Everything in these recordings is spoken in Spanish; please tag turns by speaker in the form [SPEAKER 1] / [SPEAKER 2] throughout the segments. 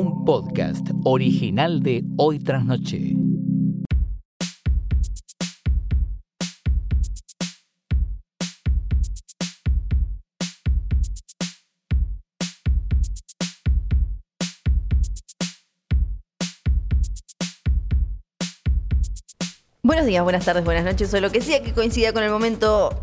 [SPEAKER 1] Un podcast original de Hoy Tras Noche.
[SPEAKER 2] Buenos días, buenas tardes, buenas noches, o lo que sea que coincida con el momento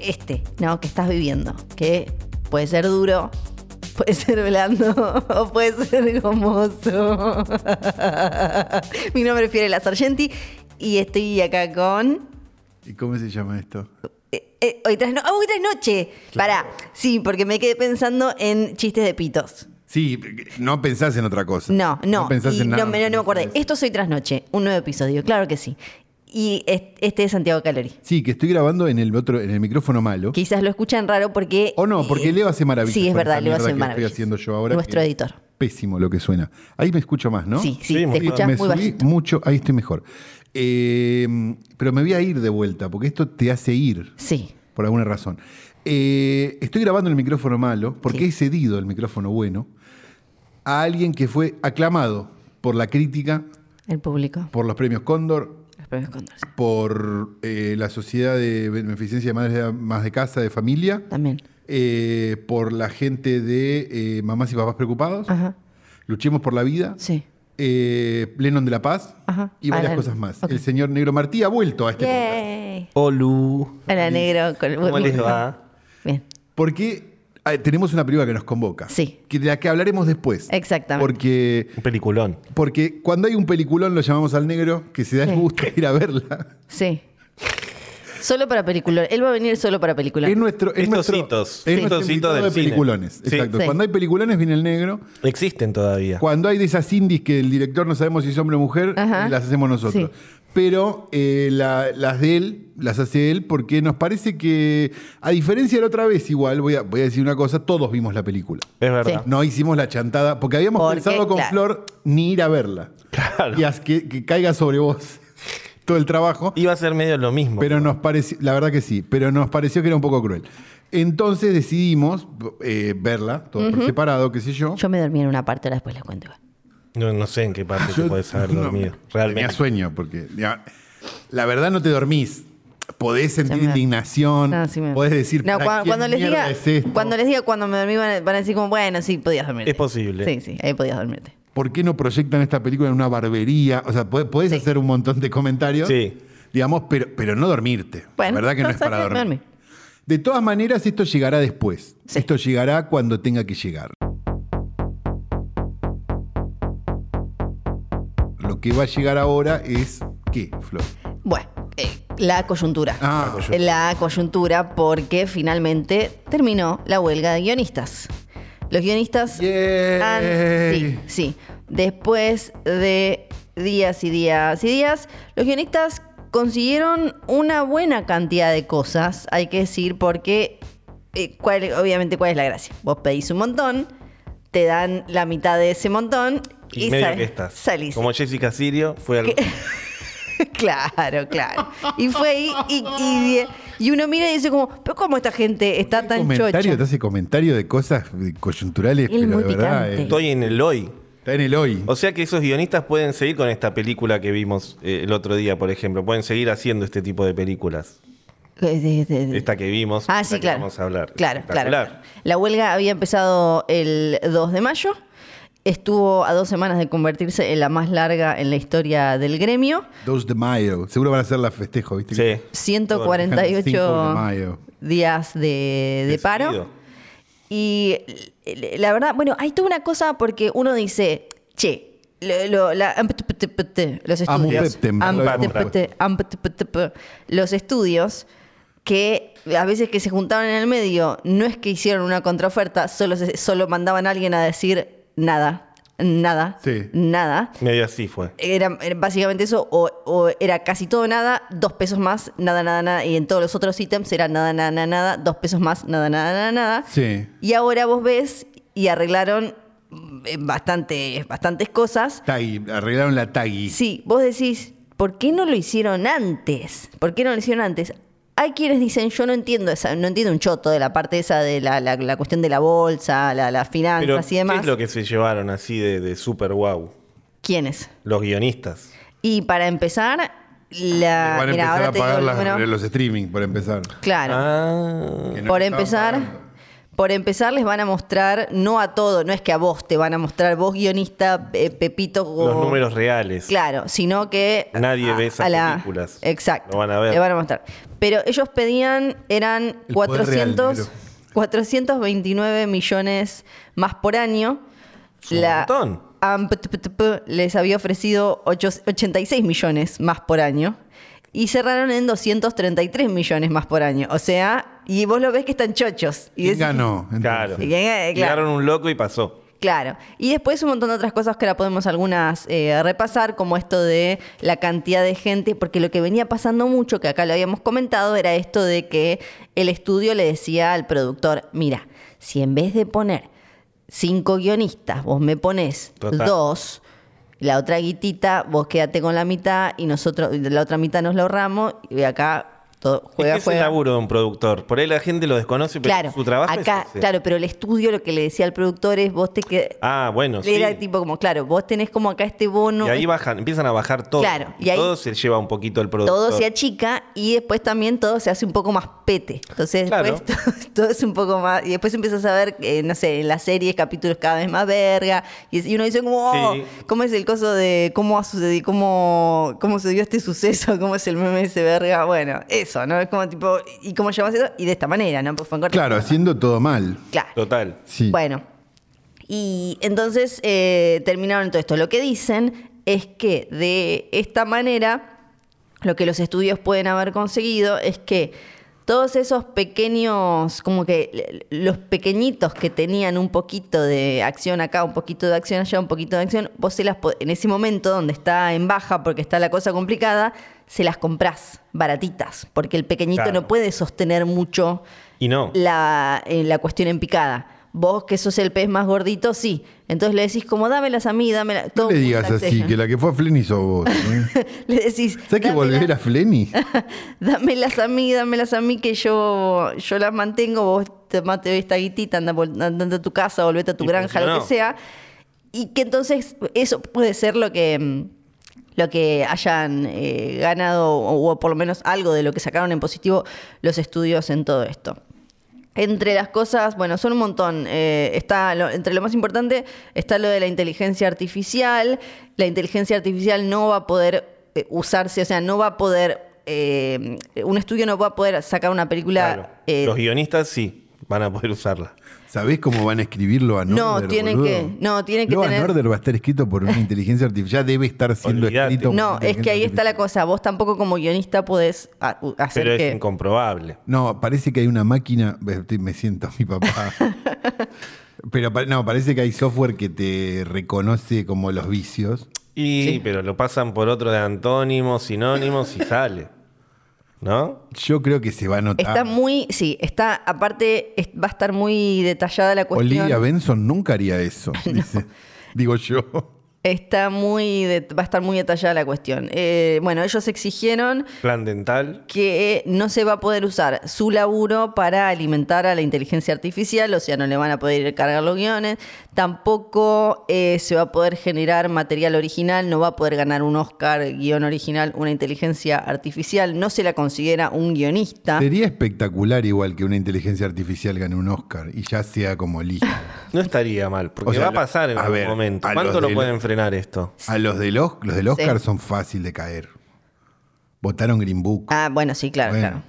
[SPEAKER 2] este, ¿no? Que estás viviendo. Que puede ser duro, puede ser blando, o puede ser gomoso. Mi nombre es Fiorella Sargenti y estoy acá con.
[SPEAKER 3] ¿Y cómo se llama esto?
[SPEAKER 2] eh, eh, hoy tras, no- ah, hoy tras noche. Pará, sí, porque me quedé pensando en chistes de pitos.
[SPEAKER 3] Sí, no pensás en otra cosa.
[SPEAKER 2] No, no.
[SPEAKER 3] pensás
[SPEAKER 2] y
[SPEAKER 3] en nada.
[SPEAKER 2] No, me- no me acordé.
[SPEAKER 3] pensás.
[SPEAKER 2] Esto soy tras noche, un nuevo episodio, claro que sí. Y es- este es Santiago Calori.
[SPEAKER 3] Sí, que estoy grabando en el otro, en el micrófono malo.
[SPEAKER 2] Quizás lo escuchan raro porque.
[SPEAKER 3] O no, porque
[SPEAKER 2] eh,
[SPEAKER 3] Leo hace maravillas.
[SPEAKER 2] Sí, es
[SPEAKER 3] con
[SPEAKER 2] verdad,
[SPEAKER 3] esta
[SPEAKER 2] Leo
[SPEAKER 3] mierda
[SPEAKER 2] hace
[SPEAKER 3] que
[SPEAKER 2] maravillas.
[SPEAKER 3] Estoy haciendo yo ahora.
[SPEAKER 2] Nuestro
[SPEAKER 3] que
[SPEAKER 2] editor.
[SPEAKER 3] Pésimo lo que suena. Ahí me escucho más, ¿no?
[SPEAKER 2] Sí, sí,
[SPEAKER 4] Sí,
[SPEAKER 2] te
[SPEAKER 4] muy
[SPEAKER 2] escuchás
[SPEAKER 3] me
[SPEAKER 2] muy
[SPEAKER 3] subí
[SPEAKER 2] bajito.
[SPEAKER 3] mucho. Ahí estoy mejor. Eh, pero me voy a ir de vuelta, porque esto te hace ir.
[SPEAKER 2] Sí.
[SPEAKER 3] por alguna razón. Eh, estoy grabando el micrófono malo porque
[SPEAKER 2] Sí.
[SPEAKER 3] he cedido el micrófono bueno a alguien que fue aclamado por la crítica,
[SPEAKER 2] El público.
[SPEAKER 3] por los premios Cóndor,
[SPEAKER 2] Los premios Cóndor. sí.
[SPEAKER 3] por eh, la Sociedad de Beneficencia de Madres de, Más de Casa, de Familia,
[SPEAKER 2] También.
[SPEAKER 3] eh, por la gente de eh, Mamás y Papás Preocupados,
[SPEAKER 2] Ajá.
[SPEAKER 3] Luchemos por la Vida,
[SPEAKER 2] Sí.
[SPEAKER 3] eh, Lennon de la Paz
[SPEAKER 2] Ajá.
[SPEAKER 3] y varias
[SPEAKER 2] Ah,
[SPEAKER 3] cosas más.
[SPEAKER 2] ok.
[SPEAKER 3] El señor Negro Martí ha vuelto a este podcast.
[SPEAKER 2] Yay.
[SPEAKER 4] Olu.
[SPEAKER 2] Hola, negro. con-
[SPEAKER 4] ¿Cómo les va?
[SPEAKER 2] Bien.
[SPEAKER 3] Porque eh, tenemos una película que nos convoca.
[SPEAKER 2] Sí.
[SPEAKER 3] Que de la que hablaremos después.
[SPEAKER 2] Exactamente.
[SPEAKER 3] Porque,
[SPEAKER 4] Un peliculón.
[SPEAKER 3] porque cuando hay un peliculón lo llamamos al negro, que se da
[SPEAKER 2] Sí.
[SPEAKER 3] el gusto de ir a verla.
[SPEAKER 2] Sí. Solo para película. Él va a venir solo para película.
[SPEAKER 3] Es nuestro, es
[SPEAKER 4] Estos
[SPEAKER 3] nuestro,
[SPEAKER 4] hitos.
[SPEAKER 3] es
[SPEAKER 4] Sí.
[SPEAKER 3] nuestro
[SPEAKER 4] Estos hitos
[SPEAKER 3] invitado
[SPEAKER 4] del
[SPEAKER 3] de
[SPEAKER 4] cine.
[SPEAKER 3] peliculones.
[SPEAKER 4] Sí.
[SPEAKER 3] Exacto.
[SPEAKER 2] Sí.
[SPEAKER 3] Cuando hay peliculones viene el negro.
[SPEAKER 4] Existen todavía.
[SPEAKER 3] Cuando hay de esas indies que el director no sabemos si es hombre o mujer,
[SPEAKER 2] Ajá.
[SPEAKER 3] eh, las hacemos nosotros. Pero eh, la- las de él, las hace él, porque nos parece que, a diferencia de la otra vez, igual, voy a, voy a decir una cosa, todos vimos la película.
[SPEAKER 4] Es verdad.
[SPEAKER 2] Sí.
[SPEAKER 3] No hicimos la chantada, porque habíamos
[SPEAKER 2] Porque,
[SPEAKER 3] pensado con
[SPEAKER 2] claro.
[SPEAKER 3] Flor ni ir a verla.
[SPEAKER 4] Claro.
[SPEAKER 3] Y haz que, que caiga sobre vos todo el trabajo.
[SPEAKER 4] Iba a ser medio lo mismo.
[SPEAKER 3] Pero nos pareció, la verdad que sí, pero nos pareció que era un poco cruel. Entonces decidimos eh, verla, todo por separado, qué sé yo.
[SPEAKER 2] Yo me dormí en una parte, ahora después les cuento igual.
[SPEAKER 4] no, no sé en qué parte te puedes haber
[SPEAKER 3] no,
[SPEAKER 4] dormido.
[SPEAKER 3] Tenía
[SPEAKER 4] Realmente.
[SPEAKER 3] sueño, porque ya, la verdad no te dormís. Podés sentir
[SPEAKER 2] me-
[SPEAKER 3] indignación,
[SPEAKER 2] No, sí me-
[SPEAKER 3] podés decir,
[SPEAKER 2] No,
[SPEAKER 3] "¿Para
[SPEAKER 2] cuan-
[SPEAKER 3] quién
[SPEAKER 2] cuando, les
[SPEAKER 3] mierda
[SPEAKER 2] diga,
[SPEAKER 3] es esto?
[SPEAKER 2] cuando les diga cuando me dormí, van a, van a decir como, bueno, sí, podías dormirte.
[SPEAKER 4] Es posible.
[SPEAKER 2] Sí, sí, ahí podías dormirte.
[SPEAKER 3] ¿Por qué no proyectan esta película en una barbería? O sea, podés, podés
[SPEAKER 2] Sí.
[SPEAKER 3] hacer un montón de comentarios.
[SPEAKER 4] Sí.
[SPEAKER 3] Digamos, pero, pero no dormirte.
[SPEAKER 2] Bueno,
[SPEAKER 3] la verdad que no
[SPEAKER 2] yo
[SPEAKER 3] es para
[SPEAKER 2] saqué- me
[SPEAKER 3] dormir. De todas maneras, esto llegará después.
[SPEAKER 2] Sí.
[SPEAKER 3] Esto llegará cuando tenga que llegar. Lo que va a llegar ahora es ¿qué, Flor?
[SPEAKER 2] dormí. Bueno, eh, la coyuntura.
[SPEAKER 3] Ah,
[SPEAKER 2] la coyuntura porque finalmente terminó la huelga de guionistas. Los guionistas
[SPEAKER 3] Yay.
[SPEAKER 2] han- Ah, sí, sí. Después de días y días y días, los guionistas consiguieron una buena cantidad de cosas, hay que decir, porque eh, cuál- obviamente cuál es la gracia. Vos pedís un montón, te dan la mitad de ese montón y,
[SPEAKER 4] Y medio
[SPEAKER 2] sal-
[SPEAKER 4] que estás.
[SPEAKER 2] salís.
[SPEAKER 4] Como Jessica Sirio, fue algo.
[SPEAKER 2] Claro, claro. Y fue ahí y, y- y uno mira y dice como, pero ¿cómo esta gente está tan
[SPEAKER 3] comentario,
[SPEAKER 2] chocha?
[SPEAKER 3] te hace comentario de cosas eh, coyunturales,
[SPEAKER 2] Él
[SPEAKER 3] pero
[SPEAKER 2] muy
[SPEAKER 3] de verdad
[SPEAKER 2] picante.
[SPEAKER 3] eh,
[SPEAKER 4] Estoy en el hoy.
[SPEAKER 3] está en el hoy.
[SPEAKER 4] O sea que esos guionistas pueden seguir con esta película que vimos eh, el otro día, por ejemplo. Pueden seguir haciendo este tipo de películas.
[SPEAKER 2] Eh, de- de- de-
[SPEAKER 4] Esta que vimos.
[SPEAKER 2] ah,
[SPEAKER 4] la
[SPEAKER 2] sí,
[SPEAKER 4] que
[SPEAKER 2] claro.
[SPEAKER 4] Vamos a hablar.
[SPEAKER 2] Claro, claro,
[SPEAKER 4] Espectacular.
[SPEAKER 2] claro. La huelga había empezado el 2 de mayo. Estuvo a dos semanas de convertirse en la más larga en la historia del gremio.
[SPEAKER 3] Dos de mayo. Seguro van a hacer la festejo, ¿viste?
[SPEAKER 4] Sí.
[SPEAKER 2] 148
[SPEAKER 3] Cinco de mayo.
[SPEAKER 2] días de, de
[SPEAKER 4] Decidido.
[SPEAKER 2] paro. Y l- la verdad, bueno, hay toda una cosa porque uno dice, che, lo- lo- la- los estudios,
[SPEAKER 3] Amupeptem, lo habíamos
[SPEAKER 2] amptepte, ampteptepe, los estudios que a veces que se juntaban en el medio, no es que hicieron una contraoferta, solo, se- solo mandaban a alguien a decir nada, nada,
[SPEAKER 3] Sí.
[SPEAKER 2] nada.
[SPEAKER 4] Medio así fue.
[SPEAKER 2] Era, era básicamente eso, o, o era casi todo nada, dos pesos más, nada, nada, nada, y en todos los otros ítems era nada, nada, nada, nada, dos pesos más, nada, nada, nada, nada.
[SPEAKER 3] Sí.
[SPEAKER 2] Y ahora vos ves y arreglaron eh, bastante, bastantes cosas.
[SPEAKER 3] Tagui, arreglaron la tagui.
[SPEAKER 2] Sí, vos decís, ¿por qué no lo hicieron antes? ¿Por qué no lo hicieron antes? Hay quienes dicen, yo no entiendo esa, no entiendo un choto de la parte esa de la, la- la cuestión de la bolsa, la- las
[SPEAKER 4] Pero,
[SPEAKER 2] finanzas y
[SPEAKER 4] ¿qué
[SPEAKER 2] demás.
[SPEAKER 4] es lo que se llevaron así de, de super wow?
[SPEAKER 2] ¿Quiénes?
[SPEAKER 4] Los guionistas.
[SPEAKER 2] Y para empezar, la.
[SPEAKER 3] Van a
[SPEAKER 2] ah, mira,
[SPEAKER 3] empezar
[SPEAKER 2] ahora
[SPEAKER 3] a
[SPEAKER 2] te digo
[SPEAKER 3] pagar
[SPEAKER 2] el
[SPEAKER 3] las-
[SPEAKER 2] número.
[SPEAKER 3] los streaming, por empezar.
[SPEAKER 2] Claro.
[SPEAKER 4] Ah.
[SPEAKER 3] Que no
[SPEAKER 2] por
[SPEAKER 3] lo estaban
[SPEAKER 2] empezar,
[SPEAKER 3] pagando.
[SPEAKER 2] por empezar les van a mostrar, no a todo, no es que a vos te van a mostrar, vos guionista, eh, Pepito, o-
[SPEAKER 4] Los números reales.
[SPEAKER 2] Claro, sino que...
[SPEAKER 4] Nadie
[SPEAKER 2] a-
[SPEAKER 4] ve esas
[SPEAKER 2] a
[SPEAKER 4] películas.
[SPEAKER 2] Exacto.
[SPEAKER 4] Lo van a ver.
[SPEAKER 2] Le van a mostrar. Pero ellos pedían, eran
[SPEAKER 3] El poder real,
[SPEAKER 2] 400,
[SPEAKER 3] negro.
[SPEAKER 2] 429 millones más por año.
[SPEAKER 4] un montón.
[SPEAKER 2] AMPTPTP les había ofrecido ocho- 86 millones más por año. Y cerraron en 233 millones más por año. O sea, y vos lo ves que están chochos. Y
[SPEAKER 3] ¿Quién
[SPEAKER 2] decís-
[SPEAKER 3] ganó? entonces?
[SPEAKER 4] Claro.
[SPEAKER 2] Y que- eh, claro.
[SPEAKER 4] Tiraron un loco y pasó.
[SPEAKER 2] Claro. Y después un montón de otras cosas que ahora podemos algunas eh, repasar, como esto de la cantidad de gente, porque lo que venía pasando mucho, que acá lo habíamos comentado, era esto de que el estudio le decía al productor, mira, si en vez de poner cinco guionistas, vos me pones
[SPEAKER 4] Total.
[SPEAKER 2] dos, la otra guitita, vos quédate con la mitad y nosotros la otra mitad nos la ahorramos y acá todo juega,
[SPEAKER 4] es que es el
[SPEAKER 2] juega.
[SPEAKER 4] laburo de un productor. Por ahí la gente lo desconoce, pero
[SPEAKER 2] Claro,
[SPEAKER 4] su trabajo es
[SPEAKER 2] acá,
[SPEAKER 4] ese.
[SPEAKER 2] claro, pero el estudio lo que le decía al productor es vos te que
[SPEAKER 4] Ah, bueno, sí.
[SPEAKER 2] era tipo como, claro, vos tenés como acá este bono.
[SPEAKER 4] y ahí
[SPEAKER 2] es-
[SPEAKER 4] bajan, empiezan a bajar todo.
[SPEAKER 2] Claro,
[SPEAKER 4] Y
[SPEAKER 2] y ahí-
[SPEAKER 4] todo se lleva un poquito el productor.
[SPEAKER 2] todo se achica y después también todo se hace un poco más pete. Entonces
[SPEAKER 4] Claro.
[SPEAKER 2] después todo, todo es un poco más. Y después empiezas a ver, eh, no sé, en las series, capítulos cada vez más verga. Y, es- y uno dice como, oh,
[SPEAKER 4] Sí.
[SPEAKER 2] ¿cómo es el coso de cómo ha sucedido, cómo, cómo se dio este suceso? ¿Cómo es el meme ese verga? Bueno, eso, ¿no? Es como tipo, ¿y cómo llamas eso? Y de esta manera, ¿no? Por favor,
[SPEAKER 3] Claro, haciendo todo mal.
[SPEAKER 2] Claro.
[SPEAKER 4] Total.
[SPEAKER 3] Sí.
[SPEAKER 2] Bueno, y entonces eh, terminaron todo esto. Lo que dicen es que de esta manera lo que los estudios pueden haber conseguido es que todos esos pequeños, como que le- los pequeñitos que tenían un poquito de acción acá, un poquito de acción allá, un poquito de acción, vos se las po- en ese momento donde está en baja porque está la cosa complicada, se las comprás baratitas, porque el pequeñito
[SPEAKER 4] Claro.
[SPEAKER 2] no puede sostener mucho
[SPEAKER 4] Y no.
[SPEAKER 2] la, eh, la cuestión en picada. Vos, que sos el pez más gordito, sí. Entonces le decís, como, dámelas a mí, dámelas.
[SPEAKER 3] No
[SPEAKER 2] Todo
[SPEAKER 3] le
[SPEAKER 2] un
[SPEAKER 3] digas así,
[SPEAKER 2] taxation.
[SPEAKER 3] que la que fue a Flenny sos vos. ¿eh?
[SPEAKER 2] Le decís,
[SPEAKER 3] ¿Sabes que
[SPEAKER 2] "Dámela-
[SPEAKER 3] volver a Flenny?
[SPEAKER 2] dámelas a mí, dámelas a mí, que yo, yo las mantengo. Vos tomate esta guitita, anda, vol- anda a tu casa, volvete a tu
[SPEAKER 4] Y
[SPEAKER 2] granja, lo
[SPEAKER 4] funcionó.
[SPEAKER 2] que sea. Y que entonces eso puede ser lo que... mm, lo que hayan eh, ganado o, o por lo menos algo de lo que sacaron en positivo los estudios en todo esto. Entre las cosas, bueno, son un montón. Eh, está lo- entre lo más importante está lo de la inteligencia artificial. La inteligencia artificial no va a poder eh, usarse, o sea, no va a poder, eh, un estudio no va a poder sacar una película.
[SPEAKER 4] Claro.
[SPEAKER 2] eh,
[SPEAKER 4] Los guionistas sí van a poder usarla.
[SPEAKER 3] ¿Sabés cómo van a escribirlo a
[SPEAKER 2] No,
[SPEAKER 3] Norder?
[SPEAKER 2] tienen
[SPEAKER 3] boludo?
[SPEAKER 2] que- no, tienen que
[SPEAKER 3] Lo a
[SPEAKER 2] tener-
[SPEAKER 3] Norder va a estar escrito por una inteligencia artificial. Ya debe estar siendo
[SPEAKER 4] Olvidate.
[SPEAKER 3] escrito. por
[SPEAKER 2] no,
[SPEAKER 3] una
[SPEAKER 2] es que ahí
[SPEAKER 3] inteligencia
[SPEAKER 2] está la
[SPEAKER 3] artificial.
[SPEAKER 2] cosa. Vos tampoco como guionista podés ah, u- hacer
[SPEAKER 4] Pero es
[SPEAKER 2] que...
[SPEAKER 4] incomprobable.
[SPEAKER 3] No, parece que hay una máquina. eh, Estoy- Me siento mi papá. Pero pa- no, parece que hay software que te reconoce como los vicios.
[SPEAKER 4] Y, pero lo pasan por otro de antónimos, sinónimos y sale. ¿No?
[SPEAKER 3] Yo creo que se va a notar.
[SPEAKER 2] Está muy, sí, está, aparte es- va a estar muy detallada la cuestión.
[SPEAKER 3] Olivia Benson nunca haría eso. dice. Digo yo.
[SPEAKER 2] Está muy, de- va a estar muy detallada la cuestión. Eh, bueno, ellos exigieron
[SPEAKER 4] Plan dental.
[SPEAKER 2] que no se va a poder usar su laburo para alimentar a la inteligencia artificial, o sea, no le van a poder cargar los guiones, tampoco eh, se va a poder generar material original, no va a poder ganar un Oscar guión original, una inteligencia artificial, no se la considera un guionista.
[SPEAKER 3] Sería espectacular igual que una inteligencia artificial gane un Oscar y ya sea como listo.
[SPEAKER 4] No estaría mal, porque
[SPEAKER 3] O sea,
[SPEAKER 4] va a pasar en
[SPEAKER 3] a
[SPEAKER 4] algún
[SPEAKER 3] ver,
[SPEAKER 4] momento.
[SPEAKER 3] a
[SPEAKER 4] ¿Cuánto
[SPEAKER 3] los
[SPEAKER 4] lo
[SPEAKER 3] del-
[SPEAKER 4] pueden frenar esto?
[SPEAKER 3] A los del, Os- los del Oscar
[SPEAKER 2] Sí.
[SPEAKER 3] son fácil de caer. Votaron Green Book.
[SPEAKER 2] Ah, bueno, sí, claro,
[SPEAKER 3] Bueno.
[SPEAKER 2] claro.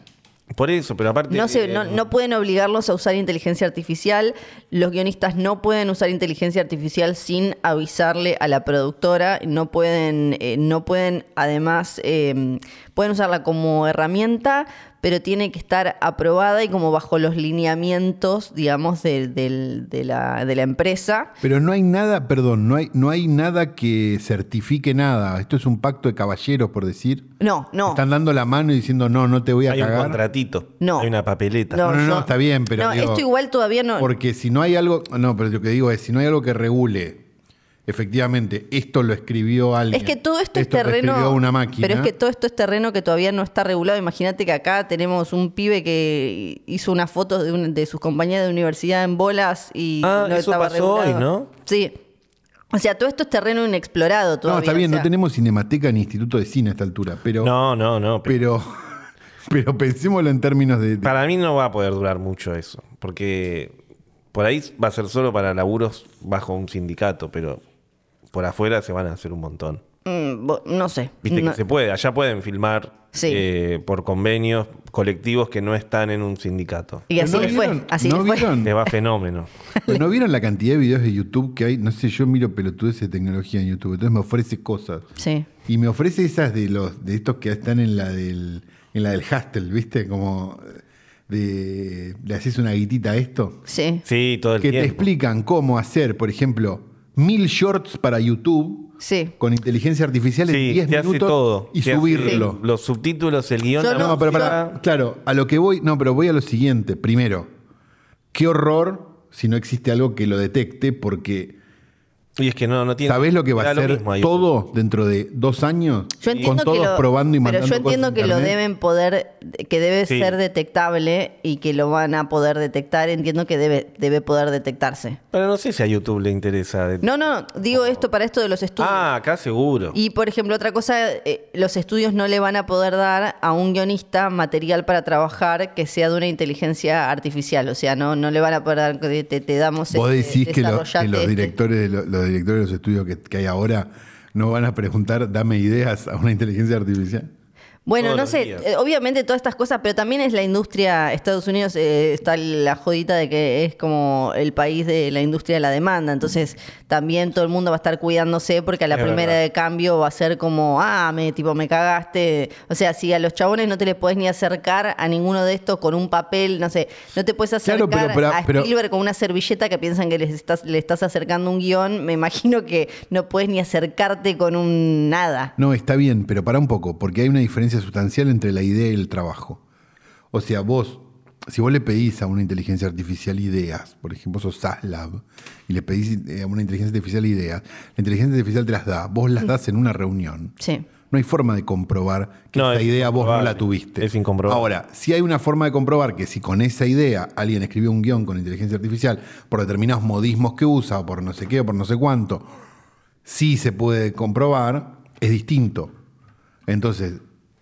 [SPEAKER 4] Por eso, pero aparte.
[SPEAKER 2] No, se-
[SPEAKER 4] eh,
[SPEAKER 2] no, no pueden obligarlos a usar inteligencia artificial. Los guionistas no pueden usar inteligencia artificial sin avisarle a la productora. No pueden, eh, no pueden además, eh, pueden usarla como herramienta, pero tiene que estar aprobada y como bajo los lineamientos, digamos, de, del- de la, de la empresa.
[SPEAKER 3] Pero no hay nada, perdón, no hay, no hay nada que certifique nada. Esto es un pacto de caballeros, por decir.
[SPEAKER 2] No, no.
[SPEAKER 3] Están dando la mano y diciendo, no, no te voy a
[SPEAKER 4] Hay un
[SPEAKER 3] cagar.
[SPEAKER 4] contratito.
[SPEAKER 2] No.
[SPEAKER 4] Hay una papeleta.
[SPEAKER 3] No, no, no,
[SPEAKER 2] yo-
[SPEAKER 3] está bien, pero
[SPEAKER 2] No,
[SPEAKER 3] digo-
[SPEAKER 2] esto igual todavía no.
[SPEAKER 3] Porque si no hay algo, no, pero lo que digo es, si no hay algo que regule efectivamente, esto lo escribió alguien.
[SPEAKER 2] Es que todo esto,
[SPEAKER 3] Esto
[SPEAKER 2] es
[SPEAKER 3] lo
[SPEAKER 2] terreno.
[SPEAKER 3] escribió una máquina.
[SPEAKER 2] Pero es que todo esto es terreno que todavía no está regulado. Imagínate que acá tenemos un pibe que hizo unas fotos de, un- de sus compañeras de universidad en bolas y
[SPEAKER 4] Ah,
[SPEAKER 2] no
[SPEAKER 4] eso
[SPEAKER 2] estaba
[SPEAKER 4] pasó
[SPEAKER 2] regulado.
[SPEAKER 4] hoy, ¿no?
[SPEAKER 2] Sí. O sea, todo esto es terreno inexplorado todavía.
[SPEAKER 3] no, está bien,
[SPEAKER 2] o sea,
[SPEAKER 3] no tenemos cinemateca ni instituto de cine a esta altura, pero,
[SPEAKER 4] No, no, no.
[SPEAKER 3] pero,
[SPEAKER 4] pero
[SPEAKER 3] pero pensémoslo en términos de... de-
[SPEAKER 4] para mí no va a poder durar mucho eso. Porque por ahí va a ser solo para laburos bajo un sindicato, pero por afuera se van a hacer un montón.
[SPEAKER 2] mm, bo- no sé.
[SPEAKER 4] Viste
[SPEAKER 2] No-
[SPEAKER 4] que se puede, allá pueden filmar
[SPEAKER 2] Sí.
[SPEAKER 4] eh, por convenios colectivos que no están en un sindicato.
[SPEAKER 2] Y así
[SPEAKER 3] ¿No
[SPEAKER 2] le fue.
[SPEAKER 3] vieron?
[SPEAKER 2] Así
[SPEAKER 3] ¿No
[SPEAKER 2] le fue.
[SPEAKER 3] vieron?
[SPEAKER 4] Le va fenómeno.
[SPEAKER 3] Pero ¿No vieron la cantidad de videos de YouTube que hay? No sé, yo miro pelotudes de tecnología en YouTube, entonces me ofrece cosas.
[SPEAKER 2] Sí.
[SPEAKER 3] Y me ofrece esas de los de estos que están en la del en la del Hustle, ¿viste? Como de le haces una guitita a esto
[SPEAKER 2] Sí.
[SPEAKER 4] Sí, todo el
[SPEAKER 3] que te
[SPEAKER 4] tiempo.
[SPEAKER 3] explican cómo hacer, por ejemplo, mil shorts para YouTube
[SPEAKER 2] Sí.
[SPEAKER 3] con inteligencia artificial en
[SPEAKER 4] Sí,
[SPEAKER 3] 10
[SPEAKER 4] te hace
[SPEAKER 3] minutos
[SPEAKER 4] todo.
[SPEAKER 3] y
[SPEAKER 4] Te hace
[SPEAKER 3] subirlo.
[SPEAKER 4] los subtítulos, el guión.
[SPEAKER 2] Yo
[SPEAKER 4] la
[SPEAKER 3] No, pero
[SPEAKER 4] música.
[SPEAKER 3] para, claro, a lo que voy, no, pero voy a lo siguiente. Primero, qué horror si no existe algo que lo detecte, porque
[SPEAKER 4] Y es que no, no tiene.
[SPEAKER 3] ¿sabés lo que va
[SPEAKER 4] da
[SPEAKER 3] a ser
[SPEAKER 4] mismo ahí.
[SPEAKER 3] todo dentro de dos años?
[SPEAKER 2] Yo entiendo
[SPEAKER 3] con todos
[SPEAKER 2] que lo,
[SPEAKER 3] probando y mandando
[SPEAKER 2] pero yo
[SPEAKER 3] cosas a
[SPEAKER 2] entiendo que lo
[SPEAKER 3] internet.
[SPEAKER 2] deben poder, que debe
[SPEAKER 4] Sí.
[SPEAKER 2] ser detectable y que lo van a poder detectar. Entiendo que debe, debe poder detectarse.
[SPEAKER 4] Pero no sé si a YouTube le interesa. de-
[SPEAKER 2] No, no, digo esto para esto de los estudios.
[SPEAKER 4] ah, acá seguro.
[SPEAKER 2] Y por ejemplo, otra cosa, eh, los estudios no le van a poder dar a un guionista material para trabajar que sea de una inteligencia artificial. O sea, no, no le van a poder dar, te, te- te damos
[SPEAKER 3] Vos
[SPEAKER 2] este,
[SPEAKER 3] decís que, lo- que
[SPEAKER 2] desarrollate
[SPEAKER 3] los
[SPEAKER 2] este.
[SPEAKER 3] directores de lo- los directores de los estudios que, que hay ahora no van a preguntar, dame ideas a una inteligencia artificial.
[SPEAKER 2] Bueno,
[SPEAKER 4] Todos
[SPEAKER 2] no
[SPEAKER 4] los
[SPEAKER 2] sé,
[SPEAKER 4] días.
[SPEAKER 2] eh, obviamente todas estas cosas, pero también es la industria, Estados Unidos eh, está la jodita de que es como el país de la industria de la demanda, entonces también todo el mundo va a estar cuidándose porque a la
[SPEAKER 4] Es
[SPEAKER 2] primera
[SPEAKER 4] verdad.
[SPEAKER 2] de cambio va a ser como, ah, me, tipo, me cagaste, o sea, si a los chabones no te les podés ni acercar a ninguno de estos con un papel, no sé, no te puedes acercar
[SPEAKER 3] Claro, pero- pero-
[SPEAKER 2] a
[SPEAKER 3] pero-
[SPEAKER 2] Spielberg con una servilleta que piensan que les estás, le estás acercando un guión, me imagino que no puedes ni acercarte con un nada.
[SPEAKER 3] No, está bien, pero para un poco, porque hay una diferencia sustancial entre la idea y el trabajo. O sea, vos, si vos le pedís a una inteligencia artificial ideas, por ejemplo, sos SASLab, y le pedís eh, a una inteligencia artificial ideas, la inteligencia artificial te las da, vos las das en una reunión.
[SPEAKER 2] Sí.
[SPEAKER 3] No hay forma de comprobar que
[SPEAKER 4] No,
[SPEAKER 3] esa
[SPEAKER 4] es
[SPEAKER 3] idea vos no la
[SPEAKER 4] incomprobable.
[SPEAKER 3] tuviste.
[SPEAKER 4] Es incomprobable.
[SPEAKER 3] Ahora, si hay una forma de comprobar que si con esa idea alguien escribió un guión con inteligencia artificial por determinados modismos que usa, o por no sé qué, o por no sé cuánto, sí se puede comprobar, es distinto. Entonces,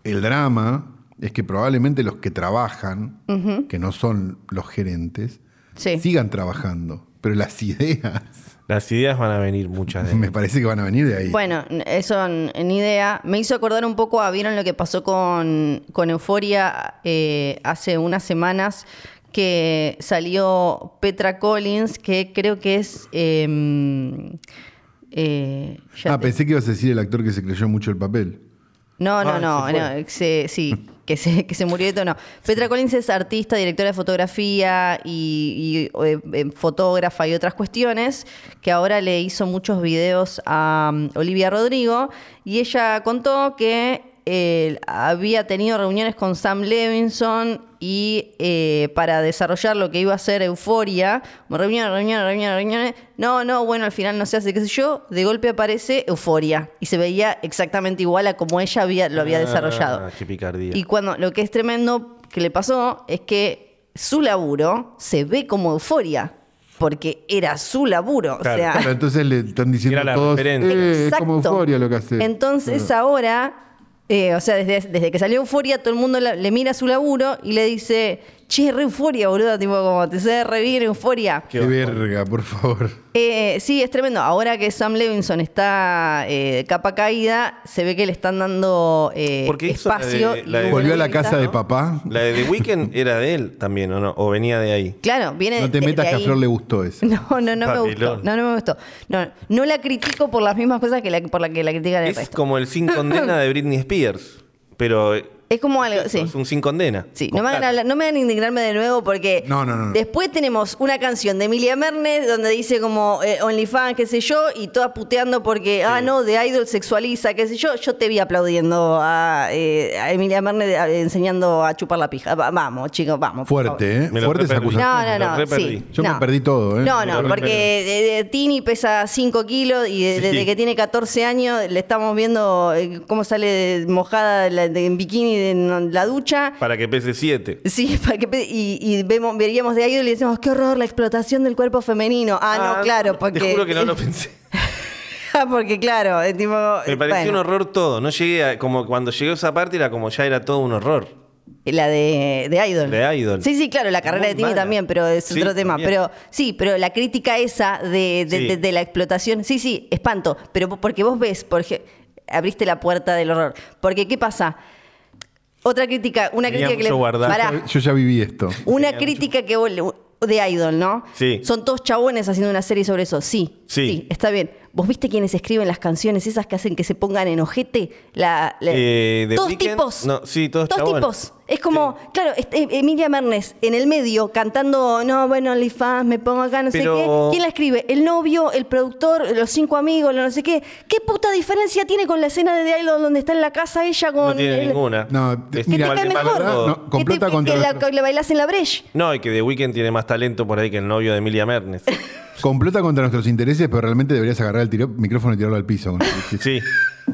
[SPEAKER 3] el drama es que probablemente los que trabajan, que no son los gerentes,
[SPEAKER 2] Sí.
[SPEAKER 3] sigan trabajando. Pero las ideas
[SPEAKER 4] Las ideas van a venir muchas de
[SPEAKER 3] me parece que van a venir de ahí.
[SPEAKER 2] Bueno, n- eso n- ni idea. Me hizo acordar un poco a, ¿vieron lo que pasó con, con Euforia eh, hace unas semanas? Que salió Petra Collins, que creo que es... em, eh, ya
[SPEAKER 3] ah,
[SPEAKER 2] te-
[SPEAKER 3] pensé que ibas a decir el actor que se creyó mucho el papel.
[SPEAKER 2] no, no,
[SPEAKER 4] Ah,
[SPEAKER 2] no,
[SPEAKER 4] se fue.
[SPEAKER 2] no, se- sí, que se, que se murió y todo, no. Petra Collins es artista, directora de fotografía y, y, eh, eh, fotógrafa y otras cuestiones, que ahora le hizo muchos videos a um, Olivia Rodrigo y ella contó que eh, había tenido reuniones con Sam Levinson y eh, para desarrollar lo que iba a ser Euforia, reuniones, reuniones, reuniones, reuniones, no, no, bueno, al final no se hace, qué sé yo, de golpe aparece Euforia y se veía exactamente igual a como ella había, lo había
[SPEAKER 4] Ah,
[SPEAKER 2] desarrollado.
[SPEAKER 4] qué picardía.
[SPEAKER 2] Y cuando lo que es tremendo que le pasó es que su laburo se ve como Euforia, porque era su laburo,
[SPEAKER 4] Claro,
[SPEAKER 2] o sea,
[SPEAKER 3] Claro, entonces le están diciendo
[SPEAKER 4] Era la
[SPEAKER 3] a todos,
[SPEAKER 4] referencia.
[SPEAKER 3] "Eh, es como
[SPEAKER 2] Exacto.
[SPEAKER 3] euforia lo que hace. Mm. Ah.
[SPEAKER 2] Entonces ahora, eh, o sea, desde, desde que salió Euforia, todo el mundo la- le mira su laburo y le dice, che, re Euforia, boludo, tipo como te se re bien Euforia.
[SPEAKER 3] Qué verga, por favor.
[SPEAKER 2] Eh, sí, es tremendo. Ahora que Sam Levinson está eh, capa caída, se ve que le están dando eh,
[SPEAKER 4] Porque hizo la de-
[SPEAKER 2] espacio. y
[SPEAKER 4] la de-
[SPEAKER 2] una
[SPEAKER 3] Volvió a la
[SPEAKER 2] entrevista-
[SPEAKER 3] casa de papá.
[SPEAKER 4] La de The Weeknd era de él también, ¿o no? O venía de ahí.
[SPEAKER 2] Claro, viene
[SPEAKER 3] No te
[SPEAKER 2] de-
[SPEAKER 3] metas
[SPEAKER 2] de
[SPEAKER 3] que a
[SPEAKER 2] ahí.
[SPEAKER 3] Flor le gustó eso.
[SPEAKER 2] No, no, no me gustó.
[SPEAKER 4] Papelón.
[SPEAKER 2] No, no me gustó. No, no la critico por las mismas cosas que la, por las que la critican el
[SPEAKER 4] Es
[SPEAKER 2] resto.
[SPEAKER 4] como el sin condena de Britney Spears. Pero eh,
[SPEAKER 2] Es como algo, sí.
[SPEAKER 4] Es un sin condena.
[SPEAKER 2] Sí,
[SPEAKER 4] Con
[SPEAKER 2] no me, hagan
[SPEAKER 4] plata.
[SPEAKER 2] hablar- no me hagan indignarme de nuevo porque
[SPEAKER 3] No, no, no, no.
[SPEAKER 2] después tenemos una canción de Emilia Mernes donde dice como eh, OnlyFans, qué sé yo, y todas puteando porque, ah, no, de Idol sexualiza, qué sé yo. Yo te vi aplaudiendo a, eh, a Emilia Mernes eh, enseñando a chupar la pija. Va- Vamos, chicos, vamos. por favor.
[SPEAKER 3] Fuerte, ¿eh?
[SPEAKER 4] Me lo
[SPEAKER 3] Fuerte esa
[SPEAKER 4] re perdí.
[SPEAKER 3] acusación.
[SPEAKER 2] No, no,
[SPEAKER 4] Me lo
[SPEAKER 2] no.
[SPEAKER 4] re
[SPEAKER 2] sí,
[SPEAKER 4] perdí.
[SPEAKER 3] Yo
[SPEAKER 2] no.
[SPEAKER 3] me perdí todo, ¿eh?
[SPEAKER 2] No,
[SPEAKER 4] Me lo
[SPEAKER 2] no,
[SPEAKER 4] re
[SPEAKER 2] porque
[SPEAKER 4] perdí.
[SPEAKER 2] de- de- Tini pesa 5 kilos y de-
[SPEAKER 4] Sí.
[SPEAKER 2] desde que tiene 14 años le estamos viendo eh, cómo sale mojada la- de- en bikini de- en la ducha.
[SPEAKER 4] Para que pese 7.
[SPEAKER 2] Sí, para que pe- y, y vemos, veríamos de ahí y le decimos, qué horror, la explotación del cuerpo femenino. Ah, no, claro, porque...
[SPEAKER 4] Te juro que no lo pensé.
[SPEAKER 2] Ah, porque claro, es tipo...
[SPEAKER 4] Me pareció
[SPEAKER 2] bueno,
[SPEAKER 4] un horror todo. No llegué a, como cuando llegué a esa parte era como ya era todo un horror.
[SPEAKER 2] La de, de Idol.
[SPEAKER 4] De Idol.
[SPEAKER 2] Sí, sí, claro, la carrera
[SPEAKER 4] Muy
[SPEAKER 2] de Tini
[SPEAKER 4] mala.
[SPEAKER 2] también, pero es
[SPEAKER 4] Sí,
[SPEAKER 2] otro tema.
[SPEAKER 4] también.
[SPEAKER 2] Pero sí, pero la crítica esa de, de-
[SPEAKER 4] Sí.
[SPEAKER 2] de- de la explotación, sí, sí, espanto. Pero po- porque vos ves, porque abriste la puerta del horror. Porque, ¿qué pasa? Otra crítica, una
[SPEAKER 4] Tenía
[SPEAKER 2] crítica que
[SPEAKER 4] mucho
[SPEAKER 2] le...
[SPEAKER 4] guardado.
[SPEAKER 2] Pará,
[SPEAKER 3] Yo ya viví esto.
[SPEAKER 2] Una
[SPEAKER 4] Tenía
[SPEAKER 2] crítica que vos le- de Idol, ¿no?
[SPEAKER 4] Sí.
[SPEAKER 2] Son todos chabones haciendo una serie sobre eso. Sí, sí.
[SPEAKER 4] Sí.
[SPEAKER 2] está bien. ¿Vos viste quiénes escriben las canciones esas que hacen que se pongan en ojete? La, la-
[SPEAKER 4] Eh, ¿The
[SPEAKER 2] todos
[SPEAKER 4] Weeknd?
[SPEAKER 2] tipos.
[SPEAKER 4] No, sí, todos chabones.
[SPEAKER 2] tipos. Es como, claro, este, Emilia Mernes en el medio cantando, no, bueno, OnlyFans, me pongo acá, no
[SPEAKER 4] Pero-
[SPEAKER 2] sé qué. ¿Quién la escribe? ¿El novio, el productor, los cinco amigos, lo no sé qué? ¿Qué puta diferencia tiene con la escena de The Idol donde está en la casa ella con.
[SPEAKER 4] No tiene
[SPEAKER 2] el-
[SPEAKER 4] ninguna.
[SPEAKER 3] No,
[SPEAKER 4] Es
[SPEAKER 2] Que te
[SPEAKER 3] Mira,
[SPEAKER 4] igual
[SPEAKER 2] cae
[SPEAKER 4] de malo
[SPEAKER 2] mejor.
[SPEAKER 4] todo.
[SPEAKER 3] No, complota
[SPEAKER 2] que, te-
[SPEAKER 3] contra
[SPEAKER 2] que la,
[SPEAKER 3] nuestro-
[SPEAKER 2] que la bailás en la brecha.
[SPEAKER 4] No, y que The Weeknd tiene más talento por ahí que el novio de Emilia Mernes.
[SPEAKER 3] Complota contra nuestros intereses, pero realmente deberías agarrar el tiro- micrófono y tirarlo al piso. con el-
[SPEAKER 4] Sí,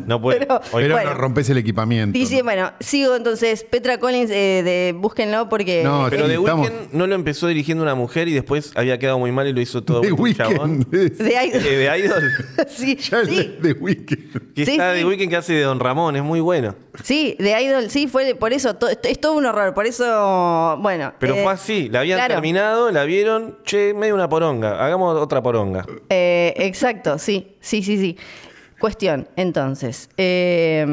[SPEAKER 4] no puede.
[SPEAKER 2] Pero-
[SPEAKER 4] Hoy-
[SPEAKER 3] Pero
[SPEAKER 2] Bueno.
[SPEAKER 3] no rompes el equipamiento.
[SPEAKER 2] Dice,
[SPEAKER 3] ¿no?
[SPEAKER 2] bueno, sigo entonces, Petra Collins, eh, de, búsquenlo porque...
[SPEAKER 3] No,
[SPEAKER 4] pero
[SPEAKER 3] sí,
[SPEAKER 4] The
[SPEAKER 3] estamos-
[SPEAKER 4] Weeknd no lo empezó dirigiendo una mujer y después había quedado muy mal y lo hizo todo
[SPEAKER 3] The
[SPEAKER 4] un chabón.
[SPEAKER 3] Weeknd.
[SPEAKER 2] de ahí-
[SPEAKER 4] Eh, De Idol.
[SPEAKER 2] sí,
[SPEAKER 3] Ya es
[SPEAKER 2] sí,
[SPEAKER 3] The Weeknd.
[SPEAKER 4] Que
[SPEAKER 2] Sí,
[SPEAKER 4] está
[SPEAKER 2] sí.
[SPEAKER 4] The Weeknd que hace de Don Ramón, es muy bueno.
[SPEAKER 2] sí, de Idol, sí, fue de- por eso, to- esto- es todo un horror, por eso, bueno.
[SPEAKER 4] Pero
[SPEAKER 2] eh,
[SPEAKER 4] fue así, la habían
[SPEAKER 2] claro.
[SPEAKER 4] terminado, la vieron, che, medio una poronga, hagamos otra poronga.
[SPEAKER 2] Eh, exacto, sí, sí, sí, sí. Cuestión, entonces, eh,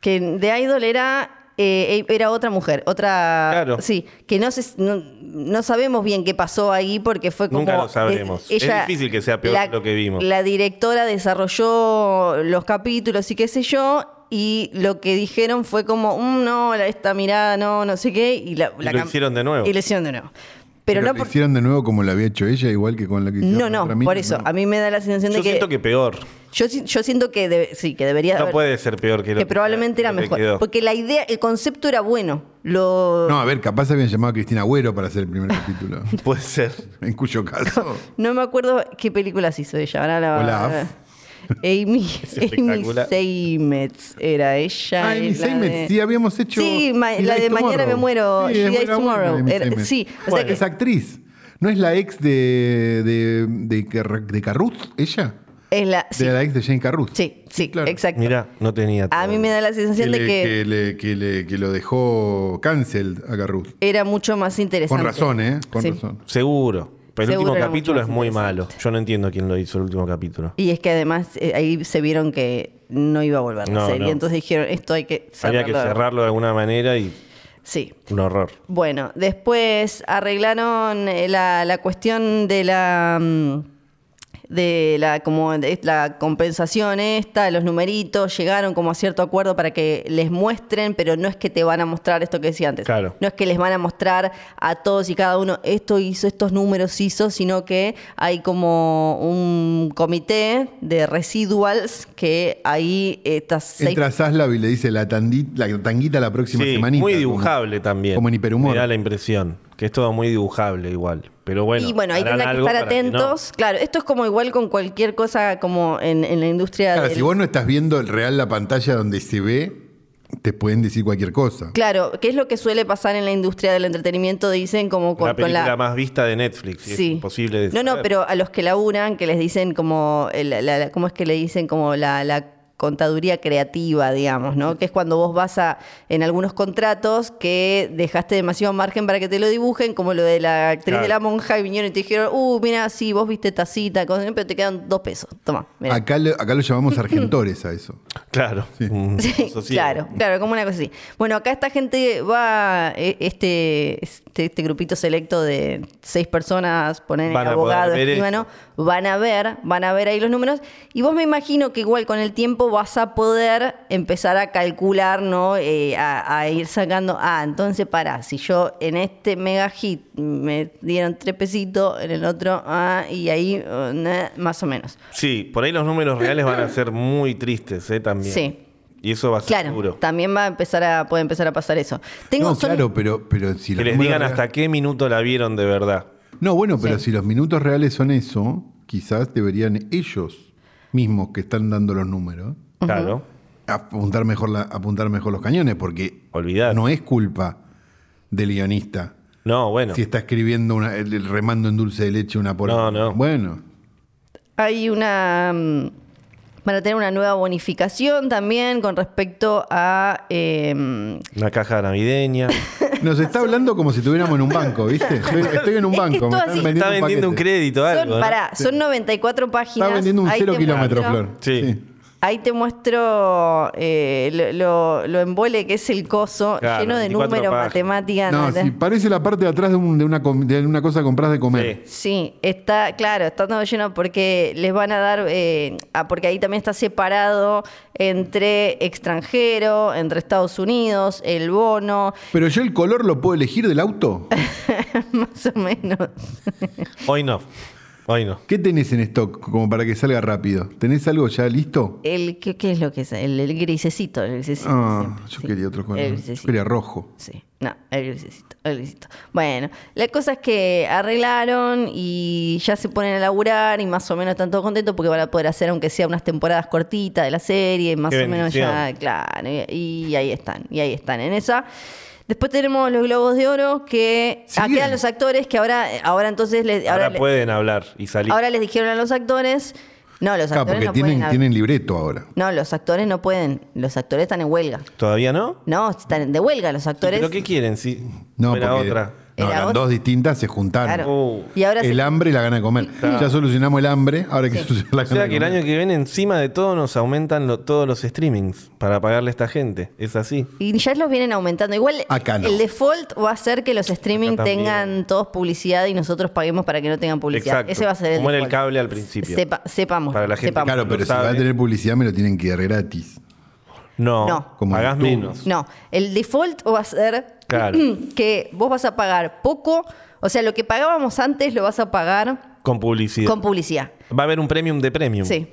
[SPEAKER 2] que de Idol era, eh, era otra mujer, otra...
[SPEAKER 4] Claro.
[SPEAKER 2] Sí, que no, se, no, no sabemos bien qué pasó ahí porque fue como...
[SPEAKER 4] Nunca lo sabremos.
[SPEAKER 2] eh,
[SPEAKER 4] Es difícil que sea peor de lo que vimos.
[SPEAKER 2] La directora desarrolló los capítulos y qué sé yo. Y lo que dijeron fue como, "Mm, no, la- esta mirada, no, no sé qué. Y, la,
[SPEAKER 4] Y
[SPEAKER 2] la
[SPEAKER 4] lo
[SPEAKER 2] cam-
[SPEAKER 4] hicieron de nuevo.
[SPEAKER 2] Y lo hicieron de nuevo. Pero,
[SPEAKER 3] Pero
[SPEAKER 2] no
[SPEAKER 3] lo
[SPEAKER 2] por-
[SPEAKER 3] hicieron de nuevo como lo había hecho ella, igual que con la que hicieron
[SPEAKER 2] no,
[SPEAKER 3] otra
[SPEAKER 2] no,
[SPEAKER 3] mina,
[SPEAKER 2] por eso.
[SPEAKER 3] ¿no?
[SPEAKER 2] A mí me da la sensación
[SPEAKER 4] Yo
[SPEAKER 2] de
[SPEAKER 4] siento
[SPEAKER 2] que.
[SPEAKER 4] que peor.
[SPEAKER 2] Yo, si- yo siento que debe- sí, que debería.
[SPEAKER 4] No
[SPEAKER 2] haber-
[SPEAKER 4] puede ser peor que lo
[SPEAKER 2] Que probablemente era
[SPEAKER 4] lo que
[SPEAKER 2] mejor.
[SPEAKER 4] quedó.
[SPEAKER 2] Porque la idea, el concepto era bueno. Lo.
[SPEAKER 3] No, a ver, capaz habían llamado a Cristina Agüero para hacer el primer capítulo.
[SPEAKER 4] Puede ser.
[SPEAKER 3] En cuyo caso.
[SPEAKER 2] No me acuerdo qué películas hizo ella. Ahora la
[SPEAKER 3] Olaf.
[SPEAKER 2] Amy, Amy
[SPEAKER 4] espectacular.
[SPEAKER 2] Seymetz era ella.
[SPEAKER 3] Ah, Amy
[SPEAKER 2] la
[SPEAKER 3] Seymetz,
[SPEAKER 2] de-
[SPEAKER 3] sí, habíamos hecho.
[SPEAKER 2] Sí, ma-
[SPEAKER 3] She
[SPEAKER 2] la
[SPEAKER 3] Dies
[SPEAKER 2] de Mañana me
[SPEAKER 3] Tomorrow.
[SPEAKER 2] muero.
[SPEAKER 3] Sí,
[SPEAKER 2] She
[SPEAKER 3] es
[SPEAKER 2] Dies
[SPEAKER 3] buena, buena,
[SPEAKER 2] Tomorrow.
[SPEAKER 3] Amy
[SPEAKER 2] Era-
[SPEAKER 3] Seymetz.
[SPEAKER 2] sí, o sea
[SPEAKER 4] Bueno.
[SPEAKER 2] que-
[SPEAKER 3] Es actriz. ¿No es la ex de, de, de, Car- de Carruth, ella?
[SPEAKER 2] Es la. Sí,
[SPEAKER 3] De la ex de Jane Carruth.
[SPEAKER 2] sí, sí,
[SPEAKER 3] claro.
[SPEAKER 2] exacto.
[SPEAKER 4] Mirá, no tenía.
[SPEAKER 2] A mí me da la
[SPEAKER 3] Que,
[SPEAKER 2] sensación de
[SPEAKER 3] le-
[SPEAKER 2] que.
[SPEAKER 3] que le- que le- que lo dejó cancel a Carruth.
[SPEAKER 2] Era mucho más interesante.
[SPEAKER 3] Con razón, ¿eh? Con
[SPEAKER 2] Sí.
[SPEAKER 3] razón.
[SPEAKER 4] Seguro. Pero el
[SPEAKER 2] Seguro
[SPEAKER 4] último
[SPEAKER 2] era
[SPEAKER 4] capítulo
[SPEAKER 2] mucho
[SPEAKER 4] es
[SPEAKER 2] más
[SPEAKER 4] muy
[SPEAKER 2] interesante.
[SPEAKER 4] malo. Yo no entiendo quién lo hizo el último capítulo.
[SPEAKER 2] Y es que además eh, ahí se vieron que no iba a volver la
[SPEAKER 4] No,
[SPEAKER 2] serie.
[SPEAKER 4] no.
[SPEAKER 2] Entonces dijeron, esto hay que cerrarlo.
[SPEAKER 4] Había que cerrarlo de alguna manera y
[SPEAKER 2] Sí.
[SPEAKER 4] un horror.
[SPEAKER 2] Bueno, después arreglaron eh, la, la cuestión de la mm, de la como de la compensación esta, los numeritos, llegaron como a cierto acuerdo para que les muestren, pero no es que te van a mostrar esto que decía antes.
[SPEAKER 4] Claro.
[SPEAKER 2] No es que les van a mostrar a todos y cada uno esto hizo, estos números hizo, sino que hay como un comité de residuals que ahí estas seis
[SPEAKER 3] Entra Zaslav y le dice la, tandi- la tanguita la próxima
[SPEAKER 4] Sí,
[SPEAKER 3] semanita.
[SPEAKER 4] muy
[SPEAKER 3] como-
[SPEAKER 4] dibujable también.
[SPEAKER 3] Como en hiperhumor.
[SPEAKER 4] Me da la impresión que es todo muy dibujable igual. Pero bueno,
[SPEAKER 2] y bueno, ahí
[SPEAKER 4] harán
[SPEAKER 2] tendrán que
[SPEAKER 4] algo
[SPEAKER 2] estar
[SPEAKER 4] para no.
[SPEAKER 2] atentos. Claro, esto es como igual con cualquier cosa como en, en la industria.
[SPEAKER 3] Claro,
[SPEAKER 2] del-
[SPEAKER 3] si vos no estás viendo el real la pantalla donde se ve, te pueden decir cualquier cosa.
[SPEAKER 2] Claro, ¿qué es lo que suele pasar en la industria del entretenimiento? Dicen como con,
[SPEAKER 4] la
[SPEAKER 2] con
[SPEAKER 4] película
[SPEAKER 2] la.
[SPEAKER 4] más vista de Netflix. y Es imposible de
[SPEAKER 2] No, no,
[SPEAKER 4] saber.
[SPEAKER 2] pero a los que laburan, que les dicen como. el- la- la- ¿Cómo es que le dicen como la. la contaduría creativa, digamos, ¿no? Que es cuando vos vas a, en algunos contratos que dejaste demasiado margen para que te lo dibujen, como lo de la actriz
[SPEAKER 4] Claro.
[SPEAKER 2] de la monja, y vinieron y te dijeron, uh, mira, sí, vos viste tacita, cosa, pero te quedan dos pesos, toma. mirá".
[SPEAKER 3] Acá lo, acá lo llamamos argentores a eso.
[SPEAKER 4] Claro. un
[SPEAKER 2] Sí,
[SPEAKER 4] sosiego.
[SPEAKER 2] claro, claro, como una cosa así. Bueno, acá esta gente va, eh, este, este, este grupito selecto de seis personas, ponen
[SPEAKER 4] Van a
[SPEAKER 2] abogado,
[SPEAKER 4] poder ver
[SPEAKER 2] escribano, van a ver, van a ver ahí los números. Y vos me imagino que igual con el tiempo poco vas a poder empezar a calcular, ¿no? Eh, a, a ir sacando, ah, entonces pará, si yo en este mega hit me dieron tres pesitos, en el otro, ah, y ahí, eh, nah, más o menos.
[SPEAKER 4] Sí, por ahí los números reales van a ser muy tristes, ¿eh? También.
[SPEAKER 2] Sí.
[SPEAKER 4] Y eso va a ser
[SPEAKER 2] Claro,
[SPEAKER 4] seguro.
[SPEAKER 2] también va a empezar a, puede empezar a pasar eso. Tengo
[SPEAKER 3] no,
[SPEAKER 2] son-
[SPEAKER 3] claro, pero, pero si
[SPEAKER 4] Que
[SPEAKER 3] los
[SPEAKER 4] les
[SPEAKER 3] números
[SPEAKER 4] digan
[SPEAKER 3] reales-
[SPEAKER 4] hasta qué minuto la vieron de verdad.
[SPEAKER 3] No, bueno, pero
[SPEAKER 2] Sí.
[SPEAKER 3] si los minutos reales son eso, quizás deberían ellos mismos que están dando los números
[SPEAKER 4] Claro.
[SPEAKER 3] apuntar mejor, la- apuntar mejor los cañones, porque
[SPEAKER 4] Olvidar. No,
[SPEAKER 3] no es culpa del guionista
[SPEAKER 4] bueno.
[SPEAKER 3] si está escribiendo una- el, el remando en dulce de leche una por
[SPEAKER 4] No, no.
[SPEAKER 3] Bueno,
[SPEAKER 2] Hay una. mm, Van a tener una nueva bonificación también con respecto a. em,
[SPEAKER 4] Una caja navideña.
[SPEAKER 3] nos está hablando como si estuviéramos en un banco, ¿viste? Estoy, estoy en un
[SPEAKER 2] Es que
[SPEAKER 3] banco,
[SPEAKER 2] esto
[SPEAKER 3] me están
[SPEAKER 2] así-
[SPEAKER 3] vendiendo
[SPEAKER 4] Está vendiendo un
[SPEAKER 3] paquete.
[SPEAKER 4] crédito,
[SPEAKER 2] son,
[SPEAKER 4] algo. ¿no?
[SPEAKER 2] pará, son 94 páginas.
[SPEAKER 3] Está vendiendo un
[SPEAKER 2] Ahí
[SPEAKER 3] cero
[SPEAKER 2] te
[SPEAKER 3] kilómetro,
[SPEAKER 2] muestro-
[SPEAKER 3] Flor.
[SPEAKER 4] Sí.
[SPEAKER 2] Ahí te muestro eh, lo, lo, lo embole que es el coso,
[SPEAKER 4] Claro,
[SPEAKER 2] lleno de
[SPEAKER 4] 24
[SPEAKER 2] números,
[SPEAKER 4] páginas.
[SPEAKER 2] matemáticas.
[SPEAKER 3] No,
[SPEAKER 2] ¿no?
[SPEAKER 3] si parece la parte de atrás de, un- de una, com- de una cosa que compras de comer.
[SPEAKER 4] Sí.
[SPEAKER 2] Sí, está, claro, está todo lleno porque les van a dar, eh, ah, porque ahí también está separado entre extranjero, entre Estados Unidos, el bono,
[SPEAKER 3] Pero yo el color lo puedo elegir del auto.
[SPEAKER 2] más o menos.
[SPEAKER 4] Hoy no. Hoy no.
[SPEAKER 3] ¿Qué tenés en stock como para que salga rápido? ¿Tenés algo ya listo?
[SPEAKER 2] El, ¿qué, qué es lo que es? El, el grisecito, el grisecito.
[SPEAKER 3] Ah,
[SPEAKER 2] siempre,
[SPEAKER 3] yo
[SPEAKER 2] sí.
[SPEAKER 3] quería otro color.
[SPEAKER 2] El
[SPEAKER 3] Yo
[SPEAKER 2] grisecito.
[SPEAKER 3] quería rojo.
[SPEAKER 2] Sí, no, el grisecito, el grisecito. Bueno, la cosa es que arreglaron y ya se ponen a laburar y más o menos están todos contentos porque van a poder hacer, aunque sea unas temporadas cortitas de la serie, y más
[SPEAKER 4] Qué
[SPEAKER 2] o menos ya,
[SPEAKER 4] bendición.
[SPEAKER 2] claro, y, y ahí están, y ahí están en esa. Después tenemos los Globos de Oro que...
[SPEAKER 3] Sí.
[SPEAKER 2] Ah, quedan los actores que ahora, ahora entonces... Les, ahora,
[SPEAKER 4] Ahora,
[SPEAKER 2] le-
[SPEAKER 4] pueden hablar y salir.
[SPEAKER 2] ahora les dijeron a los actores... No, los
[SPEAKER 3] Ah,
[SPEAKER 2] actores
[SPEAKER 3] porque
[SPEAKER 2] no
[SPEAKER 3] tienen,
[SPEAKER 2] pueden... hab-
[SPEAKER 3] tienen libreto ahora.
[SPEAKER 2] No, los actores no pueden. Los actores están en huelga.
[SPEAKER 4] ¿Todavía no?
[SPEAKER 2] No, están de huelga los actores.
[SPEAKER 4] ¿Pero qué quieren? Si
[SPEAKER 3] No,
[SPEAKER 4] fuera
[SPEAKER 3] porque
[SPEAKER 4] otra.
[SPEAKER 3] no,
[SPEAKER 2] Era
[SPEAKER 3] eran
[SPEAKER 2] otra.
[SPEAKER 3] dos distintas, se juntaron.
[SPEAKER 2] Claro.
[SPEAKER 4] Oh.
[SPEAKER 2] Y ahora
[SPEAKER 3] el
[SPEAKER 2] se-
[SPEAKER 3] hambre y la gana de comer. Ya solucionamos el hambre, ahora hay que solucionar la
[SPEAKER 4] O
[SPEAKER 3] gana
[SPEAKER 4] sea
[SPEAKER 3] de
[SPEAKER 4] que el
[SPEAKER 3] comer.
[SPEAKER 4] año que viene, encima de todo, nos aumentan lo- todos los streamings para pagarle a esta gente. Es así.
[SPEAKER 2] y ya los vienen aumentando. Igual
[SPEAKER 3] Acá no.
[SPEAKER 2] el default va a ser que los streaming
[SPEAKER 4] Acá también.
[SPEAKER 2] tengan todos publicidad y nosotros paguemos para que no tengan publicidad.
[SPEAKER 4] Exacto.
[SPEAKER 2] Ese va a ser el
[SPEAKER 4] Como en el
[SPEAKER 2] default.
[SPEAKER 4] cable al principio.
[SPEAKER 2] Sepa- sepamos.
[SPEAKER 4] Para la gente
[SPEAKER 2] sepamos.
[SPEAKER 3] Claro,
[SPEAKER 4] lo
[SPEAKER 3] pero si
[SPEAKER 4] sabe.
[SPEAKER 3] va a tener publicidad me lo tienen que dar gratis.
[SPEAKER 4] No.
[SPEAKER 2] No.
[SPEAKER 3] Como
[SPEAKER 4] Pagás
[SPEAKER 3] YouTube.
[SPEAKER 4] menos.
[SPEAKER 2] No, el default va a ser
[SPEAKER 4] Claro.
[SPEAKER 2] que vos vas a pagar poco, o sea, lo que pagábamos antes lo vas a pagar
[SPEAKER 4] Con publicidad.
[SPEAKER 2] con publicidad.
[SPEAKER 4] Va a haber un premium de premium.
[SPEAKER 2] Sí.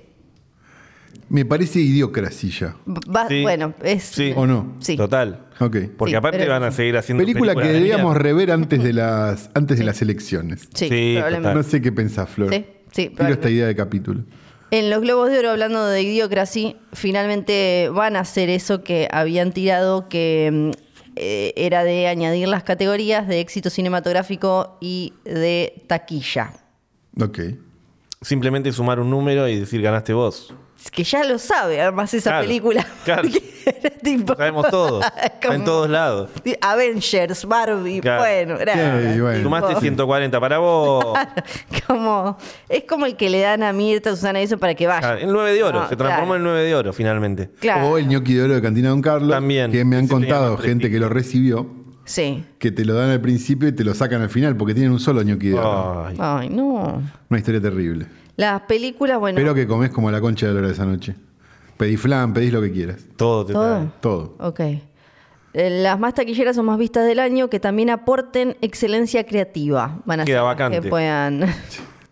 [SPEAKER 3] Me parece idiocrasilla.
[SPEAKER 2] Va-
[SPEAKER 4] Sí.
[SPEAKER 2] Bueno, es...
[SPEAKER 4] Sí.
[SPEAKER 3] ¿O no?
[SPEAKER 2] Sí.
[SPEAKER 4] Total.
[SPEAKER 3] Ok.
[SPEAKER 4] Porque
[SPEAKER 2] Sí,
[SPEAKER 4] aparte
[SPEAKER 2] pero-
[SPEAKER 4] van a seguir haciendo.
[SPEAKER 3] Película que
[SPEAKER 4] películas de
[SPEAKER 3] deberíamos
[SPEAKER 4] mierda.
[SPEAKER 3] rever antes de las, antes de las elecciones.
[SPEAKER 2] Sí,
[SPEAKER 4] Sí,
[SPEAKER 2] probablemente.
[SPEAKER 3] No sé qué pensás, Flor.
[SPEAKER 2] Sí, sí,
[SPEAKER 3] Tiro esta
[SPEAKER 2] probablemente.
[SPEAKER 3] idea de capítulo.
[SPEAKER 2] En los Globos de Oro, hablando de Idiocracy, finalmente van a hacer eso que habían tirado, que mm, eh, era de añadir las categorías de éxito cinematográfico y de taquilla.
[SPEAKER 3] Ok.
[SPEAKER 4] Simplemente sumar un número y decir ganaste vos.
[SPEAKER 2] Es que ya lo sabe, además, esa
[SPEAKER 4] Claro,
[SPEAKER 2] película.
[SPEAKER 4] claro.
[SPEAKER 2] Porque era tipo-
[SPEAKER 4] Lo sabemos todos.
[SPEAKER 2] Es
[SPEAKER 4] Está
[SPEAKER 2] como
[SPEAKER 4] en todos lados.
[SPEAKER 2] Avengers, Barbie,
[SPEAKER 4] Claro.
[SPEAKER 2] bueno, nada,
[SPEAKER 3] Sí, bueno.
[SPEAKER 2] tipo-
[SPEAKER 4] Sumaste 140 para vos.
[SPEAKER 2] como, es como el que le dan a Mirta, Susana, eso para que vaya.
[SPEAKER 4] Claro, El 9 de oro.
[SPEAKER 2] No,
[SPEAKER 4] Se transformó
[SPEAKER 2] claro.
[SPEAKER 4] en 9 de oro finalmente.
[SPEAKER 2] Claro.
[SPEAKER 3] O el ñoqui de oro de Cantina Don Carlos.
[SPEAKER 4] También.
[SPEAKER 3] Que me han
[SPEAKER 4] Ese tenía
[SPEAKER 3] contado
[SPEAKER 4] más
[SPEAKER 3] gente que lo recibió,
[SPEAKER 2] Sí.
[SPEAKER 3] que te lo dan al principio y te lo sacan al final, porque tienen un solo ñoqui de oro.
[SPEAKER 4] Ay.
[SPEAKER 2] Ay, no.
[SPEAKER 3] Una historia terrible.
[SPEAKER 2] Las películas, bueno.
[SPEAKER 3] Pero que comés como la concha de la hora de esa noche. Pedís flan, pedís lo que quieras.
[SPEAKER 4] Todo te
[SPEAKER 2] Todo.
[SPEAKER 4] trae.
[SPEAKER 3] Todo.
[SPEAKER 2] Ok. Eh, Las más taquilleras son más vistas del año que también aporten excelencia creativa. Van a
[SPEAKER 4] Queda
[SPEAKER 2] ser las
[SPEAKER 4] vacante.
[SPEAKER 2] Que puedan.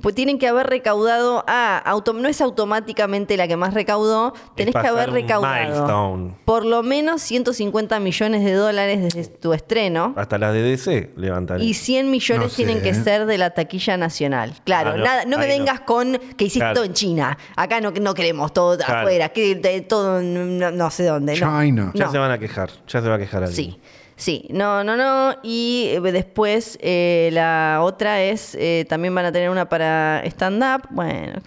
[SPEAKER 2] Pues tienen que haber recaudado. Ah, auto- no es automáticamente la que más recaudó. Tenés que
[SPEAKER 4] pasar
[SPEAKER 2] haber
[SPEAKER 4] un
[SPEAKER 2] recaudado.
[SPEAKER 4] milestone.
[SPEAKER 2] Por lo menos 150 millones de dólares desde tu estreno.
[SPEAKER 4] Hasta las de DC levantaré.
[SPEAKER 2] Y 100 millones
[SPEAKER 3] No sé,
[SPEAKER 2] tienen que
[SPEAKER 3] ¿eh?
[SPEAKER 2] ser de la taquilla nacional. Claro,
[SPEAKER 4] Ah,
[SPEAKER 2] no,
[SPEAKER 4] no,
[SPEAKER 2] nada, no me
[SPEAKER 4] ahí no.
[SPEAKER 2] vengas con que hiciste
[SPEAKER 4] Claro.
[SPEAKER 2] todo en China. Acá no, no queremos todo
[SPEAKER 4] Claro.
[SPEAKER 2] afuera, que de- todo en- no, no sé dónde. no.
[SPEAKER 3] China.
[SPEAKER 4] Ya
[SPEAKER 2] No.
[SPEAKER 4] se van a quejar. Ya se va a quejar alguien.
[SPEAKER 2] Sí, sí, no, no, no. Y eh, después eh, la otra es, eh, también van a tener una para stand-up. Bueno,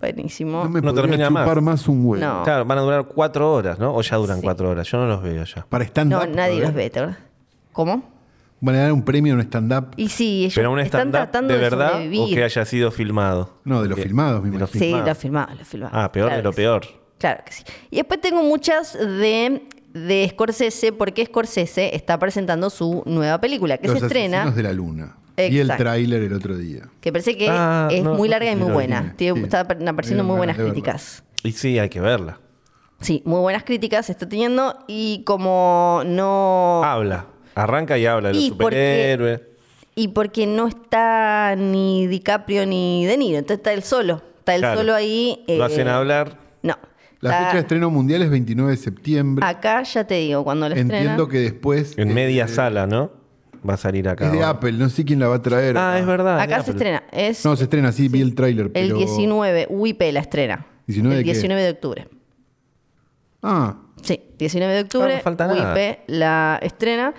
[SPEAKER 2] buenísimo.
[SPEAKER 3] No me
[SPEAKER 4] No
[SPEAKER 3] podría
[SPEAKER 4] termina
[SPEAKER 3] chupar más, un huevo.
[SPEAKER 2] No.
[SPEAKER 4] Claro, van a durar cuatro horas, ¿no? O ya duran cuatro horas. Yo no los veo ya.
[SPEAKER 3] Para stand-up.
[SPEAKER 2] No, nadie
[SPEAKER 3] ¿verdad?
[SPEAKER 2] los ve, ¿te ¿verdad? ¿Cómo?
[SPEAKER 3] Van a dar un premio a un stand-up.
[SPEAKER 2] Y sí, ellos
[SPEAKER 4] Pero un
[SPEAKER 2] están
[SPEAKER 4] stand-up
[SPEAKER 2] tratando
[SPEAKER 4] de verdad o
[SPEAKER 2] sobrevivir.
[SPEAKER 4] que haya sido filmado.
[SPEAKER 3] No, de los
[SPEAKER 4] Que-
[SPEAKER 3] filmados, me
[SPEAKER 4] de los
[SPEAKER 3] imagino.
[SPEAKER 2] Sí,
[SPEAKER 4] filmados.
[SPEAKER 2] lo filmado, lo filmado.
[SPEAKER 4] Ah, peor de
[SPEAKER 2] Claro
[SPEAKER 4] lo
[SPEAKER 2] que sí.
[SPEAKER 4] peor.
[SPEAKER 2] Claro que sí. Y después tengo muchas de, de Scorsese, porque Scorsese está presentando su nueva película, que
[SPEAKER 3] Los
[SPEAKER 2] se estrena.
[SPEAKER 3] asesinos de la luna. Y el
[SPEAKER 2] Exacto.
[SPEAKER 3] tráiler el otro día.
[SPEAKER 2] Que parece que
[SPEAKER 4] Ah,
[SPEAKER 2] es
[SPEAKER 4] no,
[SPEAKER 2] muy
[SPEAKER 4] no,
[SPEAKER 2] larga y
[SPEAKER 4] sí,
[SPEAKER 2] muy
[SPEAKER 4] lo
[SPEAKER 2] buena.
[SPEAKER 3] vi.
[SPEAKER 2] Tiene-
[SPEAKER 3] Sí.
[SPEAKER 2] Está apareciendo
[SPEAKER 3] Me
[SPEAKER 2] muy
[SPEAKER 3] dieron
[SPEAKER 2] buenas
[SPEAKER 3] ganas de verla.
[SPEAKER 2] críticas.
[SPEAKER 4] Y sí, hay que verla.
[SPEAKER 2] Sí, muy buenas críticas está teniendo y como no...
[SPEAKER 4] Habla. Arranca y habla de los
[SPEAKER 2] Oh. Y porque-
[SPEAKER 4] superhéroes.
[SPEAKER 2] Y porque no está ni DiCaprio ni De Niro, entonces está él solo. Está él
[SPEAKER 4] Claro.
[SPEAKER 2] solo ahí.
[SPEAKER 4] Lo
[SPEAKER 2] eh,
[SPEAKER 4] hacen hablar.
[SPEAKER 2] No.
[SPEAKER 3] La
[SPEAKER 2] Está-
[SPEAKER 3] fecha de estreno mundial es 29 de septiembre.
[SPEAKER 2] Acá ya te digo, Ah, cuando lo
[SPEAKER 3] Entiendo
[SPEAKER 2] estrenan.
[SPEAKER 3] que después.
[SPEAKER 4] En
[SPEAKER 3] eh,
[SPEAKER 4] media sala, ¿no? Va a salir acá.
[SPEAKER 3] Es de
[SPEAKER 4] ahora.
[SPEAKER 3] Apple, no sé quién la va a traer.
[SPEAKER 4] Ah, es verdad. de
[SPEAKER 2] Acá se
[SPEAKER 4] Apple.
[SPEAKER 2] estrena. Es
[SPEAKER 3] No, se estrena, sí, vi el tráiler.
[SPEAKER 2] el
[SPEAKER 3] pero-
[SPEAKER 2] 19, UIP la estrena.
[SPEAKER 3] 19
[SPEAKER 2] el
[SPEAKER 3] de qué?
[SPEAKER 2] 19 de octubre.
[SPEAKER 3] Ah,
[SPEAKER 2] Sí, 19 de octubre.
[SPEAKER 4] Ah, no falta nada.
[SPEAKER 2] UIP la estrena.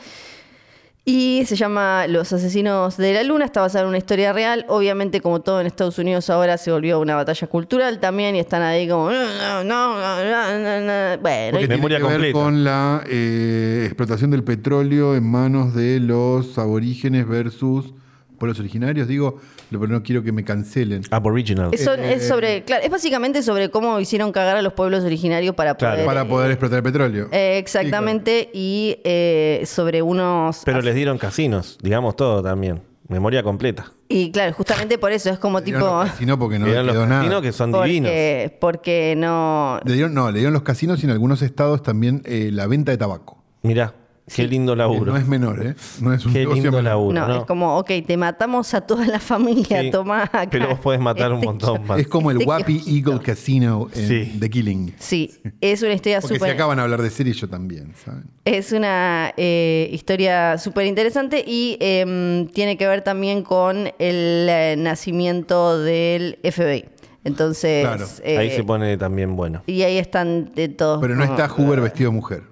[SPEAKER 2] Y se llama Los asesinos de la luna. Está basada en una historia real. Obviamente, como todo en Estados Unidos, ahora se volvió una batalla cultural también. Y están ahí como. No, no, no, no, no, no". Bueno,
[SPEAKER 3] porque
[SPEAKER 2] y-
[SPEAKER 4] Porque- Memoria
[SPEAKER 3] tiene que ver
[SPEAKER 4] completa.
[SPEAKER 3] con la eh, explotación del petróleo en manos de los aborígenes versus pueblos originarios. Digo, lo- pero no quiero que me cancelen.
[SPEAKER 2] Ah,
[SPEAKER 4] Aboriginal.
[SPEAKER 2] es, so- es
[SPEAKER 4] eh.
[SPEAKER 2] sobre. Claro, es básicamente sobre cómo hicieron cagar a los pueblos originarios para
[SPEAKER 4] Claro.
[SPEAKER 2] poder.
[SPEAKER 3] para
[SPEAKER 2] eh,
[SPEAKER 3] poder explotar el petróleo.
[SPEAKER 2] eh, exactamente. Y eh, sobre unos.
[SPEAKER 4] Pero les dieron casinos, digamos todo también. Memoria completa.
[SPEAKER 2] Y claro, justamente por eso es como
[SPEAKER 3] Le
[SPEAKER 2] tipo.
[SPEAKER 3] dieron los casinos porque no
[SPEAKER 4] Le dieron
[SPEAKER 3] les
[SPEAKER 4] los
[SPEAKER 3] quedó
[SPEAKER 4] casinos
[SPEAKER 3] nada.
[SPEAKER 4] que son divinos.
[SPEAKER 2] Porque, porque no.
[SPEAKER 3] Le dieron, no, le dieron los casinos y en algunos estados también eh, la venta de tabaco.
[SPEAKER 4] Mirá, qué lindo
[SPEAKER 3] Que
[SPEAKER 4] laburo.
[SPEAKER 3] No es menor, ¿eh? No es un
[SPEAKER 4] Qué
[SPEAKER 3] negocio
[SPEAKER 4] lindo
[SPEAKER 3] menor.
[SPEAKER 4] laburo.
[SPEAKER 2] No, es como, ok, te matamos a toda la familia,
[SPEAKER 4] Sí,
[SPEAKER 2] tomá acá.
[SPEAKER 4] Pero vos podés matar un
[SPEAKER 2] Este-
[SPEAKER 4] montón más.
[SPEAKER 3] Es como el
[SPEAKER 2] Este
[SPEAKER 3] Wappy Eagle Casino en
[SPEAKER 4] Sí.
[SPEAKER 3] The Killing.
[SPEAKER 2] Sí, es una historia
[SPEAKER 3] Porque se
[SPEAKER 2] súper...
[SPEAKER 3] acaban de hablar de serie yo también, ¿saben?
[SPEAKER 2] Es una eh, historia súper interesante y em, tiene que ver también con el eh, nacimiento del FBI. Entonces...
[SPEAKER 3] Claro,
[SPEAKER 2] eh,
[SPEAKER 4] Ahí se pone también bueno.
[SPEAKER 2] Y ahí están de todos...
[SPEAKER 3] Pero no
[SPEAKER 2] como-
[SPEAKER 3] está Hoover vestido de mujer.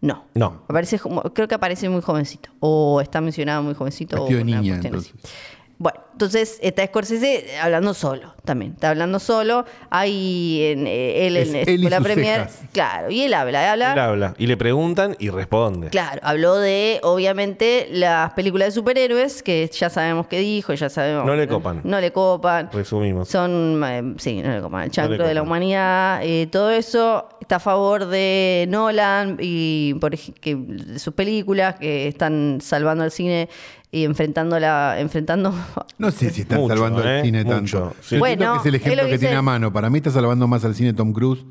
[SPEAKER 2] No.
[SPEAKER 4] No.
[SPEAKER 2] Aparece, como- creo que aparece muy jovencito. O está mencionado muy jovencito.
[SPEAKER 3] Vestido
[SPEAKER 2] o
[SPEAKER 3] de
[SPEAKER 2] una
[SPEAKER 3] niña,
[SPEAKER 2] cuestión así.
[SPEAKER 3] entonces.
[SPEAKER 2] Bueno, entonces está Scorsese hablando solo también. Está hablando solo. Hay en, eh, él en
[SPEAKER 3] Es él y
[SPEAKER 2] la
[SPEAKER 3] sus
[SPEAKER 2] Premier.
[SPEAKER 3] cejas.
[SPEAKER 2] Claro, y él habla, habla.
[SPEAKER 4] Él habla y le preguntan y responde.
[SPEAKER 2] Claro, habló de, obviamente, las películas de superhéroes, que ya sabemos qué dijo, ya sabemos.
[SPEAKER 4] No le copan. Pues
[SPEAKER 2] No le copan.
[SPEAKER 4] Resumimos.
[SPEAKER 2] Son, eh, sí, no le copan, el chancro de la
[SPEAKER 4] copan.
[SPEAKER 2] humanidad, eh, todo eso. Está a favor de Nolan y por ej- que, de sus películas que están salvando al cine y enfrentando la, enfrentando
[SPEAKER 3] No sé si están
[SPEAKER 4] Mucho,
[SPEAKER 3] salvando
[SPEAKER 4] ¿eh?
[SPEAKER 3] al cine
[SPEAKER 4] Mucho,
[SPEAKER 3] tanto.
[SPEAKER 4] sí.
[SPEAKER 3] Yo
[SPEAKER 2] Bueno,
[SPEAKER 3] entiendo que es el
[SPEAKER 2] es lo que
[SPEAKER 3] ejemplo que, tiene
[SPEAKER 2] dice-
[SPEAKER 3] a mano. Para mí está salvando más al cine Tom Cruise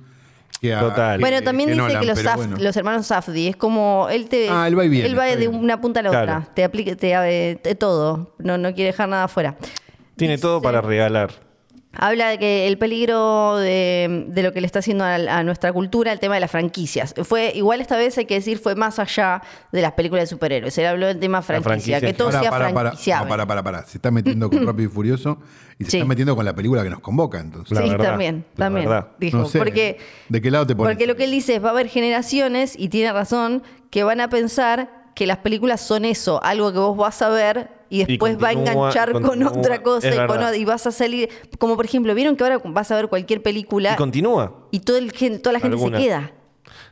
[SPEAKER 3] que a.
[SPEAKER 4] Total.
[SPEAKER 3] que-
[SPEAKER 2] Bueno, también dice
[SPEAKER 3] Nolan,
[SPEAKER 2] que los,
[SPEAKER 3] eh, pero
[SPEAKER 2] Saf-
[SPEAKER 3] bueno.
[SPEAKER 2] los hermanos Safdie es como él te
[SPEAKER 3] Ah, él va y viene,
[SPEAKER 2] él va
[SPEAKER 3] está
[SPEAKER 2] de
[SPEAKER 3] bien.
[SPEAKER 2] una punta a la
[SPEAKER 4] Claro.
[SPEAKER 2] otra, te aplica te, eh, te- todo, no no quiere dejar nada afuera.
[SPEAKER 4] Tiene todo para regalar.
[SPEAKER 2] Habla de que el peligro de, de lo que le está haciendo a, a nuestra cultura el tema de las franquicias. Fue igual esta vez hay que decir fue más allá de las películas de superhéroes. Él habló del tema franquicia,
[SPEAKER 4] franquicia
[SPEAKER 2] que
[SPEAKER 4] en
[SPEAKER 2] todo
[SPEAKER 3] Pará,
[SPEAKER 2] sea
[SPEAKER 3] pará, pará.
[SPEAKER 2] franquiciable.
[SPEAKER 3] No, pará, pará, pará. Se está metiendo con Rápido y Furioso y se
[SPEAKER 2] Sí.
[SPEAKER 3] está metiendo con la película que nos convoca, entonces.
[SPEAKER 4] La
[SPEAKER 2] sí,
[SPEAKER 4] verdad,
[SPEAKER 2] también,
[SPEAKER 4] la
[SPEAKER 2] también.
[SPEAKER 4] verdad.
[SPEAKER 2] Dijo,
[SPEAKER 3] No sé,
[SPEAKER 2] porque
[SPEAKER 3] ¿De qué lado te pones?
[SPEAKER 2] Porque lo que él dice es, va a haber generaciones, y tiene razón, que van a pensar que las películas son eso, algo que vos vas a ver y después va a
[SPEAKER 4] continúa,
[SPEAKER 2] enganchar
[SPEAKER 4] continúa,
[SPEAKER 2] con otra cosa
[SPEAKER 4] es
[SPEAKER 2] y, con
[SPEAKER 4] verdad.
[SPEAKER 2] otra- y vas a salir, como por ejemplo, vieron que ahora vas a ver cualquier película
[SPEAKER 4] Y continúa.
[SPEAKER 2] y todo el gen- toda la gente
[SPEAKER 4] Algunas.
[SPEAKER 2] se queda,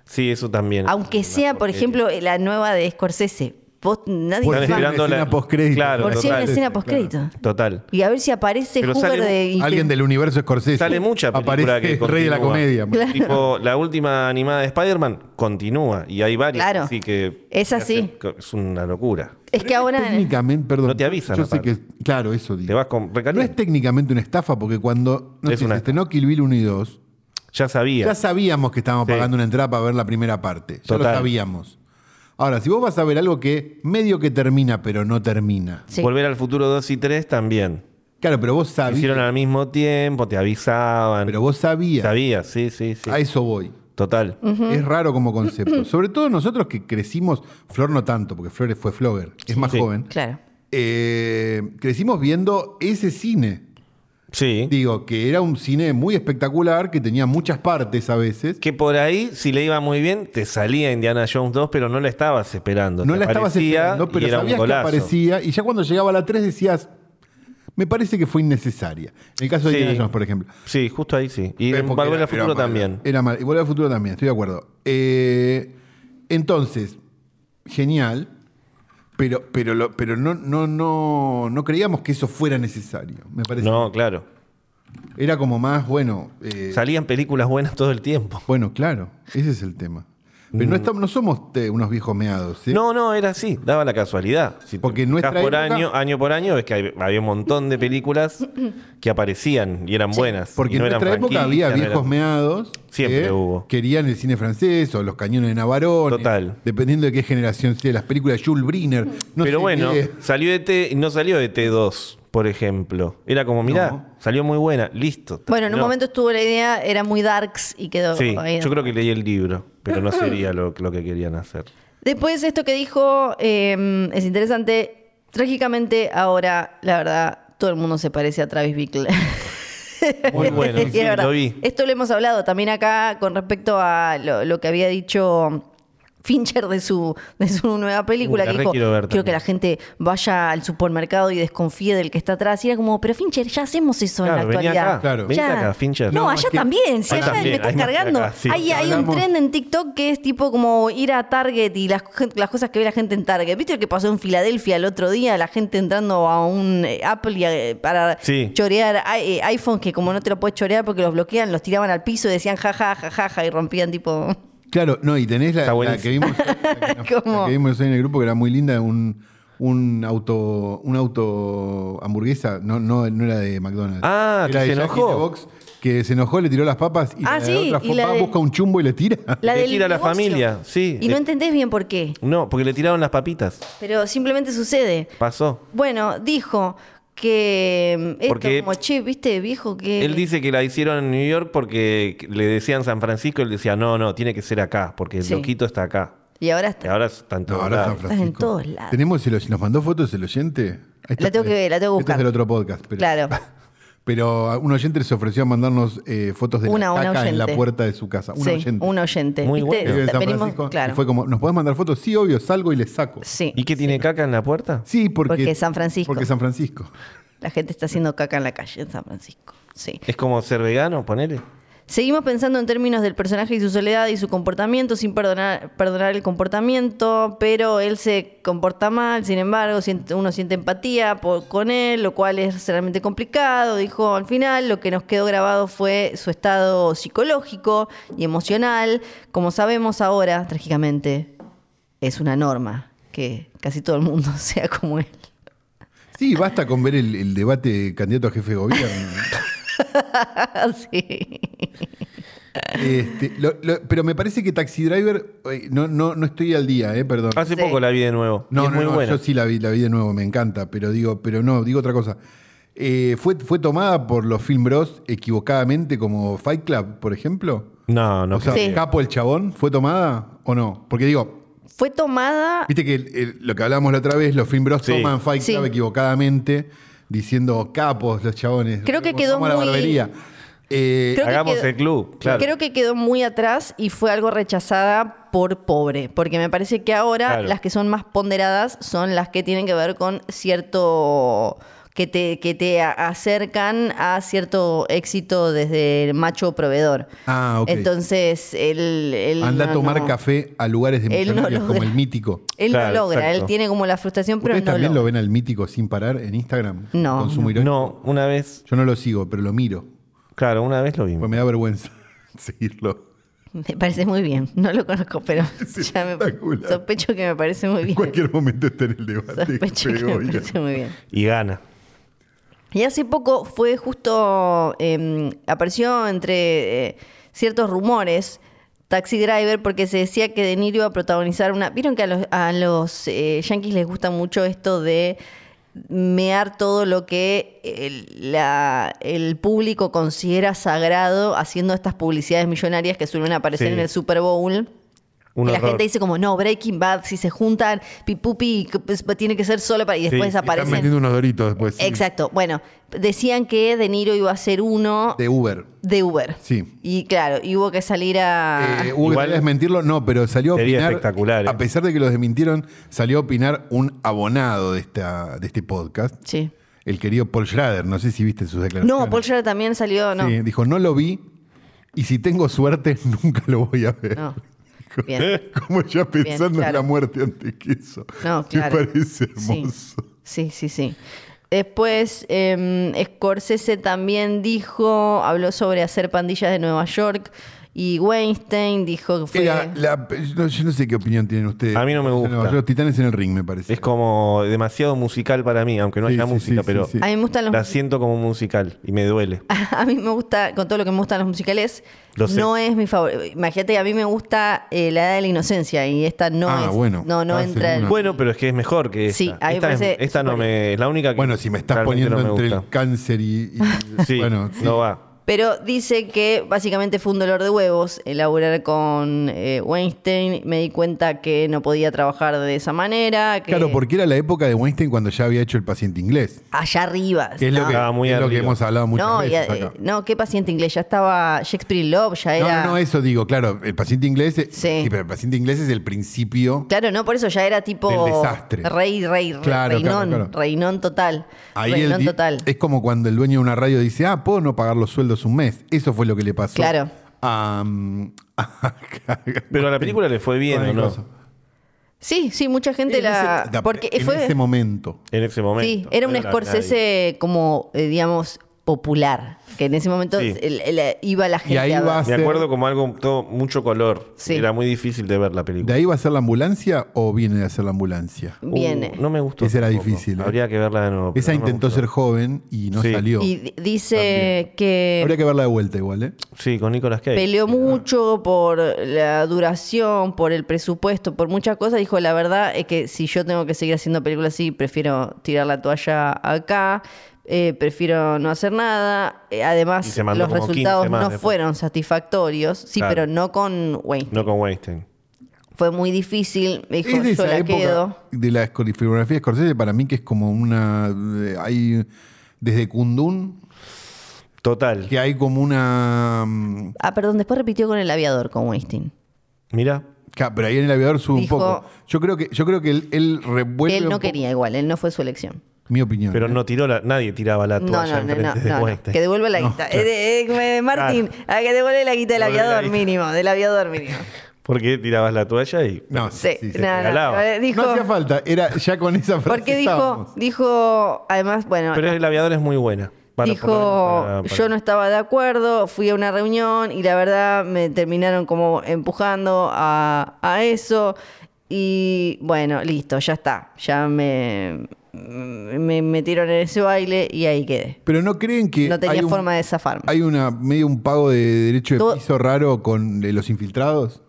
[SPEAKER 4] Sí, eso también.
[SPEAKER 2] aunque sea, por ejemplo, la nueva de Scorsese. Vos, nadie va.
[SPEAKER 3] Por si hay
[SPEAKER 4] Están
[SPEAKER 3] una
[SPEAKER 4] esperando la
[SPEAKER 3] escena postcrédito.
[SPEAKER 4] Claro,
[SPEAKER 2] por si hay una
[SPEAKER 4] total.
[SPEAKER 2] escena postcrédito.
[SPEAKER 4] Total.
[SPEAKER 2] Y a ver si aparece
[SPEAKER 4] Pero
[SPEAKER 2] Hoover
[SPEAKER 4] sale
[SPEAKER 2] de... y te-
[SPEAKER 3] Alguien del universo Scorsese.
[SPEAKER 4] Sale mucha película
[SPEAKER 3] Aparece
[SPEAKER 4] que
[SPEAKER 3] el rey de la
[SPEAKER 4] continúa.
[SPEAKER 3] comedia.
[SPEAKER 4] Tipo, la última animada de Spider-Man continúa y hay varias.
[SPEAKER 2] Claro.
[SPEAKER 4] Así que.
[SPEAKER 2] Es así.
[SPEAKER 4] que hacen- Es una locura.
[SPEAKER 2] Es que ahora...
[SPEAKER 3] Técnicamente, perdón.
[SPEAKER 4] No te avisan,
[SPEAKER 3] Yo sé
[SPEAKER 4] aparte.
[SPEAKER 3] que, claro, eso digo.
[SPEAKER 4] Te vas con.
[SPEAKER 3] No es
[SPEAKER 4] recaliente.
[SPEAKER 3] técnicamente una estafa porque cuando no
[SPEAKER 4] Es
[SPEAKER 3] sé,
[SPEAKER 4] una
[SPEAKER 3] se estrenó Kill Bill 1 y 2,
[SPEAKER 4] Ya sabía.
[SPEAKER 3] ya sabíamos que estábamos
[SPEAKER 4] Sí.
[SPEAKER 3] pagando una entrada para ver la primera parte. Ya
[SPEAKER 4] Total.
[SPEAKER 3] lo sabíamos. Ahora, si vos vas a ver algo que medio que termina, pero no termina.
[SPEAKER 2] Sí.
[SPEAKER 4] Volver al futuro 2 y 3 también.
[SPEAKER 3] Claro, pero vos
[SPEAKER 4] Lo
[SPEAKER 3] sabías.
[SPEAKER 4] hicieron al mismo tiempo, te avisaban.
[SPEAKER 3] Ah, Pero vos sabías.
[SPEAKER 4] Sabías, sí, sí, sí.
[SPEAKER 3] A eso voy.
[SPEAKER 4] Total.
[SPEAKER 3] Es raro como concepto. Sobre todo nosotros que crecimos, Flor no tanto, porque Flor fue Flogger, es más
[SPEAKER 4] sí.
[SPEAKER 3] joven.
[SPEAKER 2] Claro.
[SPEAKER 3] Eh, crecimos viendo ese cine.
[SPEAKER 4] Sí.
[SPEAKER 3] Digo, que era un cine muy espectacular, que tenía muchas partes a veces.
[SPEAKER 4] Que por ahí, si le iba muy bien, te salía Indiana Jones 2, pero no la estabas esperando.
[SPEAKER 3] No
[SPEAKER 4] Te
[SPEAKER 3] la estabas
[SPEAKER 4] aparecía
[SPEAKER 3] esperando,
[SPEAKER 4] y
[SPEAKER 3] pero
[SPEAKER 4] era un
[SPEAKER 3] sabías que
[SPEAKER 4] golazo.
[SPEAKER 3] aparecía. Y ya cuando llegaba a la 3 decías, me parece que fue innecesaria. En el caso de
[SPEAKER 4] Sí.
[SPEAKER 3] Indiana Jones, por ejemplo.
[SPEAKER 4] Sí, justo ahí sí. Y
[SPEAKER 3] Pero
[SPEAKER 4] en
[SPEAKER 3] porque
[SPEAKER 4] Volver
[SPEAKER 3] era-
[SPEAKER 4] al Futuro
[SPEAKER 3] era mala.
[SPEAKER 4] también.
[SPEAKER 3] Era mal. Y Volver al Futuro también, estoy de acuerdo. Eh, entonces, genial. Pero, pero, lo- pero no, no, no, no creíamos que eso fuera necesario, me parece.
[SPEAKER 4] No, claro.
[SPEAKER 3] Era como más, bueno, eh,
[SPEAKER 4] Salían películas buenas todo el tiempo.
[SPEAKER 3] bueno, claro, ese es el tema. Pero no, estamos, no somos eh, unos viejos meados. ¿sí?
[SPEAKER 4] Mm. No, no, era así, daba la casualidad. Si te
[SPEAKER 3] Porque en nuestra
[SPEAKER 4] fijas por
[SPEAKER 3] época-
[SPEAKER 4] año, año por año, es que hay- había un montón de películas que aparecían y eran buenas.
[SPEAKER 3] Porque
[SPEAKER 4] y no
[SPEAKER 3] en nuestra
[SPEAKER 4] eran
[SPEAKER 3] época había
[SPEAKER 4] franquicias, no
[SPEAKER 3] viejos
[SPEAKER 4] eran-
[SPEAKER 3] meados
[SPEAKER 4] Siempre
[SPEAKER 3] que
[SPEAKER 4] hubo.
[SPEAKER 3] querían el cine francés o los cañones de Navarone.
[SPEAKER 4] Total.
[SPEAKER 3] Dependiendo de qué generación sea, las películas de Jules Briner. no
[SPEAKER 4] Pero
[SPEAKER 3] sé
[SPEAKER 4] bueno,
[SPEAKER 3] qué.
[SPEAKER 4] salió de T y no salió de T2, por ejemplo. Era como, mirá,
[SPEAKER 3] No.
[SPEAKER 4] salió muy buena, listo.
[SPEAKER 2] Bueno, en un
[SPEAKER 4] No.
[SPEAKER 2] momento estuvo la idea, era muy darks y quedó
[SPEAKER 4] Sí,
[SPEAKER 2] ahí.
[SPEAKER 4] yo creo que leí el libro, pero no sería lo, lo que querían hacer.
[SPEAKER 2] Después esto que dijo eh, es interesante. Trágicamente ahora, la verdad, todo el mundo se parece a Travis Bickle.
[SPEAKER 4] Muy bueno,
[SPEAKER 2] Es
[SPEAKER 4] sí,
[SPEAKER 2] verdad.
[SPEAKER 4] lo vi.
[SPEAKER 2] Esto lo hemos hablado también acá con respecto a lo, lo que había dicho Fincher de su, de su nueva película,
[SPEAKER 4] Uh, la
[SPEAKER 2] que
[SPEAKER 4] re
[SPEAKER 2] dijo,
[SPEAKER 4] quiero
[SPEAKER 2] quiero
[SPEAKER 4] ver también".
[SPEAKER 2] que la gente vaya al supermercado y desconfíe del que está atrás. Y era como, pero Fincher, ya hacemos eso en
[SPEAKER 4] Claro,
[SPEAKER 2] la
[SPEAKER 4] vení
[SPEAKER 2] actualidad.
[SPEAKER 4] acá,
[SPEAKER 3] Claro.
[SPEAKER 4] vení
[SPEAKER 2] Ya.
[SPEAKER 4] acá, Fincher.
[SPEAKER 2] No,
[SPEAKER 3] No,
[SPEAKER 2] allá
[SPEAKER 3] es que-
[SPEAKER 2] también, si
[SPEAKER 4] Ahí
[SPEAKER 2] allá
[SPEAKER 4] también,
[SPEAKER 2] me estás
[SPEAKER 4] hay más que
[SPEAKER 2] cargando.
[SPEAKER 4] acá, sí.
[SPEAKER 2] hay, hay un
[SPEAKER 3] Hablamos-
[SPEAKER 2] tren en TikTok que es tipo como ir a Target y las, gen- las cosas que ve la gente en Target. ¿Viste lo que pasó en Filadelfia el otro día? La gente entrando a un eh, Apple y, eh, para
[SPEAKER 4] Sí.
[SPEAKER 2] chorear i- eh, iPhones que como no te lo puedes chorear porque los bloquean, los tiraban al piso y decían jaja, jajaja y rompían tipo...
[SPEAKER 3] Claro, no, y tenés la,
[SPEAKER 4] Está
[SPEAKER 3] la
[SPEAKER 4] buenísimo.
[SPEAKER 3] que vimos, la que nos-
[SPEAKER 2] ¿Cómo?
[SPEAKER 3] la que vimos hoy en el grupo que era muy linda, un, un auto, un auto hamburguesa, no, no, no era de McDonald's.
[SPEAKER 4] Ah,
[SPEAKER 3] Era
[SPEAKER 4] que
[SPEAKER 3] de
[SPEAKER 4] se
[SPEAKER 3] Jack in
[SPEAKER 4] enojó.
[SPEAKER 3] the Box, que se enojó, le tiró las papas y
[SPEAKER 2] Ah,
[SPEAKER 3] la
[SPEAKER 2] sí,
[SPEAKER 3] otra
[SPEAKER 2] y
[SPEAKER 3] fue,
[SPEAKER 2] la
[SPEAKER 3] "Pa,
[SPEAKER 2] de-
[SPEAKER 3] busca un chumbo y le tira.
[SPEAKER 2] La
[SPEAKER 4] Le
[SPEAKER 2] del
[SPEAKER 4] tira a la
[SPEAKER 2] negocio.
[SPEAKER 4] familia, sí. Eh.
[SPEAKER 2] Y no
[SPEAKER 4] Le-
[SPEAKER 2] entendés bien por qué,
[SPEAKER 4] No, porque le tiraron las papitas.
[SPEAKER 2] pero simplemente sucede.
[SPEAKER 4] Pasó.
[SPEAKER 2] Bueno, dijo que... mm, Esto
[SPEAKER 4] Porque
[SPEAKER 2] como, che, viste, viejo, que...
[SPEAKER 4] Él dice que la hicieron en New York porque le decían San Francisco, él decía, no, no, tiene que ser acá, porque el
[SPEAKER 2] Sí.
[SPEAKER 4] loquito está acá.
[SPEAKER 2] Y ahora
[SPEAKER 4] Y
[SPEAKER 2] está...
[SPEAKER 4] ahora está en
[SPEAKER 3] No,
[SPEAKER 4] todos
[SPEAKER 3] ahora San
[SPEAKER 4] lados.
[SPEAKER 2] Estás en
[SPEAKER 3] Francisco.
[SPEAKER 2] todos lados.
[SPEAKER 3] Tenemos, el- nos mandó fotos el oyente. Ahí está.
[SPEAKER 2] La tengo que ver, la tengo que
[SPEAKER 3] Esto
[SPEAKER 2] buscar.
[SPEAKER 3] es del otro podcast. pero-
[SPEAKER 2] Claro.
[SPEAKER 3] Pero un oyente se ofreció a mandarnos eh, fotos de
[SPEAKER 2] Una-
[SPEAKER 3] la
[SPEAKER 2] una
[SPEAKER 3] caca en la
[SPEAKER 2] oyente.
[SPEAKER 3] puerta de su casa. Un
[SPEAKER 2] sí,
[SPEAKER 3] oyente.
[SPEAKER 2] un oyente.
[SPEAKER 4] Muy
[SPEAKER 2] ¿Viste?
[SPEAKER 4] bueno.
[SPEAKER 3] Vive en San
[SPEAKER 2] Venimos-
[SPEAKER 3] Francisco,
[SPEAKER 2] claro.
[SPEAKER 3] Y fue como, ¿nos podés mandar fotos? Sí, obvio, salgo y les saco.
[SPEAKER 2] Sí.
[SPEAKER 4] ¿Y qué tiene caca en la puerta?
[SPEAKER 3] Sí, porque,
[SPEAKER 2] Porque San Francisco.
[SPEAKER 3] Porque San Francisco.
[SPEAKER 2] La gente está haciendo caca en la calle en San Francisco. Sí.
[SPEAKER 4] Es como ser vegano, ponele.
[SPEAKER 2] Seguimos pensando en términos del personaje y su soledad y su comportamiento sin perdonar, perdonar el comportamiento, pero él se comporta mal, sin embargo, siente- uno siente empatía por- con él, lo cual es realmente complicado. Dijo al final, lo que nos quedó grabado fue su estado psicológico y emocional. Como sabemos ahora, trágicamente, es una norma que casi todo el mundo sea como él.
[SPEAKER 3] Sí, basta con ver el, el debate de candidato a jefe de gobierno.
[SPEAKER 2] sí.
[SPEAKER 3] Este, lo- lo- pero me parece que Taxi Driver, eh, no, no, no estoy al día, eh, perdón.
[SPEAKER 4] Hace
[SPEAKER 2] Sí.
[SPEAKER 4] poco la vi de nuevo. y
[SPEAKER 3] No,
[SPEAKER 4] Ah, es
[SPEAKER 3] no,
[SPEAKER 4] muy
[SPEAKER 3] no,
[SPEAKER 4] buena.
[SPEAKER 3] yo sí la vi, la vi de nuevo, me encanta, pero digo, pero no, digo otra cosa. Eh, fue, fue tomada por los film bros equivocadamente como Fight Club, por ejemplo.
[SPEAKER 4] No, no.
[SPEAKER 3] o sea,
[SPEAKER 2] Sí.
[SPEAKER 3] Capo el Chabón, ¿fue tomada o no? Porque digo,
[SPEAKER 2] Fue tomada
[SPEAKER 3] Viste que el- el- lo que hablábamos la otra vez, los film bros
[SPEAKER 4] Sí.
[SPEAKER 3] toman Fight
[SPEAKER 2] Sí.
[SPEAKER 3] Club equivocadamente, diciendo capos los chabones.
[SPEAKER 2] Creo que
[SPEAKER 3] Vamos
[SPEAKER 2] quedó
[SPEAKER 3] a la
[SPEAKER 2] muy-
[SPEAKER 3] barbería. Eh,
[SPEAKER 2] Creo que
[SPEAKER 4] Hagamos
[SPEAKER 2] quedó-
[SPEAKER 4] el club, claro.
[SPEAKER 2] Creo que quedó muy atrás y fue algo rechazada por pobre, porque me parece que ahora
[SPEAKER 4] Claro.
[SPEAKER 2] las que son más ponderadas son las que tienen que ver con cierto que te, que te a- acercan a cierto éxito desde el macho proveedor.
[SPEAKER 3] Ah, ok.
[SPEAKER 2] Entonces, él, él
[SPEAKER 3] Anda
[SPEAKER 2] no-
[SPEAKER 3] a tomar
[SPEAKER 2] no-
[SPEAKER 3] café a lugares de
[SPEAKER 2] Él no
[SPEAKER 3] millonarios como
[SPEAKER 2] logra.
[SPEAKER 3] el mítico.
[SPEAKER 2] Él
[SPEAKER 4] Claro,
[SPEAKER 2] no logra, él
[SPEAKER 4] exacto.
[SPEAKER 2] tiene como la frustración, pero
[SPEAKER 3] ¿Ustedes
[SPEAKER 2] no
[SPEAKER 3] también lo
[SPEAKER 2] logra.
[SPEAKER 3] ven al mítico sin parar en Instagram?
[SPEAKER 2] No.
[SPEAKER 3] Consumo irónico.
[SPEAKER 4] No, una vez,
[SPEAKER 3] Yo no lo sigo, pero lo miro.
[SPEAKER 4] claro, una vez lo vimos.
[SPEAKER 3] Pues me da vergüenza seguirlo.
[SPEAKER 2] Me parece muy bien, no lo conozco, pero ya me-
[SPEAKER 3] espectacular.
[SPEAKER 2] sospecho que me parece muy
[SPEAKER 3] En
[SPEAKER 2] bien.
[SPEAKER 3] cualquier momento está en el debate.
[SPEAKER 2] Sospecho que me
[SPEAKER 3] Pero,
[SPEAKER 2] parece muy bien.
[SPEAKER 4] Y gana.
[SPEAKER 2] Y hace poco fue justo, eh, apareció entre eh, ciertos rumores Taxi Driver porque se decía que De Niro iba a protagonizar una... Vieron que a los, a los eh, yankees les gusta mucho esto de mear todo lo que el, la- el público considera sagrado haciendo estas publicidades millonarias que suelen aparecer
[SPEAKER 4] Sí.
[SPEAKER 2] en el Super Bowl.
[SPEAKER 4] Un
[SPEAKER 2] que la
[SPEAKER 4] horror.
[SPEAKER 2] gente dice como, no, Breaking Bad, si se juntan, pipupi, pues, tiene que ser solo para... Y después
[SPEAKER 4] y están
[SPEAKER 3] Están
[SPEAKER 2] aparecen...
[SPEAKER 3] vendiendo unos doritos después. sí.
[SPEAKER 2] Exacto. Bueno, decían que De Niro iba a ser uno de,
[SPEAKER 3] De Uber.
[SPEAKER 2] Uber.
[SPEAKER 3] Sí.
[SPEAKER 2] Y claro, y hubo que salir a.
[SPEAKER 3] Eh, hubo
[SPEAKER 4] Igual-
[SPEAKER 3] que desmentirlo, no, pero salió a
[SPEAKER 4] Sería
[SPEAKER 3] opinar.
[SPEAKER 4] espectacular, eh.
[SPEAKER 3] A pesar de que los desmintieron, salió a opinar un abonado de, esta, de este podcast,
[SPEAKER 2] sí.
[SPEAKER 3] el querido Paul Schrader. No sé si viste sus declaraciones.
[SPEAKER 2] No, Paul Scherer también salió, no.
[SPEAKER 3] Sí, dijo: No lo vi y si tengo suerte, nunca lo voy a ver.
[SPEAKER 2] No. Bien.
[SPEAKER 3] Como ya pensando en la
[SPEAKER 2] claro.
[SPEAKER 3] muerte antes que eso.
[SPEAKER 2] No, claro.
[SPEAKER 3] Me parece
[SPEAKER 2] Sí.
[SPEAKER 3] hermoso.
[SPEAKER 2] Sí, sí, sí. Después, em, eh, Scorsese también dijo, habló sobre hacer pandillas de Nueva York Y Weinstein dijo que fue...
[SPEAKER 3] Era la- no, yo no sé qué opinión tienen ustedes.
[SPEAKER 4] A mí no me gusta.
[SPEAKER 3] los titanes en el ring, me parece.
[SPEAKER 4] Es como demasiado musical para mí, aunque no
[SPEAKER 3] Sí,
[SPEAKER 4] haya
[SPEAKER 3] sí,
[SPEAKER 4] música,
[SPEAKER 3] sí,
[SPEAKER 4] pero
[SPEAKER 3] sí, sí.
[SPEAKER 2] A mí me gustan los
[SPEAKER 4] la siento como musical y me duele.
[SPEAKER 2] A mí me gusta, con todo lo que me gustan los musicales,
[SPEAKER 4] Lo sé.
[SPEAKER 2] no es mi favorito. Imagínate que a mí me gusta eh, La Edad de la Inocencia y esta no
[SPEAKER 3] Ah,
[SPEAKER 2] es.
[SPEAKER 3] bueno.
[SPEAKER 2] No, no
[SPEAKER 3] Ah,
[SPEAKER 2] entra. en-
[SPEAKER 3] seguro.
[SPEAKER 4] Bueno, pero es que es mejor que esta.
[SPEAKER 2] Sí, a mí me
[SPEAKER 4] esta es-
[SPEAKER 2] parece
[SPEAKER 4] esta no
[SPEAKER 2] súper
[SPEAKER 4] me es la única que
[SPEAKER 3] Bueno, si me estás
[SPEAKER 4] realmente
[SPEAKER 3] poniendo
[SPEAKER 4] no me
[SPEAKER 3] entre el
[SPEAKER 4] gusta.
[SPEAKER 3] cáncer y. y-
[SPEAKER 4] Sí,
[SPEAKER 3] bueno, sí.
[SPEAKER 4] no va.
[SPEAKER 2] Pero dice que básicamente fue un dolor de huevos elaborar con eh, Weinstein. Me di cuenta que no podía trabajar de esa manera. Que
[SPEAKER 3] Claro, porque era la época de Weinstein cuando ya había hecho el paciente inglés.
[SPEAKER 2] Allá arriba.
[SPEAKER 3] Que es lo
[SPEAKER 2] no.
[SPEAKER 3] que,
[SPEAKER 4] Estaba muy
[SPEAKER 3] es lo que
[SPEAKER 4] arriba.
[SPEAKER 3] hemos hablado muchas
[SPEAKER 2] No, y,
[SPEAKER 3] veces.
[SPEAKER 2] eh,
[SPEAKER 3] acá.
[SPEAKER 2] no, qué paciente inglés. Ya estaba Shakespeare in Love, ya
[SPEAKER 3] No,
[SPEAKER 2] era.
[SPEAKER 3] no, no, eso digo, claro, el paciente inglés. es-
[SPEAKER 2] Sí.
[SPEAKER 3] sí, pero el paciente inglés es el principio.
[SPEAKER 2] Claro, no, por eso ya era tipo.
[SPEAKER 3] Del desastre.
[SPEAKER 2] Rey, rey, rey,
[SPEAKER 3] Claro,
[SPEAKER 2] reinón.
[SPEAKER 3] claro, claro.
[SPEAKER 2] Reinón total.
[SPEAKER 3] Ahí el
[SPEAKER 2] reinón
[SPEAKER 3] di-
[SPEAKER 2] total.
[SPEAKER 3] Es como cuando el dueño de una radio dice, ah, puedo no pagar los sueldos un mes. Eso fue lo que le pasó.
[SPEAKER 2] Claro.
[SPEAKER 3] a- a-
[SPEAKER 4] Pero a la película le fue bien,
[SPEAKER 3] con
[SPEAKER 4] ¿o
[SPEAKER 3] el
[SPEAKER 4] no?
[SPEAKER 3] coso.
[SPEAKER 2] Sí, sí, mucha gente
[SPEAKER 3] En
[SPEAKER 2] la.
[SPEAKER 3] ese- da-
[SPEAKER 2] Ah, porque
[SPEAKER 3] en
[SPEAKER 2] fue.
[SPEAKER 3] ese momento.
[SPEAKER 4] En ese
[SPEAKER 2] sí,
[SPEAKER 4] momento.
[SPEAKER 2] era un
[SPEAKER 4] la-
[SPEAKER 2] Scorsese como, eh, digamos, popular. Que en ese momento
[SPEAKER 4] Sí.
[SPEAKER 2] el- el- iba la gente.
[SPEAKER 3] ahí
[SPEAKER 2] a ver.
[SPEAKER 3] vas-
[SPEAKER 4] Me acuerdo como algo, todo, mucho color.
[SPEAKER 2] Sí.
[SPEAKER 4] Era muy difícil de ver la película.
[SPEAKER 3] ¿De ahí va a ser la ambulancia o viene de hacer la ambulancia?
[SPEAKER 4] Uh,
[SPEAKER 2] Viene.
[SPEAKER 4] no me gustó.
[SPEAKER 3] Esa era
[SPEAKER 4] tampoco.
[SPEAKER 3] difícil, ¿eh?
[SPEAKER 4] Habría que verla de nuevo. pero
[SPEAKER 3] Esa
[SPEAKER 4] no me
[SPEAKER 3] intentó
[SPEAKER 4] gustó.
[SPEAKER 3] ser joven y no
[SPEAKER 4] Sí.
[SPEAKER 3] salió.
[SPEAKER 2] y eh, di- dice que.
[SPEAKER 3] Habría que verla de vuelta igual, ¿eh?
[SPEAKER 4] Sí, con Nicolas Cage.
[SPEAKER 2] Peleó mucho por la duración, por el presupuesto, por muchas cosas. Dijo, la verdad es que si yo tengo que seguir haciendo películas así, prefiero tirar la toalla acá, eh, prefiero no hacer nada. Eh,
[SPEAKER 4] Y
[SPEAKER 2] además,
[SPEAKER 4] se mandó
[SPEAKER 2] los
[SPEAKER 4] como 15
[SPEAKER 2] resultados no
[SPEAKER 4] más después.
[SPEAKER 2] fueron satisfactorios. Sí,
[SPEAKER 4] Claro.
[SPEAKER 2] pero no con Wayne.
[SPEAKER 4] No con Weinstein.
[SPEAKER 2] Fue muy difícil. Me dijo,
[SPEAKER 3] es de
[SPEAKER 2] yo
[SPEAKER 3] esa
[SPEAKER 2] la
[SPEAKER 3] época
[SPEAKER 2] quedo.
[SPEAKER 3] de la escor- filmografía de Scorsese para mí que es como una... eh, Hay, desde Kundun,
[SPEAKER 4] Total.
[SPEAKER 3] que hay como una... mm,
[SPEAKER 2] Ah, perdón, después repitió con el aviador, con Weinstein.
[SPEAKER 4] Mira.
[SPEAKER 3] ca- Pero ahí en el aviador sube
[SPEAKER 2] Dijo-
[SPEAKER 3] un poco. Yo creo que, yo creo que él, él revuelve...
[SPEAKER 2] él
[SPEAKER 3] un
[SPEAKER 2] no
[SPEAKER 3] poco-
[SPEAKER 2] quería igual, él no fue su elección.
[SPEAKER 3] Mi opinión.
[SPEAKER 4] Pero
[SPEAKER 3] ¿eh?
[SPEAKER 4] no tiró la. Nadie tiraba la
[SPEAKER 2] No, no,
[SPEAKER 4] toalla
[SPEAKER 2] no, no,
[SPEAKER 4] enfrente
[SPEAKER 2] no,
[SPEAKER 4] de
[SPEAKER 2] no.
[SPEAKER 4] Weinstein.
[SPEAKER 2] Que devuelva la guita. Eh, de- eh, eh, Martín, a que devuelva la guita del
[SPEAKER 4] Devuelve la
[SPEAKER 2] aviador
[SPEAKER 4] guita.
[SPEAKER 2] mínimo, del aviador mínimo.
[SPEAKER 4] Porque tirabas la toalla y.
[SPEAKER 3] No,
[SPEAKER 2] Sí,
[SPEAKER 3] sí, sí.
[SPEAKER 2] no, no,
[SPEAKER 4] regalaba.
[SPEAKER 2] eh, dijo,
[SPEAKER 3] No hacía falta, era ya con esa frase
[SPEAKER 2] porque dijo,
[SPEAKER 3] estábamos.
[SPEAKER 2] dijo, además, bueno,
[SPEAKER 4] Pero el aviador es muy buena. Para-
[SPEAKER 2] dijo,
[SPEAKER 4] para- para-
[SPEAKER 2] yo no estaba de acuerdo, fui a una reunión y la verdad me terminaron como empujando a, a eso y bueno, listo, ya está, ya me, me metieron en ese baile y ahí quedé.
[SPEAKER 3] Pero no creen que
[SPEAKER 2] No tenía
[SPEAKER 3] hay, un-
[SPEAKER 2] forma de zafarme.
[SPEAKER 3] hay una medio un pago de derecho de
[SPEAKER 2] Todo-
[SPEAKER 3] piso raro con eh, los infiltrados.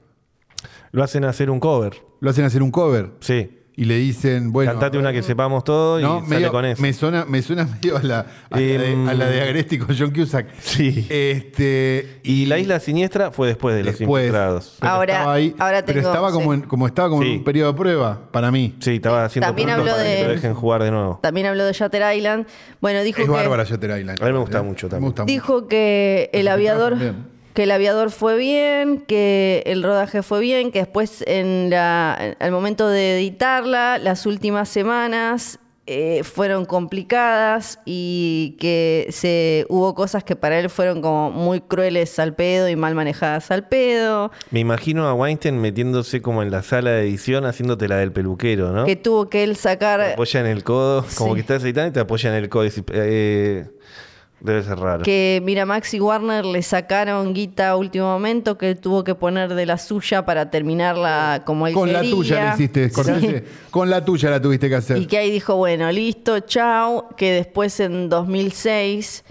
[SPEAKER 4] Lo hacen hacer un cover.
[SPEAKER 3] Lo hacen hacer un cover
[SPEAKER 4] Sí.
[SPEAKER 3] y le dicen, bueno, eh,
[SPEAKER 4] Cantate una que sepamos todo y
[SPEAKER 3] no,
[SPEAKER 4] sale
[SPEAKER 3] medio-
[SPEAKER 4] con eso.
[SPEAKER 3] me suena, me suena medio a la, a la de, a la de
[SPEAKER 4] Em,
[SPEAKER 3] Agresti con John Cusack.
[SPEAKER 4] Sí.
[SPEAKER 3] Este
[SPEAKER 4] Y la isla siniestra fue después de los
[SPEAKER 3] después,
[SPEAKER 4] infiltrados.
[SPEAKER 3] pero
[SPEAKER 2] Ahora-
[SPEAKER 3] estaba ahí,
[SPEAKER 2] ahora
[SPEAKER 3] pero
[SPEAKER 2] tengo-
[SPEAKER 3] estaba como
[SPEAKER 2] sí.
[SPEAKER 3] en, como estaba como
[SPEAKER 4] Sí.
[SPEAKER 3] en un periodo de prueba para mí.
[SPEAKER 4] Sí, estaba haciendo
[SPEAKER 2] También
[SPEAKER 4] puntos
[SPEAKER 2] habló
[SPEAKER 4] para que
[SPEAKER 2] de-
[SPEAKER 4] lo dejen jugar de nuevo.
[SPEAKER 2] También habló de Shutter Island. Bueno, dijo
[SPEAKER 3] Es
[SPEAKER 2] que...
[SPEAKER 3] bárbara Shutter Island.
[SPEAKER 4] A mí me gusta
[SPEAKER 3] ¿eh?
[SPEAKER 4] mucho
[SPEAKER 3] Me
[SPEAKER 4] también.
[SPEAKER 3] gusta mucho.
[SPEAKER 2] Dijo que el
[SPEAKER 3] Los
[SPEAKER 2] aviador
[SPEAKER 3] invitados también.
[SPEAKER 2] que el aviador fue bien, que el rodaje fue bien, que después en la al momento de editarla, las últimas semanas eh, fueron complicadas y que se hubo cosas que para él fueron como muy crueles al pedo y mal manejadas al pedo,
[SPEAKER 4] Me imagino a Weinstein metiéndose como en la sala de edición haciéndote la del peluquero, ¿no?
[SPEAKER 2] que
[SPEAKER 4] pues,
[SPEAKER 2] tuvo que él
[SPEAKER 4] te
[SPEAKER 2] sacar
[SPEAKER 4] apoya en el codo, como
[SPEAKER 2] Sí.
[SPEAKER 4] que estás editando y te apoya en el codo. y dices, eh, debe ser raro.
[SPEAKER 2] que Miramax y Warner le sacaron guita a último momento, que él tuvo que poner de la suya para terminarla como él
[SPEAKER 3] Con la
[SPEAKER 2] quería.
[SPEAKER 3] tuya la hiciste,
[SPEAKER 2] Sí.
[SPEAKER 3] Scorsese. Con la tuya la tuviste que hacer.
[SPEAKER 2] Y que ahí dijo, bueno, listo, chao, que después en 2006,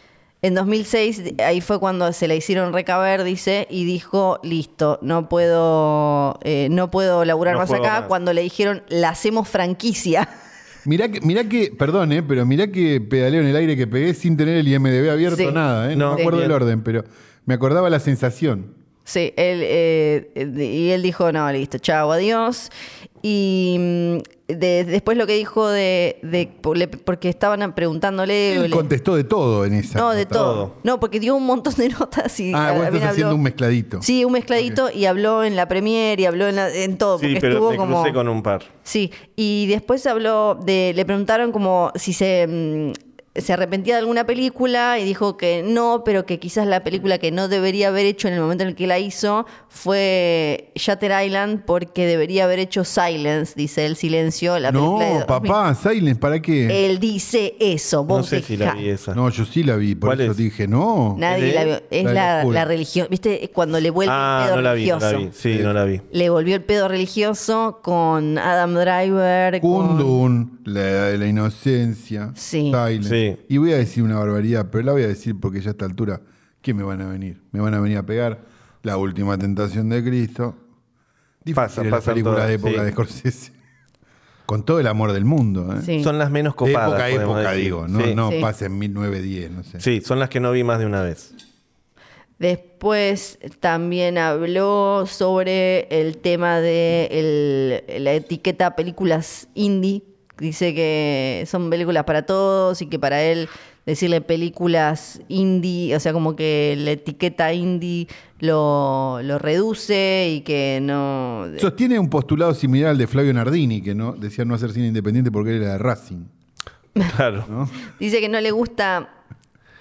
[SPEAKER 2] en 2006 ahí fue cuando se la hicieron recaber, dice, y dijo, listo, no puedo, eh, no puedo laburar
[SPEAKER 4] No
[SPEAKER 2] más
[SPEAKER 4] puedo
[SPEAKER 2] acá,
[SPEAKER 4] más.
[SPEAKER 2] cuando le dijeron, la hacemos franquicia.
[SPEAKER 3] Mirá que, mirá que, perdón, eh, pero mirá que pedaleo en el aire que pegué sin tener el IMDB abierto
[SPEAKER 2] Sí.
[SPEAKER 3] nada, eh. No,
[SPEAKER 4] No,
[SPEAKER 3] me acuerdo
[SPEAKER 4] bien.
[SPEAKER 3] del orden, pero me acordaba la sensación.
[SPEAKER 2] Sí, él, eh, eh, y él dijo, no, listo, chao, adiós. Y mm, de- después lo que dijo de, de- por- le- porque estaban preguntándole...
[SPEAKER 3] Él
[SPEAKER 2] le-
[SPEAKER 3] contestó de todo en esa.
[SPEAKER 2] no, de
[SPEAKER 3] nota.
[SPEAKER 2] todo.
[SPEAKER 4] Todo.
[SPEAKER 2] No, porque dio un montón de notas y
[SPEAKER 3] Ah, vos
[SPEAKER 2] también
[SPEAKER 3] estás haciendo
[SPEAKER 2] habló-
[SPEAKER 3] un mezcladito.
[SPEAKER 2] Sí, un mezcladito y habló en la premiere y habló en, la- en todo,
[SPEAKER 4] sí,
[SPEAKER 2] porque
[SPEAKER 4] pero
[SPEAKER 2] estuvo
[SPEAKER 4] me
[SPEAKER 2] como...
[SPEAKER 4] crucé con un par.
[SPEAKER 2] Sí, y después habló de, le preguntaron como si se mm, se arrepentía de alguna película y dijo que no, pero que quizás la película que no debería haber hecho en el momento en el que la hizo fue Shatter Island porque debería haber hecho Silence, dice el silencio, la
[SPEAKER 3] no,
[SPEAKER 2] película de 2000.
[SPEAKER 3] papá, Silence, ¿para qué?
[SPEAKER 2] Él dice eso, vos
[SPEAKER 4] No sé si la
[SPEAKER 2] fijá.
[SPEAKER 4] vi esa.
[SPEAKER 3] No, yo sí la vi, por
[SPEAKER 4] ¿Cuál
[SPEAKER 3] eso
[SPEAKER 4] es?
[SPEAKER 3] te dije, no.
[SPEAKER 2] Nadie la vio. Es
[SPEAKER 3] La
[SPEAKER 2] la,
[SPEAKER 3] locura.
[SPEAKER 2] la religión, ¿viste? Cuando le vuelve el
[SPEAKER 4] ah,
[SPEAKER 2] pedo
[SPEAKER 4] no la vi, no
[SPEAKER 2] religioso.
[SPEAKER 4] la vi. Sí, no la vi.
[SPEAKER 2] Le volvió el pedo religioso con Adam Driver. con-
[SPEAKER 3] Kundun, la, la inocencia,
[SPEAKER 2] Sí.
[SPEAKER 3] Silence.
[SPEAKER 4] Sí.
[SPEAKER 3] Y voy a decir una barbaridad, pero la voy a decir porque ya a esta altura, ¿qué me van a venir? Me van a venir a pegar la última tentación de Cristo. Difícil
[SPEAKER 4] Pasa,
[SPEAKER 3] la
[SPEAKER 4] pasan
[SPEAKER 3] película
[SPEAKER 4] todas,
[SPEAKER 3] de época
[SPEAKER 4] sí.
[SPEAKER 3] de Scorsese. Con todo el amor del mundo, ¿eh?
[SPEAKER 2] Sí.
[SPEAKER 4] Son las menos
[SPEAKER 3] De
[SPEAKER 4] copadas.
[SPEAKER 3] época a
[SPEAKER 4] podemos
[SPEAKER 3] época,
[SPEAKER 4] decir.
[SPEAKER 3] digo, no,
[SPEAKER 4] Sí.
[SPEAKER 3] no
[SPEAKER 2] Sí.
[SPEAKER 3] pasa en 1910, no sé.
[SPEAKER 4] Sí, son las que no vi más de una vez.
[SPEAKER 2] Después también habló sobre el tema de el- la etiqueta películas indie. Dice que son películas para todos y que para él decirle películas indie, o sea, como que la etiqueta indie lo, lo reduce y que no...
[SPEAKER 3] Sostiene un postulado similar al de Flavio Nardini, que no decía no hacer cine independiente porque él era de Racing.
[SPEAKER 4] Claro.
[SPEAKER 2] Dice que no le gusta.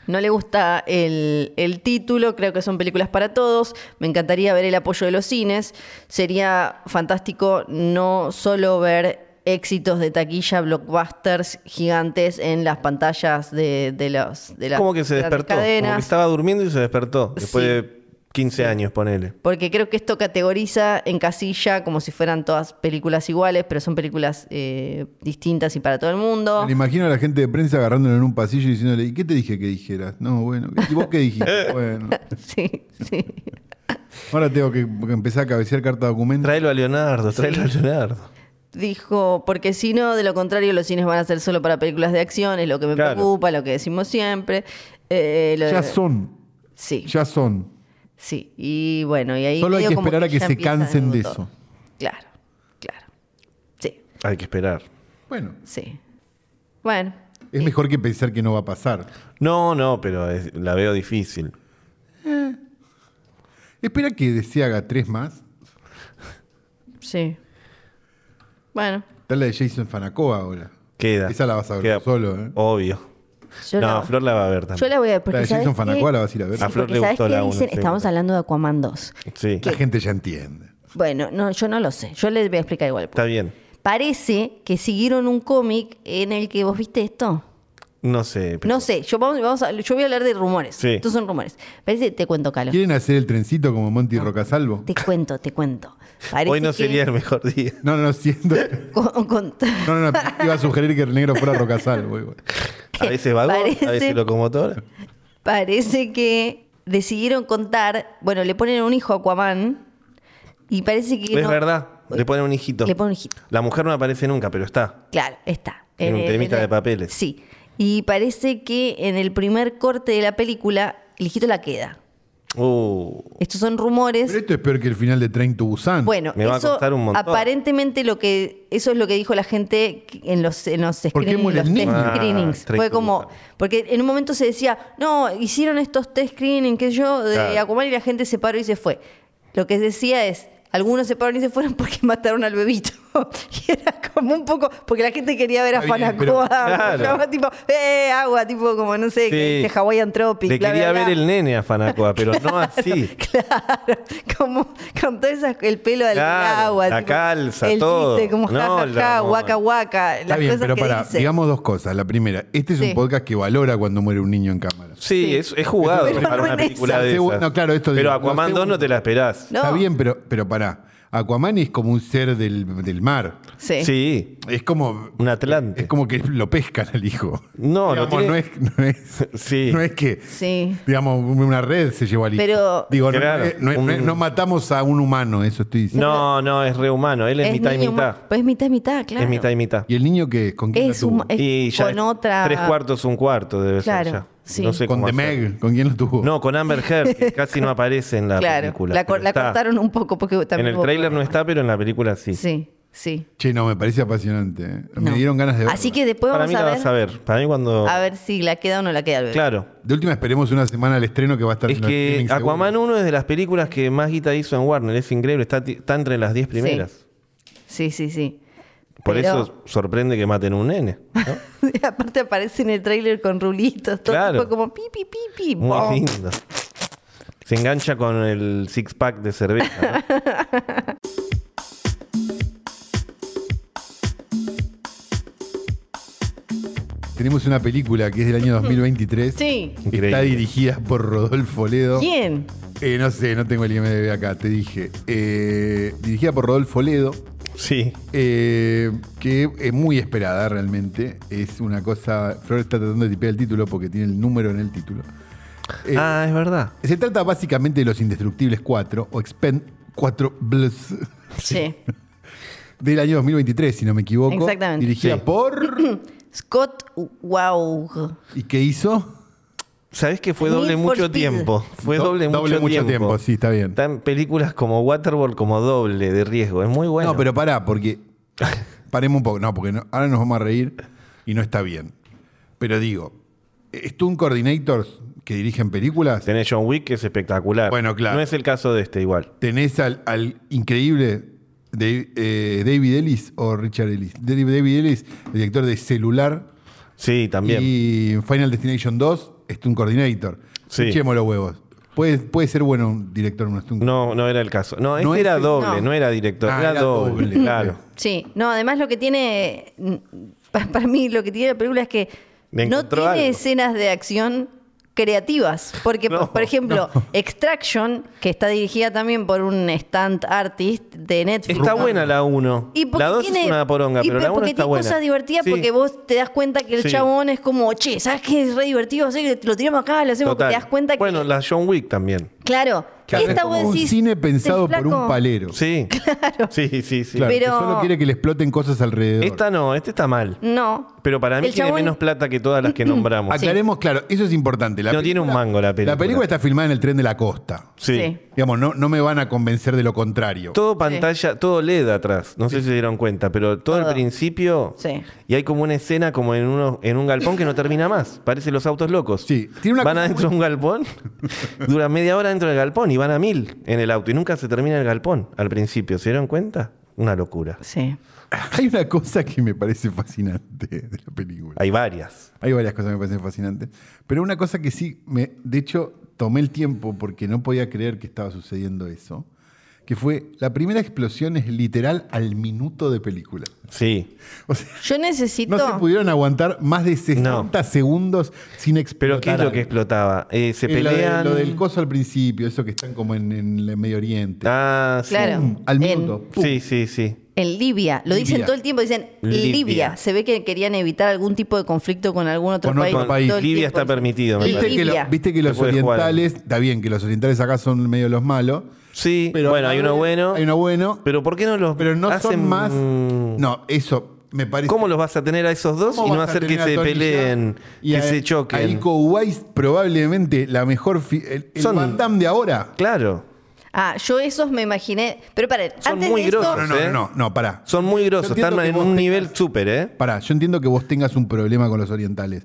[SPEAKER 2] No le gusta el, el título, creo que son películas para todos. Me encantaría ver el apoyo de los cines. Sería fantástico no solo ver éxitos de taquilla, blockbusters gigantes en las pantallas de, de los- de las
[SPEAKER 4] Como que se
[SPEAKER 2] grandes
[SPEAKER 4] despertó. Como que
[SPEAKER 2] cadenas.
[SPEAKER 4] estaba durmiendo y se despertó. Después
[SPEAKER 2] Sí.
[SPEAKER 4] de 15 años, ponele.
[SPEAKER 2] Porque creo que esto categoriza en casilla como si fueran todas películas iguales, pero son películas eh, distintas y para todo el mundo.
[SPEAKER 3] Me lo imagino a la gente de prensa agarrándolo en un pasillo y diciéndole, ¿y qué te dije que dijeras? No, bueno, ¿y vos qué dijiste? Bueno,
[SPEAKER 2] Sí, sí.
[SPEAKER 3] ahora tengo que que empezar a cabecear carta de documento.
[SPEAKER 4] Tráelo a Leonardo, tráelo a Leonardo.
[SPEAKER 2] Dijo, porque si no, de lo contrario, los cines van a ser solo para películas de acción, es lo que me
[SPEAKER 4] Claro.
[SPEAKER 2] preocupa, lo que decimos siempre. Eh, lo-
[SPEAKER 3] Ya son,
[SPEAKER 2] Sí,
[SPEAKER 3] ya son.
[SPEAKER 2] sí. Y bueno, y ahí.
[SPEAKER 3] Solo hay
[SPEAKER 2] medio
[SPEAKER 3] que
[SPEAKER 2] como
[SPEAKER 3] esperar a que
[SPEAKER 2] ya
[SPEAKER 3] se
[SPEAKER 2] empieza
[SPEAKER 3] cansen de
[SPEAKER 2] todo.
[SPEAKER 3] eso.
[SPEAKER 2] Claro, claro. Sí,
[SPEAKER 4] Hay que esperar.
[SPEAKER 3] Bueno,
[SPEAKER 2] sí. Bueno,
[SPEAKER 3] es mejor que pensar que no va a pasar.
[SPEAKER 4] No, no, pero es- la veo difícil.
[SPEAKER 3] Espera que desea haga tres más.
[SPEAKER 2] sí. Bueno,
[SPEAKER 3] Está la de Jason Fanacoa ahora.
[SPEAKER 4] Queda.
[SPEAKER 3] Esa la vas a ver
[SPEAKER 4] Queda.
[SPEAKER 3] tú solo, ¿eh?
[SPEAKER 4] Obvio.
[SPEAKER 2] yo,
[SPEAKER 4] no,
[SPEAKER 2] la,
[SPEAKER 4] Flor la va a ver
[SPEAKER 2] yo
[SPEAKER 4] también.
[SPEAKER 2] la voy a ver
[SPEAKER 3] La
[SPEAKER 2] porque
[SPEAKER 3] de
[SPEAKER 2] ¿sabes
[SPEAKER 3] Jason
[SPEAKER 2] qué?
[SPEAKER 3] Fanacoa la vas a ir a ver.
[SPEAKER 2] Sí,
[SPEAKER 4] A Flor
[SPEAKER 2] porque
[SPEAKER 4] le
[SPEAKER 2] ¿sabes
[SPEAKER 4] gustó
[SPEAKER 2] qué
[SPEAKER 4] la uno,
[SPEAKER 2] dicen?
[SPEAKER 4] sí.
[SPEAKER 2] Estamos hablando de Aquaman 2.
[SPEAKER 4] Sí,
[SPEAKER 3] La gente ya entiende.
[SPEAKER 2] Bueno, no, yo no lo sé. Yo les voy a explicar igual. pues.
[SPEAKER 4] está bien.
[SPEAKER 2] Parece que siguieron un cómic en el que vos viste esto.
[SPEAKER 4] No sé. pero-
[SPEAKER 2] No sé, yo, vamos, vamos a- yo voy a hablar de rumores.
[SPEAKER 4] Sí.
[SPEAKER 2] Estos son rumores. Parece, te cuento, Calo.
[SPEAKER 3] ¿Quieren hacer el trencito como Monty Rocasalvo?
[SPEAKER 2] Te cuento, te cuento. Parece
[SPEAKER 4] Hoy no
[SPEAKER 2] que
[SPEAKER 4] sería el mejor día.
[SPEAKER 3] No, no, no, siento.
[SPEAKER 2] con- con-
[SPEAKER 3] No, no, no, iba a sugerir que el negro fuera Rocasalvo. igual.
[SPEAKER 4] A veces vagón, a
[SPEAKER 2] Parece-
[SPEAKER 4] veces locomotora.
[SPEAKER 2] parece que decidieron contar. Bueno, le ponen un hijo a Aquaman. Y parece que.
[SPEAKER 4] Es
[SPEAKER 2] no-
[SPEAKER 4] verdad. Le ponen un hijito.
[SPEAKER 2] Le ponen un hijito.
[SPEAKER 4] La mujer no aparece nunca, pero está.
[SPEAKER 2] Claro, está.
[SPEAKER 4] En un
[SPEAKER 2] Eh,
[SPEAKER 4] temita
[SPEAKER 2] en-
[SPEAKER 4] de papeles.
[SPEAKER 2] Sí. Y parece que en el primer corte de la película, el hijito la queda.
[SPEAKER 4] Uh,
[SPEAKER 2] Estos son rumores.
[SPEAKER 3] Pero esto es peor que el final de Train to Busan.
[SPEAKER 2] Bueno,
[SPEAKER 4] Me va a
[SPEAKER 2] eso
[SPEAKER 4] costar un montón.
[SPEAKER 2] aparentemente lo que eso es lo que dijo la gente en los en los
[SPEAKER 3] ¿Por qué
[SPEAKER 2] screenings,
[SPEAKER 3] mueren
[SPEAKER 2] los test
[SPEAKER 3] niños?
[SPEAKER 4] Ah,
[SPEAKER 2] screenings.
[SPEAKER 4] tres
[SPEAKER 2] Fue como
[SPEAKER 4] cosas.
[SPEAKER 2] porque en un momento se decía, "No, hicieron estos test screening que yo de
[SPEAKER 4] Claro.
[SPEAKER 2] Aquaman y la gente se paró y se fue." Lo que decía es algunos se pararon y se fueron porque mataron al bebito. y era como un poco. Porque la gente quería ver a
[SPEAKER 3] Está bien, pero-
[SPEAKER 2] Fanacoa.
[SPEAKER 4] Claro.
[SPEAKER 2] Llama Tipo, ¡eh, agua! Tipo, como no sé,
[SPEAKER 4] Sí.
[SPEAKER 2] que de Hawaiian Tropic.
[SPEAKER 4] le
[SPEAKER 2] bla, bla,
[SPEAKER 4] quería
[SPEAKER 2] bla.
[SPEAKER 4] ver el nene a Fanacoa, pero no así.
[SPEAKER 2] Claro, como con todo esas, el pelo del
[SPEAKER 4] Claro,
[SPEAKER 2] agua.
[SPEAKER 4] la calza,
[SPEAKER 2] el
[SPEAKER 4] todo.
[SPEAKER 2] Chiste, como
[SPEAKER 4] No,
[SPEAKER 2] jajaja,
[SPEAKER 4] la-
[SPEAKER 2] guaca, guaca.
[SPEAKER 3] Está
[SPEAKER 2] las
[SPEAKER 3] bien,
[SPEAKER 2] cosas
[SPEAKER 3] pero
[SPEAKER 2] que
[SPEAKER 3] para,
[SPEAKER 2] dice.
[SPEAKER 3] digamos dos cosas. La primera, este es
[SPEAKER 2] Sí.
[SPEAKER 3] un podcast que valora cuando muere un niño en cámara.
[SPEAKER 4] Sí,
[SPEAKER 2] Sí.
[SPEAKER 4] Es, es jugado
[SPEAKER 2] Pero
[SPEAKER 4] para
[SPEAKER 2] no
[SPEAKER 4] una
[SPEAKER 2] en
[SPEAKER 4] película
[SPEAKER 2] esa.
[SPEAKER 4] de
[SPEAKER 3] Segu-
[SPEAKER 4] esas.
[SPEAKER 3] no, claro, esto
[SPEAKER 4] pero
[SPEAKER 3] digo, lo
[SPEAKER 4] Aquaman 2 no
[SPEAKER 3] segundo.
[SPEAKER 4] te la esperás.
[SPEAKER 2] No.
[SPEAKER 3] Está bien, pero, pero pará. Aquaman es como un ser del, del mar.
[SPEAKER 2] Sí.
[SPEAKER 4] Sí,
[SPEAKER 3] Es como.
[SPEAKER 4] un Atlante.
[SPEAKER 3] Es como que lo pescan al hijo.
[SPEAKER 4] No, lo
[SPEAKER 3] Digamos,
[SPEAKER 4] tiene-
[SPEAKER 3] no es, no es-
[SPEAKER 4] Sí.
[SPEAKER 3] no es que.
[SPEAKER 2] Sí.
[SPEAKER 3] Digamos, una red se llevó al hijo.
[SPEAKER 2] Pero-
[SPEAKER 3] Digo, no- eh,
[SPEAKER 4] Claro,
[SPEAKER 3] no, no-
[SPEAKER 4] un-
[SPEAKER 3] no matamos a un humano, eso estoy diciendo.
[SPEAKER 4] No, no, es rehumano. Él es, mitad y
[SPEAKER 2] niño
[SPEAKER 4] mitad.
[SPEAKER 2] humano. Pues es mitad y mitad, claro.
[SPEAKER 4] Es mitad y mitad.
[SPEAKER 3] ¿Y el niño qué es? ¿Con quién
[SPEAKER 2] Es
[SPEAKER 3] lo tuvo?
[SPEAKER 2] huma- es
[SPEAKER 4] Y ya
[SPEAKER 2] con
[SPEAKER 4] es
[SPEAKER 2] otra.
[SPEAKER 4] Tres cuartos, un cuarto debe
[SPEAKER 2] Claro,
[SPEAKER 4] ser ya.
[SPEAKER 2] sí.
[SPEAKER 4] No sé
[SPEAKER 3] Con
[SPEAKER 4] cómo
[SPEAKER 3] The
[SPEAKER 4] hacer.
[SPEAKER 3] Meg, ¿con quién lo tuvo?
[SPEAKER 4] No, con Amber Heard, que casi no aparece en la
[SPEAKER 2] Claro,
[SPEAKER 4] película.
[SPEAKER 2] la, cor-
[SPEAKER 4] pero
[SPEAKER 2] la
[SPEAKER 4] está.
[SPEAKER 2] cortaron un poco porque
[SPEAKER 4] En
[SPEAKER 2] también.
[SPEAKER 4] el
[SPEAKER 2] hubo-
[SPEAKER 4] tráiler no está, pero en la película sí.
[SPEAKER 2] Sí, sí.
[SPEAKER 3] Che, no, me parece apasionante. ¿eh? Me
[SPEAKER 2] No.
[SPEAKER 3] dieron ganas de verla.
[SPEAKER 2] Así que después
[SPEAKER 4] Para
[SPEAKER 2] vamos
[SPEAKER 4] mí la
[SPEAKER 2] a
[SPEAKER 4] vas
[SPEAKER 2] ver,
[SPEAKER 4] a
[SPEAKER 2] a ver.
[SPEAKER 4] ver. Para mí cuando...
[SPEAKER 2] si la queda o no la queda el bebé.
[SPEAKER 4] Claro.
[SPEAKER 3] De última esperemos una semana al estreno que va a estar
[SPEAKER 4] Es
[SPEAKER 3] en los
[SPEAKER 4] que
[SPEAKER 3] streaming seguro.
[SPEAKER 4] Aquaman 1 es de las películas que más guita hizo en Warner. Es increíble. Está, ti- está entre las 10 primeras.
[SPEAKER 2] Sí, sí, sí.
[SPEAKER 4] Por
[SPEAKER 2] Pero-
[SPEAKER 4] eso sorprende que maten un nene. ¿no?
[SPEAKER 2] Y aparte aparece en el tráiler con rulitos, todo
[SPEAKER 4] Claro.
[SPEAKER 2] tipo como pi, pi, pi, pi.
[SPEAKER 4] Muy
[SPEAKER 2] bom.
[SPEAKER 4] lindo. Se engancha con el six pack de cerveza. ¿no?
[SPEAKER 3] Tenemos una película que es del año 2023.
[SPEAKER 2] Sí.
[SPEAKER 3] Está
[SPEAKER 4] Increíble.
[SPEAKER 3] dirigida por Rodolfo Ledo.
[SPEAKER 2] ¿Quién?
[SPEAKER 3] Eh, no sé, no tengo el IMDB acá, te dije. Eh, dirigida por Rodolfo Ledo,
[SPEAKER 4] Sí.
[SPEAKER 3] eh, que es muy esperada realmente. Es una cosa. Flor está tratando de tipear el título porque tiene el número en el título. Eh,
[SPEAKER 4] ah, es verdad.
[SPEAKER 3] Se trata básicamente de Los Indestructibles 4 o Expend 4 Plus
[SPEAKER 2] Sí.
[SPEAKER 3] del año 2023, si no me equivoco.
[SPEAKER 2] Exactamente.
[SPEAKER 3] Dirigida
[SPEAKER 4] Sí.
[SPEAKER 3] por.
[SPEAKER 2] Scott Wow.
[SPEAKER 3] ¿Y qué hizo?
[SPEAKER 4] ¿Sabés que fue
[SPEAKER 2] Need
[SPEAKER 4] doble
[SPEAKER 2] for
[SPEAKER 4] mucho
[SPEAKER 2] Speed.
[SPEAKER 4] tiempo? Fue
[SPEAKER 3] Do-
[SPEAKER 4] doble, mucho, tiempo.
[SPEAKER 3] sí, está bien.
[SPEAKER 4] Está en películas como Waterworld como doble de riesgo. Es muy bueno.
[SPEAKER 3] No, pero pará, porque. Paremos un poco. No, porque no- ahora nos vamos a reír y no está bien. Pero digo, ¿Stun Coordinators que dirigen películas?
[SPEAKER 4] Tenés John Wick, que es espectacular.
[SPEAKER 3] Bueno, claro.
[SPEAKER 4] No es el caso de este igual.
[SPEAKER 3] ¿Tenés al, al increíble de- eh, David Ellis o Richard Ellis? David, David Ellis, el director de Celular
[SPEAKER 4] Sí, también.
[SPEAKER 3] y Final Destination 2, Stun Coordinator.
[SPEAKER 4] Sí.
[SPEAKER 3] Echémoslo los huevos. Puede, puede ser bueno un director, un Stun
[SPEAKER 4] No, no era el caso. No, este
[SPEAKER 3] No es
[SPEAKER 4] era
[SPEAKER 3] el-
[SPEAKER 4] doble,
[SPEAKER 2] no.
[SPEAKER 4] no. era director,
[SPEAKER 3] Ah,
[SPEAKER 4] era,
[SPEAKER 3] era
[SPEAKER 4] doble,
[SPEAKER 3] doble.
[SPEAKER 4] claro.
[SPEAKER 2] Sí. No, además lo que tiene. pa- Para mí, lo que tiene la película es que
[SPEAKER 4] Le
[SPEAKER 2] no
[SPEAKER 4] encontró
[SPEAKER 2] tiene
[SPEAKER 4] algo.
[SPEAKER 2] escenas de acción creativas. Porque,
[SPEAKER 4] No,
[SPEAKER 2] por- por ejemplo, Extraction, que está dirigida también por un stand artist de Netflix.
[SPEAKER 4] Está
[SPEAKER 2] ¿no?
[SPEAKER 4] buena la 1.
[SPEAKER 2] Y porque
[SPEAKER 4] La 2
[SPEAKER 2] tiene-
[SPEAKER 4] es una poronga,
[SPEAKER 2] y
[SPEAKER 4] pero la 1
[SPEAKER 2] porque
[SPEAKER 4] está
[SPEAKER 2] tiene
[SPEAKER 4] buena.
[SPEAKER 2] cosas divertidas
[SPEAKER 4] Sí.
[SPEAKER 2] porque vos te das cuenta que el
[SPEAKER 4] Sí.
[SPEAKER 2] chabón es como, che, ¿sabes qué es re divertido? Así que lo tiramos acá, lo hacemos,
[SPEAKER 4] Total.
[SPEAKER 2] te das cuenta que.
[SPEAKER 4] Bueno, la John Wick también.
[SPEAKER 2] claro,
[SPEAKER 3] Claro, es
[SPEAKER 2] esta
[SPEAKER 3] como
[SPEAKER 2] vos
[SPEAKER 3] un
[SPEAKER 2] decís,
[SPEAKER 3] cine
[SPEAKER 2] "Este
[SPEAKER 3] pensado por un
[SPEAKER 2] flaco".
[SPEAKER 3] palero.
[SPEAKER 4] Sí. Claro. Sí, sí, sí.
[SPEAKER 3] Claro, que
[SPEAKER 2] Pero-
[SPEAKER 3] solo quiere que le exploten cosas alrededor.
[SPEAKER 4] Esta no, este está mal.
[SPEAKER 2] No.
[SPEAKER 4] Pero para mí
[SPEAKER 2] El
[SPEAKER 4] tiene
[SPEAKER 2] chabón-
[SPEAKER 4] menos plata que todas las que nombramos.
[SPEAKER 3] Aclaremos, claro, eso es importante. La
[SPEAKER 4] No tiene un mango la película.
[SPEAKER 3] La película está filmada en el tren de la costa.
[SPEAKER 4] Sí.
[SPEAKER 2] Sí.
[SPEAKER 3] Digamos, no, no me van a convencer de lo contrario.
[SPEAKER 4] Todo pantalla, todo LED atrás. No sé si se dieron cuenta, pero todo,
[SPEAKER 2] Todo.
[SPEAKER 4] el principio.
[SPEAKER 2] Sí.
[SPEAKER 4] Y hay como una escena como en uno, en un galpón que no termina más. Parece los autos locos.
[SPEAKER 3] Sí. Tiene una
[SPEAKER 4] van
[SPEAKER 3] cosa
[SPEAKER 4] adentro de un galpón, dura media hora dentro del galpón y van a mil en el auto. Y nunca se termina el galpón al principio. ¿Se dieron cuenta? Una locura.
[SPEAKER 2] Sí.
[SPEAKER 3] Hay una cosa que me parece fascinante de la película.
[SPEAKER 4] Hay varias.
[SPEAKER 3] Hay varias cosas que me parecen fascinantes. Pero una cosa que sí, me, de hecho, tomé el tiempo porque no podía creer que estaba sucediendo eso. Que fue, la primera explosión es literal al minuto de película.
[SPEAKER 4] Sí.
[SPEAKER 3] O sea,
[SPEAKER 2] Yo necesito.
[SPEAKER 3] no se pudieron aguantar más de 60 segundos sin explotar.
[SPEAKER 4] Pero ¿qué es lo que
[SPEAKER 3] algo.
[SPEAKER 4] explotaba? Eh, se
[SPEAKER 3] Eh, lo de-
[SPEAKER 4] pelean.
[SPEAKER 3] Lo, del coso al principio, eso que están como en, en el Medio Oriente.
[SPEAKER 4] Ah, sí.
[SPEAKER 2] Claro.
[SPEAKER 3] Pum, al
[SPEAKER 2] en-
[SPEAKER 3] minuto. pum.
[SPEAKER 4] Sí, sí, sí.
[SPEAKER 2] En Libia, lo dicen
[SPEAKER 3] Libia.
[SPEAKER 2] todo el tiempo, dicen Libia.
[SPEAKER 4] Libia.
[SPEAKER 2] Se ve que querían evitar algún tipo de conflicto con algún otro
[SPEAKER 3] Con
[SPEAKER 2] país.
[SPEAKER 3] otro país.
[SPEAKER 2] todo el
[SPEAKER 4] Libia
[SPEAKER 2] tiempo.
[SPEAKER 4] está permitido, me
[SPEAKER 3] Viste
[SPEAKER 4] parece.
[SPEAKER 3] que, lo-
[SPEAKER 2] Libia.
[SPEAKER 3] viste que los
[SPEAKER 4] Se puede jugar.
[SPEAKER 3] orientales, está bien que los orientales acá son medio los malos.
[SPEAKER 4] Sí,
[SPEAKER 3] Pero
[SPEAKER 4] bueno, hay
[SPEAKER 3] ahora
[SPEAKER 4] uno bueno.
[SPEAKER 3] Hay uno bueno,
[SPEAKER 4] Pero ¿por qué no los
[SPEAKER 3] pero no
[SPEAKER 4] hacen
[SPEAKER 3] son más.
[SPEAKER 4] mm,
[SPEAKER 3] No, eso me parece.
[SPEAKER 4] ¿Cómo los vas a tener a esos dos
[SPEAKER 3] ¿cómo
[SPEAKER 4] y no
[SPEAKER 3] vas a
[SPEAKER 4] hacer que
[SPEAKER 3] tener a
[SPEAKER 4] se
[SPEAKER 3] Tony
[SPEAKER 4] peleen,
[SPEAKER 3] Jaa y
[SPEAKER 4] que
[SPEAKER 3] a-
[SPEAKER 4] se
[SPEAKER 3] A
[SPEAKER 4] choquen?
[SPEAKER 3] Ico Weiss, probablemente la mejor. fi- el el
[SPEAKER 4] Son-
[SPEAKER 3] Van Damme de ahora.
[SPEAKER 4] Claro,
[SPEAKER 2] Ah, yo esos me imaginé. Pero paren,
[SPEAKER 4] Son
[SPEAKER 2] antes
[SPEAKER 4] muy
[SPEAKER 2] de esto,
[SPEAKER 4] grosos.
[SPEAKER 3] No, no,
[SPEAKER 4] ¿eh?
[SPEAKER 3] no, no, no, pará.
[SPEAKER 4] son muy grosos,
[SPEAKER 3] entiendo
[SPEAKER 4] están
[SPEAKER 3] que
[SPEAKER 4] en
[SPEAKER 3] vos
[SPEAKER 4] un
[SPEAKER 3] tengas-
[SPEAKER 4] nivel súper, ¿eh?
[SPEAKER 3] Pará, yo entiendo que vos tengas un problema con los orientales.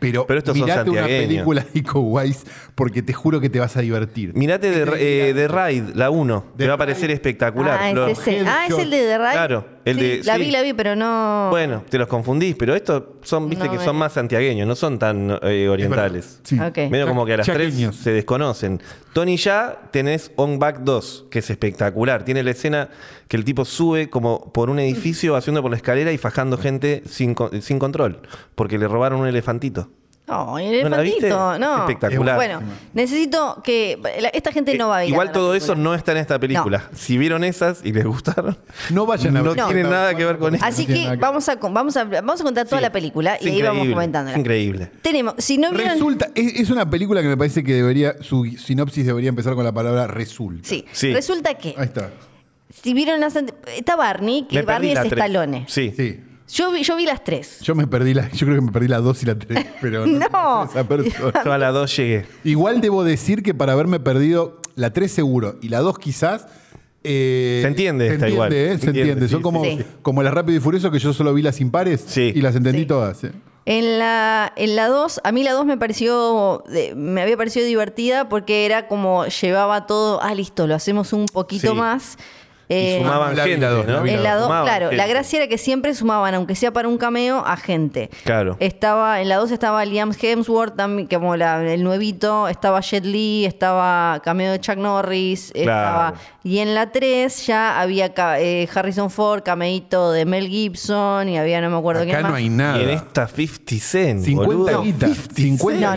[SPEAKER 3] Pero,
[SPEAKER 4] Pero estos son
[SPEAKER 3] mirate una
[SPEAKER 4] santiagueños.
[SPEAKER 3] película de Ico Weiss porque te juro que te vas a divertir.
[SPEAKER 4] Mirate de, eh, de Raid, la 1,
[SPEAKER 3] De
[SPEAKER 4] te va a parecer espectacular.
[SPEAKER 2] Ah,
[SPEAKER 4] Flor.
[SPEAKER 2] es, ese. Ah, es el de The Raid.
[SPEAKER 4] Claro, el
[SPEAKER 2] Sí,
[SPEAKER 4] de-
[SPEAKER 2] La
[SPEAKER 4] sí.
[SPEAKER 2] vi, la vi, pero no.
[SPEAKER 4] Bueno, te los confundís, pero estos son, viste
[SPEAKER 2] No,
[SPEAKER 4] que
[SPEAKER 2] me-
[SPEAKER 4] son más santiagueños, no son tan eh,
[SPEAKER 3] Es verdad.
[SPEAKER 4] orientales.
[SPEAKER 3] Sí.
[SPEAKER 2] Ok.
[SPEAKER 4] Medio
[SPEAKER 3] Cha-
[SPEAKER 4] como que a las
[SPEAKER 3] chaqueños.
[SPEAKER 4] tres se desconocen. Tony ya tenés On Back 2, que es espectacular. Tiene la escena que el tipo sube como por un edificio, haciendo por la escalera y fajando gente sin, co- sin control, porque le robaron un elefantito.
[SPEAKER 2] No, el
[SPEAKER 4] ¿No la viste?
[SPEAKER 2] elefantito, no.
[SPEAKER 4] Espectacular.
[SPEAKER 2] Bueno, necesito que. la- Esta gente no va a
[SPEAKER 4] Eh,
[SPEAKER 2] ir.
[SPEAKER 4] Igual todo eso no está en esta película. Si vieron esas y les gustaron,
[SPEAKER 3] No vayan a
[SPEAKER 4] no
[SPEAKER 3] ver.
[SPEAKER 4] tiene nada que ver con esto.
[SPEAKER 2] Así
[SPEAKER 3] No tiene
[SPEAKER 2] que
[SPEAKER 3] nada que-
[SPEAKER 2] vamos a, con- vamos a vamos a contar toda
[SPEAKER 4] Sí.
[SPEAKER 2] la película
[SPEAKER 4] Es
[SPEAKER 2] y ahí vamos
[SPEAKER 4] increíble,
[SPEAKER 2] comentándola.
[SPEAKER 4] es increíble.
[SPEAKER 2] Tenemos, si no vieron.
[SPEAKER 3] Resulta, es, es una película que me parece que debería, su sinopsis debería empezar con la palabra resulta.
[SPEAKER 2] Sí.
[SPEAKER 4] Sí.
[SPEAKER 2] Resulta que
[SPEAKER 3] Ahí está.
[SPEAKER 2] si vieron las ante- está Barney, que
[SPEAKER 4] Me
[SPEAKER 2] Barney
[SPEAKER 4] perdí
[SPEAKER 2] es
[SPEAKER 4] la tres.
[SPEAKER 2] Stallone.
[SPEAKER 4] Sí.
[SPEAKER 3] Sí.
[SPEAKER 2] Yo vi, yo vi las tres.
[SPEAKER 3] Yo me perdí la, yo creo que me perdí la 2 y la 3, pero
[SPEAKER 2] No.
[SPEAKER 3] conocí a esa persona.
[SPEAKER 4] Yo a las 2 llegué.
[SPEAKER 3] Igual debo decir que para haberme perdido la 3 seguro y la 2 quizás. eh,
[SPEAKER 4] Se entiende,
[SPEAKER 3] se
[SPEAKER 4] está
[SPEAKER 3] entiende,
[SPEAKER 4] igual.
[SPEAKER 3] eh,
[SPEAKER 4] Se
[SPEAKER 3] se entiende.
[SPEAKER 4] entiende,
[SPEAKER 3] Son
[SPEAKER 4] sí,
[SPEAKER 3] como,
[SPEAKER 2] sí.
[SPEAKER 3] como las Rápido y Furioso que yo solo vi las impares
[SPEAKER 4] Sí.
[SPEAKER 3] y las entendí
[SPEAKER 2] Sí.
[SPEAKER 3] todas. eh.
[SPEAKER 2] En la, en la dos, a mí la dos me pareció, de- me había parecido divertida porque era como llevaba todo, ah, listo, lo hacemos un poquito
[SPEAKER 4] Sí.
[SPEAKER 2] más. Eh,
[SPEAKER 4] y sumaban
[SPEAKER 3] la vi
[SPEAKER 4] gente,
[SPEAKER 3] la dos,
[SPEAKER 4] ¿no?
[SPEAKER 3] la vi
[SPEAKER 2] En la dos,
[SPEAKER 4] Sumaban
[SPEAKER 2] claro, la
[SPEAKER 4] gente.
[SPEAKER 2] gracia era que siempre sumaban, aunque sea para un cameo, a gente.
[SPEAKER 4] Claro.
[SPEAKER 2] Estaba, en la 2 estaba Liam Hemsworth, también, que como la- el nuevito, estaba Jet Li, estaba cameo de Chuck Norris,
[SPEAKER 4] Claro.
[SPEAKER 2] estaba. Y en la 3 ya había ca- eh, Harrison Ford, cameito de Mel Gibson, y había, no me acuerdo
[SPEAKER 3] Acá
[SPEAKER 2] quién
[SPEAKER 3] no
[SPEAKER 2] más.
[SPEAKER 3] hay nada.
[SPEAKER 4] Y en esta 50 Cent,
[SPEAKER 3] 50
[SPEAKER 4] boludo.
[SPEAKER 3] guita. 50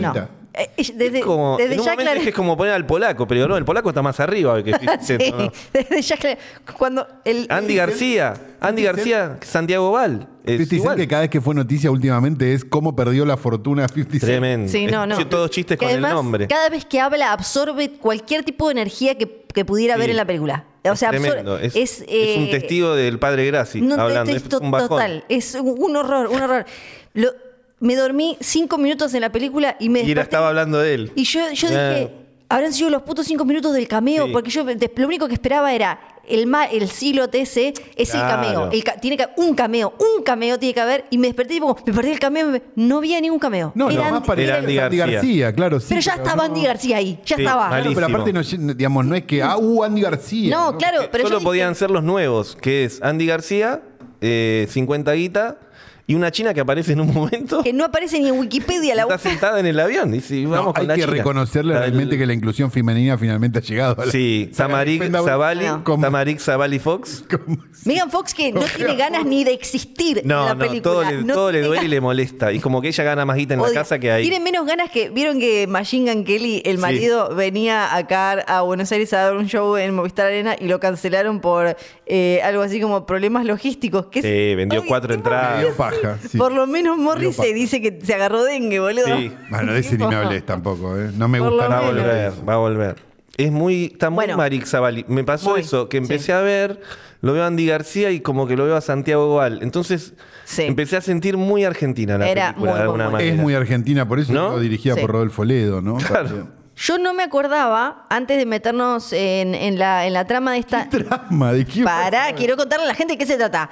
[SPEAKER 2] No, no.
[SPEAKER 3] guita.
[SPEAKER 2] Eh, eh, Desde,
[SPEAKER 4] es como,
[SPEAKER 2] desde
[SPEAKER 4] en un
[SPEAKER 2] ya
[SPEAKER 4] momento
[SPEAKER 2] aclaré-
[SPEAKER 4] es como poner al polaco, pero no, el polaco está más arriba que 50 Cent,
[SPEAKER 2] Ah, Sí,
[SPEAKER 4] ¿no?
[SPEAKER 2] desde ya aclaré. Cuando el,
[SPEAKER 4] Andy García, Andy García, Santiago Val. es
[SPEAKER 3] Fifty Cent
[SPEAKER 4] igual.
[SPEAKER 3] que cada vez que fue noticia últimamente es cómo perdió la fortuna 50 Cent.
[SPEAKER 4] Tremendo.
[SPEAKER 2] Sí, no,
[SPEAKER 4] Mm. Es-
[SPEAKER 2] no.
[SPEAKER 4] Todos chistes
[SPEAKER 2] Que
[SPEAKER 4] con el
[SPEAKER 2] además,
[SPEAKER 4] nombre.
[SPEAKER 2] Cada vez que habla absorbe cualquier tipo de energía que, que pudiera
[SPEAKER 4] Sí.
[SPEAKER 2] haber en la película. O sea,
[SPEAKER 4] es,
[SPEAKER 2] absorbe-
[SPEAKER 4] tremendo. Es, es
[SPEAKER 2] eh,
[SPEAKER 4] un testigo del padre Graci
[SPEAKER 2] no,
[SPEAKER 4] hablando.
[SPEAKER 2] es
[SPEAKER 4] Es
[SPEAKER 2] to-
[SPEAKER 4] un bajón.
[SPEAKER 2] total. Es un un horror, un horror. Lo- me dormí cinco minutos en la película y me
[SPEAKER 4] Y la
[SPEAKER 2] desperté.
[SPEAKER 4] estaba hablando de él.
[SPEAKER 2] Y yo, yo
[SPEAKER 4] Ah.
[SPEAKER 2] dije, habrán sido los putos cinco minutos del cameo,
[SPEAKER 4] Sí.
[SPEAKER 2] porque yo des- lo único que esperaba era el ma- el siglo TC es
[SPEAKER 4] Claro.
[SPEAKER 2] el cameo. El ca- tiene que, un cameo, un cameo tiene que haber. Y me desperté y tipo, me perdí el cameo, me- no había ningún cameo.
[SPEAKER 3] No,
[SPEAKER 2] Era
[SPEAKER 3] no, más
[SPEAKER 2] Andy-
[SPEAKER 3] parecía
[SPEAKER 4] era Andy García.
[SPEAKER 3] claro, sí.
[SPEAKER 2] pero ya estaba Andy
[SPEAKER 3] no-
[SPEAKER 2] García ahí, ya
[SPEAKER 4] Sí,
[SPEAKER 2] estaba.
[SPEAKER 4] mal-
[SPEAKER 3] Claro, pero
[SPEAKER 4] Malísimo.
[SPEAKER 3] aparte, no, digamos, no es que, ah, uh, Andy García.
[SPEAKER 2] No, claro, pero yo
[SPEAKER 4] Eh, Solo
[SPEAKER 2] dije-
[SPEAKER 4] podían ser los nuevos, que es Andy García, eh, 50 guita, y una china que aparece en un momento.
[SPEAKER 2] que no aparece ni en Wikipedia la
[SPEAKER 4] Está sentada en el avión. Dice,
[SPEAKER 3] No,
[SPEAKER 4] vamos con
[SPEAKER 3] hay
[SPEAKER 4] la
[SPEAKER 3] que
[SPEAKER 4] china.
[SPEAKER 3] reconocerle
[SPEAKER 4] La-
[SPEAKER 3] realmente que la inclusión femenina finalmente ha llegado. A la-
[SPEAKER 4] Sí, Samarik
[SPEAKER 3] Dependa-
[SPEAKER 4] Zabali,
[SPEAKER 2] No.
[SPEAKER 3] ¿Cómo?
[SPEAKER 4] Samarik Zabali Fox.
[SPEAKER 3] ¿Cómo?
[SPEAKER 2] Megan Fox que no
[SPEAKER 3] No,
[SPEAKER 2] tiene
[SPEAKER 3] no.
[SPEAKER 2] ganas ni de existir en
[SPEAKER 4] No,
[SPEAKER 2] la
[SPEAKER 4] no,
[SPEAKER 2] película.
[SPEAKER 4] todo le,
[SPEAKER 2] No
[SPEAKER 4] todo le
[SPEAKER 2] tiene
[SPEAKER 4] duele y
[SPEAKER 2] ganas-
[SPEAKER 4] le molesta. Y como que ella gana más guita en la
[SPEAKER 2] odia.
[SPEAKER 4] casa que ahí.
[SPEAKER 2] Tiene menos ganas que. Vieron que Machine Gun Kelly, el marido, venía acá a Buenos Aires a dar un show en Movistar Arena y lo cancelaron por eh, algo así como problemas logísticos. Que es-
[SPEAKER 4] Sí, Eh, vendió
[SPEAKER 2] Ay,
[SPEAKER 4] cuatro
[SPEAKER 2] qué
[SPEAKER 4] entradas.
[SPEAKER 3] Me dio paja, sí.
[SPEAKER 2] Ah, Por lo menos Morris
[SPEAKER 3] Medio paja.
[SPEAKER 2] se dice que se agarró dengue, boludo.
[SPEAKER 4] Sí.
[SPEAKER 3] Bueno, de ese ni me hables tampoco, ¿eh? No me
[SPEAKER 2] Por
[SPEAKER 3] gusta
[SPEAKER 2] lo
[SPEAKER 4] Va a
[SPEAKER 3] nada.
[SPEAKER 2] menos.
[SPEAKER 4] volver, va a volver. Es muy, está muy
[SPEAKER 2] Bueno.
[SPEAKER 4] Marik Zabali. Me pasó
[SPEAKER 2] Muy,
[SPEAKER 4] eso, que empecé
[SPEAKER 2] sí.
[SPEAKER 4] a ver, lo veo a Andy García y como que lo veo a Santiago Val. Entonces,
[SPEAKER 2] Sí.
[SPEAKER 4] empecé a sentir muy argentina la
[SPEAKER 2] Era
[SPEAKER 4] película
[SPEAKER 2] muy,
[SPEAKER 4] de alguna
[SPEAKER 2] muy, muy.
[SPEAKER 4] manera.
[SPEAKER 3] Es muy argentina, por eso
[SPEAKER 4] ¿No?
[SPEAKER 3] digo, dirigida
[SPEAKER 2] Sí.
[SPEAKER 3] por Rodolfo Ledo, ¿no?
[SPEAKER 4] Claro.
[SPEAKER 2] Yo no me acordaba, antes de meternos en, en la, en la trama de esta.
[SPEAKER 3] Drama, ¿de qué?
[SPEAKER 2] Pará, quiero contarle a la gente de qué se trata.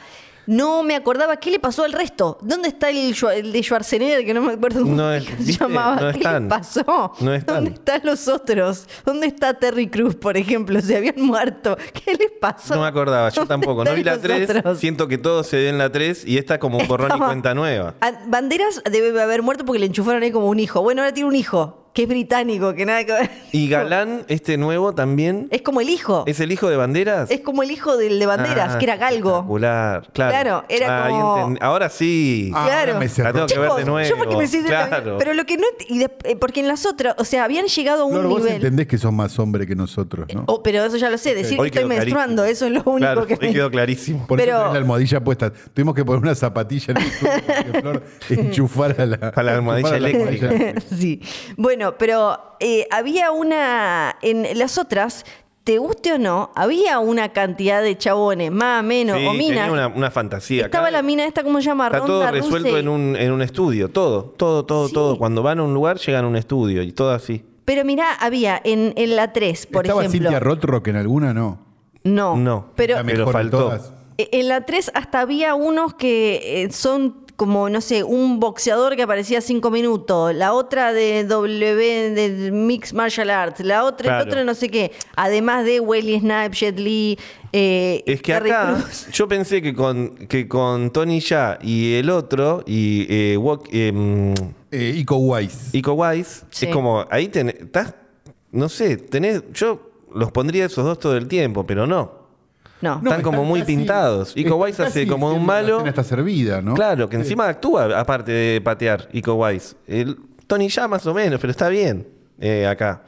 [SPEAKER 2] No me acordaba qué le pasó al resto. ¿Dónde está el, Schwa- el de Schwarzenegger? Que no me acuerdo cómo
[SPEAKER 4] No es-
[SPEAKER 2] se
[SPEAKER 4] ¿viste?
[SPEAKER 2] llamaba.
[SPEAKER 4] No
[SPEAKER 2] ¿Qué le
[SPEAKER 4] están.
[SPEAKER 2] pasó?
[SPEAKER 4] No están.
[SPEAKER 2] ¿Dónde están los otros? ¿Dónde está Terry Cruz, por ejemplo? Se habían muerto. ¿Qué les pasó?
[SPEAKER 4] No me acordaba, yo
[SPEAKER 2] ¿Dónde
[SPEAKER 4] tampoco. No
[SPEAKER 2] están
[SPEAKER 4] vi la
[SPEAKER 2] los
[SPEAKER 4] 3,
[SPEAKER 2] otros?
[SPEAKER 4] siento que todo se ve en la 3 y esta como un borrón y
[SPEAKER 2] Estaba-
[SPEAKER 4] cuenta nueva.
[SPEAKER 2] A- Ah, Banderas debe haber muerto porque le enchufaron ahí como un hijo. Bueno, ahora tiene un hijo, que es británico, que nada que ver.
[SPEAKER 4] Y Galán, este nuevo también,
[SPEAKER 2] Es como el hijo. Es,
[SPEAKER 4] ¿es el hijo de Banderas?
[SPEAKER 2] como el hijo del de Banderas,
[SPEAKER 4] Ah,
[SPEAKER 2] que era Galgo.
[SPEAKER 4] espectacular, claro. Ah,
[SPEAKER 2] Claro, era
[SPEAKER 4] ahí
[SPEAKER 2] como-
[SPEAKER 4] entendí. Ahora sí.
[SPEAKER 3] Ah,
[SPEAKER 2] Claro.
[SPEAKER 3] ahora me cerró.
[SPEAKER 4] La tengo que ver de nuevo.
[SPEAKER 2] Yo porque me siento
[SPEAKER 4] Claro.
[SPEAKER 2] Pero lo que no. ent- y de- eh, porque en las otras, o sea, habían llegado a un
[SPEAKER 3] Flor, vos
[SPEAKER 2] nivel.
[SPEAKER 3] entendés que sos más hombre que nosotros, ¿no?
[SPEAKER 2] Oh, pero eso ya lo sé, decir
[SPEAKER 4] Hoy
[SPEAKER 2] que estoy
[SPEAKER 4] quedó clarísimo.
[SPEAKER 2] menstruando, eso es lo único
[SPEAKER 4] Claro,
[SPEAKER 2] que
[SPEAKER 4] hoy
[SPEAKER 2] me.
[SPEAKER 4] quedó clarísimo.
[SPEAKER 3] Por
[SPEAKER 2] pero-
[SPEAKER 3] eso tenés la almohadilla puesta. Tuvimos que poner una zapatilla en el suelo para que Flor enchufara la,
[SPEAKER 4] A la almohadilla
[SPEAKER 3] enchufara la
[SPEAKER 4] eléctrica.
[SPEAKER 3] almohadilla.
[SPEAKER 2] sí. Bueno, pero eh, había una. En las otras, te guste o no, había una cantidad de chabones, más, menos,
[SPEAKER 4] Sí,
[SPEAKER 2] o minas.
[SPEAKER 4] tenía una, una fantasía.
[SPEAKER 2] Estaba
[SPEAKER 4] Acá
[SPEAKER 2] la mina esta, ¿cómo se llama?
[SPEAKER 4] Está todo
[SPEAKER 2] Ronda
[SPEAKER 4] resuelto
[SPEAKER 2] Rousey.
[SPEAKER 4] en un, en un estudio, todo, todo, todo,
[SPEAKER 2] Sí.
[SPEAKER 4] todo. Cuando van a un lugar, llegan a un estudio y todo así.
[SPEAKER 2] Pero mirá, había en, en la 3, por
[SPEAKER 3] ¿Estaba
[SPEAKER 2] ejemplo.
[SPEAKER 3] Cintia Rotrock en alguna? No.
[SPEAKER 2] no.
[SPEAKER 4] No.
[SPEAKER 2] Pero
[SPEAKER 3] La mejor de
[SPEAKER 4] faltó.
[SPEAKER 3] todas.
[SPEAKER 2] Eh, En la 3 hasta había unos que eh, son como, no sé, un boxeador que aparecía 5 minutos, la otra de W, de Mixed Martial Arts, la otra, el
[SPEAKER 4] Claro.
[SPEAKER 2] otro no sé qué, además de Wesley Snipes, Jet Li, eh,
[SPEAKER 4] Es que
[SPEAKER 2] Terry
[SPEAKER 4] acá
[SPEAKER 2] Crews.
[SPEAKER 4] yo pensé que con, que con Tony Ya y el otro y eh, Wok- eh, mm,
[SPEAKER 3] Eh, Ico Weiss.
[SPEAKER 4] Ico Wise,
[SPEAKER 2] Sí.
[SPEAKER 4] es como, ahí tenés, estás, no sé, tenés, yo los pondría esos dos todo el tiempo, pero no.
[SPEAKER 2] No.
[SPEAKER 4] Están como muy pintados. Ico Weiss
[SPEAKER 3] Weiss
[SPEAKER 4] hace como de un malo.
[SPEAKER 3] Está servida, ¿no?
[SPEAKER 4] Claro, que encima actúa, aparte de patear, Ico Wise. El Tony ya más o menos, pero está bien eh, acá.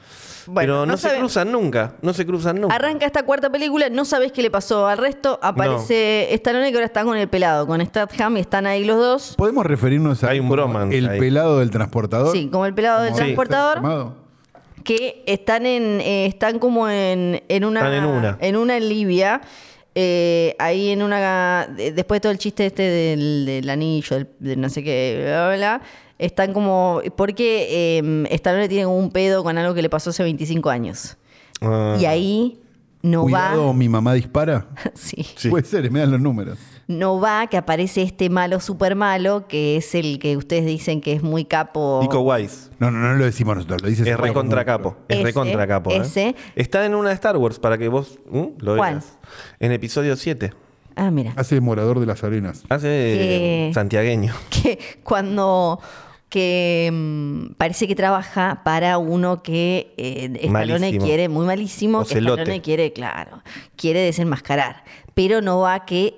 [SPEAKER 2] Bueno,
[SPEAKER 4] pero no,
[SPEAKER 2] no
[SPEAKER 4] se
[SPEAKER 2] sabe-
[SPEAKER 4] cruzan nunca, no se cruzan nunca.
[SPEAKER 2] Arranca esta cuarta película, no sabes qué le pasó al resto, aparece Stallone que ahora está con el pelado, con Statham y están ahí los dos.
[SPEAKER 3] ¿Podemos referirnos a
[SPEAKER 4] Hay un
[SPEAKER 3] como
[SPEAKER 4] bromance
[SPEAKER 3] el
[SPEAKER 4] ahí.
[SPEAKER 3] pelado del transportador?
[SPEAKER 2] Sí, como el pelado del
[SPEAKER 3] Como-
[SPEAKER 4] Sí.
[SPEAKER 2] transportador.
[SPEAKER 3] llamado.
[SPEAKER 2] que están en eh, están como en, en una
[SPEAKER 4] Están en una.
[SPEAKER 2] en Libia eh, ahí en una de- después de todo el chiste este del, del anillo del, de no sé qué bla bla, bla, están como porque eh, Stallone tiene como un pedo con algo que le pasó hace 25 años
[SPEAKER 4] Ah.
[SPEAKER 2] y ahí no
[SPEAKER 3] Cuidado,
[SPEAKER 2] va
[SPEAKER 3] mi mamá dispara.
[SPEAKER 2] sí
[SPEAKER 4] Sí.
[SPEAKER 3] Puede ser, me dan los números.
[SPEAKER 2] no va, que aparece este malo super malo, que es el que ustedes dicen que es muy capo.
[SPEAKER 4] Nico Wise.
[SPEAKER 3] No, no, no lo decimos nosotros, lo dice
[SPEAKER 4] Es
[SPEAKER 3] Star Wars.
[SPEAKER 4] re contra capo. Es re
[SPEAKER 2] Ese,
[SPEAKER 4] contra capo. ¿eh?
[SPEAKER 2] ese.
[SPEAKER 4] Está en una de Star Wars para que vos ¿m? lo
[SPEAKER 2] ¿Cuál?
[SPEAKER 4] veas. En episodio 7.
[SPEAKER 2] Ah, mira.
[SPEAKER 3] Hace morador de las arenas.
[SPEAKER 4] Hace
[SPEAKER 2] ¿Qué?
[SPEAKER 4] santiagueño.
[SPEAKER 2] que cuando que mm, parece que trabaja para uno que eh, Stallone
[SPEAKER 4] Malísimo.
[SPEAKER 2] quiere muy malísimo, que
[SPEAKER 4] Ocelote.
[SPEAKER 2] Stallone quiere, claro, quiere desenmascarar, pero no va que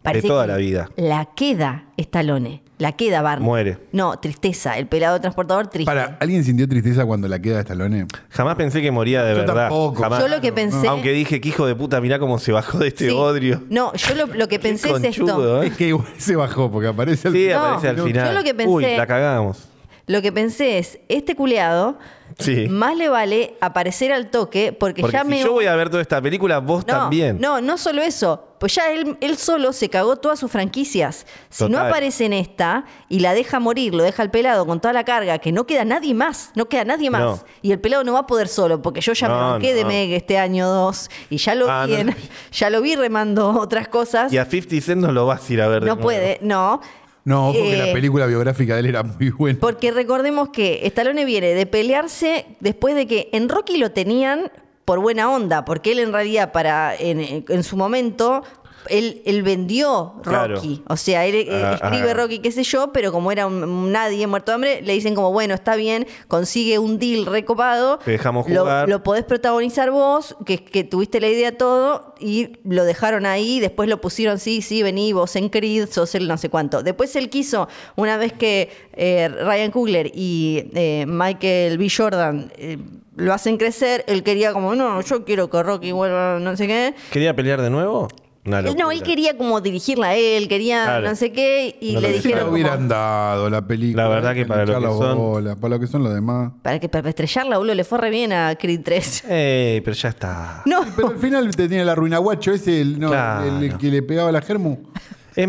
[SPEAKER 2] parece
[SPEAKER 4] toda
[SPEAKER 2] que
[SPEAKER 4] la vida.
[SPEAKER 2] La queda Stallone, la queda Barney.
[SPEAKER 4] Muere.
[SPEAKER 2] No, tristeza, el pelado transportador triste.
[SPEAKER 3] Para, ¿alguien sintió tristeza cuando la queda de Stallone?
[SPEAKER 4] Jamás pensé que moría de
[SPEAKER 3] Yo
[SPEAKER 4] verdad.
[SPEAKER 3] tampoco.
[SPEAKER 4] Jamás.
[SPEAKER 2] Yo lo que pensé
[SPEAKER 4] Aunque dije que hijo de puta, mirá cómo se bajó de este
[SPEAKER 2] Sí.
[SPEAKER 4] bodrio.
[SPEAKER 2] No, yo lo, lo que
[SPEAKER 4] Qué
[SPEAKER 2] pensé es esto.
[SPEAKER 4] conchudo, ¿eh?
[SPEAKER 3] Es que igual se bajó porque aparece al
[SPEAKER 4] Sí,
[SPEAKER 2] No,
[SPEAKER 4] aparece al
[SPEAKER 2] yo
[SPEAKER 4] final.
[SPEAKER 2] lo que pensé-
[SPEAKER 4] Uy, la cagamos.
[SPEAKER 2] Lo que pensé es, este culeado,
[SPEAKER 4] Sí.
[SPEAKER 2] más le vale aparecer al toque porque,
[SPEAKER 4] Porque
[SPEAKER 2] ya
[SPEAKER 4] si
[SPEAKER 2] me
[SPEAKER 4] yo voy a ver toda esta película, vos
[SPEAKER 2] No,
[SPEAKER 4] también.
[SPEAKER 2] No, no solo eso. Pues ya él, él solo se cagó todas sus franquicias. Si no
[SPEAKER 4] Total.
[SPEAKER 2] aparece en esta y la deja morir, lo deja al pelado con toda la carga, que no queda nadie más, no queda nadie más.
[SPEAKER 4] No.
[SPEAKER 2] Y el pelado no va a poder solo, porque yo ya me
[SPEAKER 4] No,
[SPEAKER 2] banqué de
[SPEAKER 4] no.
[SPEAKER 2] Meg este año 2 y ya lo,
[SPEAKER 4] Ah,
[SPEAKER 2] vi
[SPEAKER 4] no
[SPEAKER 2] en-
[SPEAKER 4] lo vi.
[SPEAKER 2] ya lo vi remando otras cosas.
[SPEAKER 4] Y a 50 Cent no lo vas a ir a ver. de
[SPEAKER 2] No
[SPEAKER 4] nuevo.
[SPEAKER 2] puede, no.
[SPEAKER 3] No, porque
[SPEAKER 2] Eh,
[SPEAKER 3] la película biográfica de él era muy buena.
[SPEAKER 2] Porque recordemos que Stallone viene de pelearse después de que en Rocky lo tenían por buena onda, porque él en realidad para en, en su momento él, él vendió
[SPEAKER 4] Claro.
[SPEAKER 2] Rocky, o sea, él eh,
[SPEAKER 4] Ah,
[SPEAKER 2] escribe
[SPEAKER 4] ah.
[SPEAKER 2] Rocky, qué sé yo, pero como era un- un nadie muerto de hambre, le dicen como, bueno, está bien, consigue un deal recopado,
[SPEAKER 4] Te dejamos
[SPEAKER 2] lo-
[SPEAKER 4] jugar.
[SPEAKER 2] Lo, podés protagonizar vos, que, que tuviste la idea todo, y lo dejaron ahí, después lo pusieron, sí, sí, vení, vos en Creed, sos el no sé cuánto. Después él quiso, una vez que eh, Ryan Coogler y eh, Michael B. Jordan eh, lo hacen crecer, él quería como, no, yo quiero que Rocky vuelva, no sé qué.
[SPEAKER 4] ¿Quería pelear de nuevo? Una
[SPEAKER 2] Él- no, él
[SPEAKER 4] locura.
[SPEAKER 2] quería como dirigirla a él, quería
[SPEAKER 4] Claro.
[SPEAKER 2] no sé qué, y
[SPEAKER 4] No
[SPEAKER 2] le
[SPEAKER 4] lo
[SPEAKER 2] dijeron
[SPEAKER 3] Si la
[SPEAKER 4] dejaron.
[SPEAKER 2] como,
[SPEAKER 3] hubieran dado la película.
[SPEAKER 4] La verdad que para lo
[SPEAKER 3] hinchar
[SPEAKER 4] que
[SPEAKER 3] las
[SPEAKER 4] son-
[SPEAKER 3] bolas, para lo que son los demás.
[SPEAKER 2] para que para estrellarla, boludo, le fue re bien a Creed 3.
[SPEAKER 4] Ey, pero ya está.
[SPEAKER 2] No,
[SPEAKER 3] Pero al final te tiene la ruina guacho, ese el, no,
[SPEAKER 4] Claro.
[SPEAKER 3] el, el que le pegaba la germu.
[SPEAKER 4] Es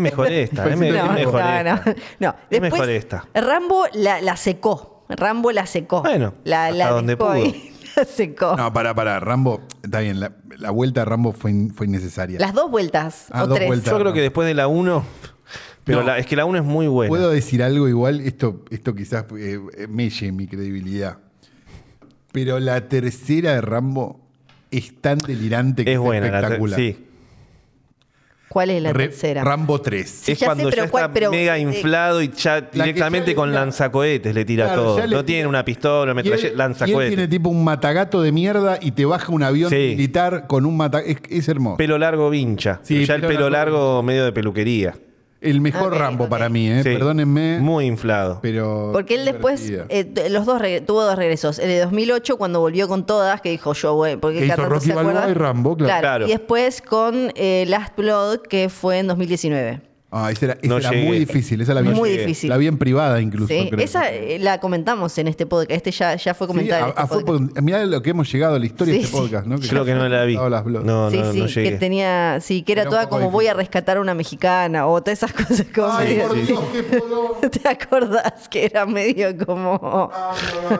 [SPEAKER 4] mejor esta.
[SPEAKER 3] Pues
[SPEAKER 4] es, me- es
[SPEAKER 2] No, no,
[SPEAKER 4] mejor
[SPEAKER 2] no,
[SPEAKER 4] esta.
[SPEAKER 2] no.
[SPEAKER 4] Es
[SPEAKER 2] Después,
[SPEAKER 4] mejor esta.
[SPEAKER 2] Rambo la, la secó. Rambo la secó.
[SPEAKER 4] Bueno,
[SPEAKER 2] la,
[SPEAKER 4] hasta
[SPEAKER 2] la
[SPEAKER 4] donde
[SPEAKER 2] dejó
[SPEAKER 4] pudo.
[SPEAKER 2] ahí, La secó.
[SPEAKER 3] No, pará, pará. Rambo, está bien, la, la vuelta de Rambo fue, in- fue innecesaria.
[SPEAKER 2] Las dos vueltas
[SPEAKER 3] Ah,
[SPEAKER 2] o
[SPEAKER 3] dos
[SPEAKER 2] tres.
[SPEAKER 3] vueltas.
[SPEAKER 4] Yo creo que después de la 1. Pero
[SPEAKER 3] No.
[SPEAKER 4] la- es que la 1 es muy buena.
[SPEAKER 3] ¿Puedo decir algo igual? Esto, esto quizás eh, melle mi credibilidad. Pero la tercera de Rambo es tan delirante que
[SPEAKER 4] es buena la ter-
[SPEAKER 3] espectacular.
[SPEAKER 4] Sí.
[SPEAKER 2] ¿Cuál es la
[SPEAKER 3] Re-
[SPEAKER 2] tercera?
[SPEAKER 3] Rambo 3.
[SPEAKER 2] Sí,
[SPEAKER 4] es
[SPEAKER 2] ya sé,
[SPEAKER 4] cuando
[SPEAKER 2] pero
[SPEAKER 4] ya
[SPEAKER 2] cuál,
[SPEAKER 4] está
[SPEAKER 2] pero-
[SPEAKER 4] mega
[SPEAKER 2] eh,
[SPEAKER 4] inflado y ya
[SPEAKER 3] ya
[SPEAKER 4] directamente
[SPEAKER 3] le-
[SPEAKER 4] con
[SPEAKER 3] la-
[SPEAKER 4] lanzacohetes le tira
[SPEAKER 3] Claro,
[SPEAKER 4] todo.
[SPEAKER 3] ya le
[SPEAKER 4] no
[SPEAKER 3] tira-
[SPEAKER 4] tiene una pistola, una
[SPEAKER 3] Y él-
[SPEAKER 4] metralleta,
[SPEAKER 3] y él
[SPEAKER 4] lanzacohetes.
[SPEAKER 3] tiene tipo un matagato de mierda y te baja un avión
[SPEAKER 4] Sí.
[SPEAKER 3] militar con un mata es, es hermoso.
[SPEAKER 4] Pelo largo vincha.
[SPEAKER 3] Sí,
[SPEAKER 4] Pero ya el
[SPEAKER 3] pelo
[SPEAKER 4] pelo
[SPEAKER 3] largo
[SPEAKER 4] largo, medio de peluquería.
[SPEAKER 3] el
[SPEAKER 2] Ah,
[SPEAKER 3] mejor
[SPEAKER 2] Ok,
[SPEAKER 3] Rambo
[SPEAKER 2] ok.
[SPEAKER 3] para mí, ¿eh?
[SPEAKER 4] Sí.
[SPEAKER 3] Perdónenme.
[SPEAKER 4] Muy inflado.
[SPEAKER 3] pero
[SPEAKER 2] Porque él después,
[SPEAKER 3] divertida.
[SPEAKER 2] eh, t- los dos regre- tuvo dos regresos. El de 2008, cuando volvió con todas, que dijo yo, güey, porque
[SPEAKER 3] Que hizo
[SPEAKER 2] cada tanto
[SPEAKER 3] Rocky
[SPEAKER 2] se acuerda.
[SPEAKER 3] Balboa y Rambo, claro.
[SPEAKER 4] Claro.
[SPEAKER 2] Y después con eh, Last Blood, que fue en 2019.
[SPEAKER 3] Ah, esa era, esa
[SPEAKER 4] No
[SPEAKER 3] era
[SPEAKER 4] llegué.
[SPEAKER 3] muy difícil. Esa la vi,
[SPEAKER 2] Muy
[SPEAKER 3] llegué.
[SPEAKER 2] difícil.
[SPEAKER 3] La vi en privada incluso.
[SPEAKER 2] Sí,
[SPEAKER 3] creo.
[SPEAKER 2] esa eh, la comentamos en este podcast. Este ya, ya fue
[SPEAKER 3] Sí,
[SPEAKER 2] comentado.
[SPEAKER 3] a-
[SPEAKER 2] en este
[SPEAKER 3] a- fue
[SPEAKER 2] podcast.
[SPEAKER 3] por- mirá lo que hemos llegado a la historia
[SPEAKER 2] Sí,
[SPEAKER 3] de este
[SPEAKER 2] sí.
[SPEAKER 3] podcast, ¿no?
[SPEAKER 4] Creo que no la vi. No,
[SPEAKER 3] Las blogs.
[SPEAKER 4] no,
[SPEAKER 2] sí,
[SPEAKER 4] no,
[SPEAKER 2] sí,
[SPEAKER 4] llegué.
[SPEAKER 2] que tenía, sí, que era,
[SPEAKER 3] Era un
[SPEAKER 2] toda
[SPEAKER 3] poco
[SPEAKER 2] como voy a
[SPEAKER 3] difícil.
[SPEAKER 2] rescatar a una mexicana o todas esas cosas como
[SPEAKER 3] Ay,
[SPEAKER 2] medio-
[SPEAKER 3] por
[SPEAKER 4] Sí, sí.
[SPEAKER 3] Dios, qué podón.
[SPEAKER 2] ¿Te acordás que era medio como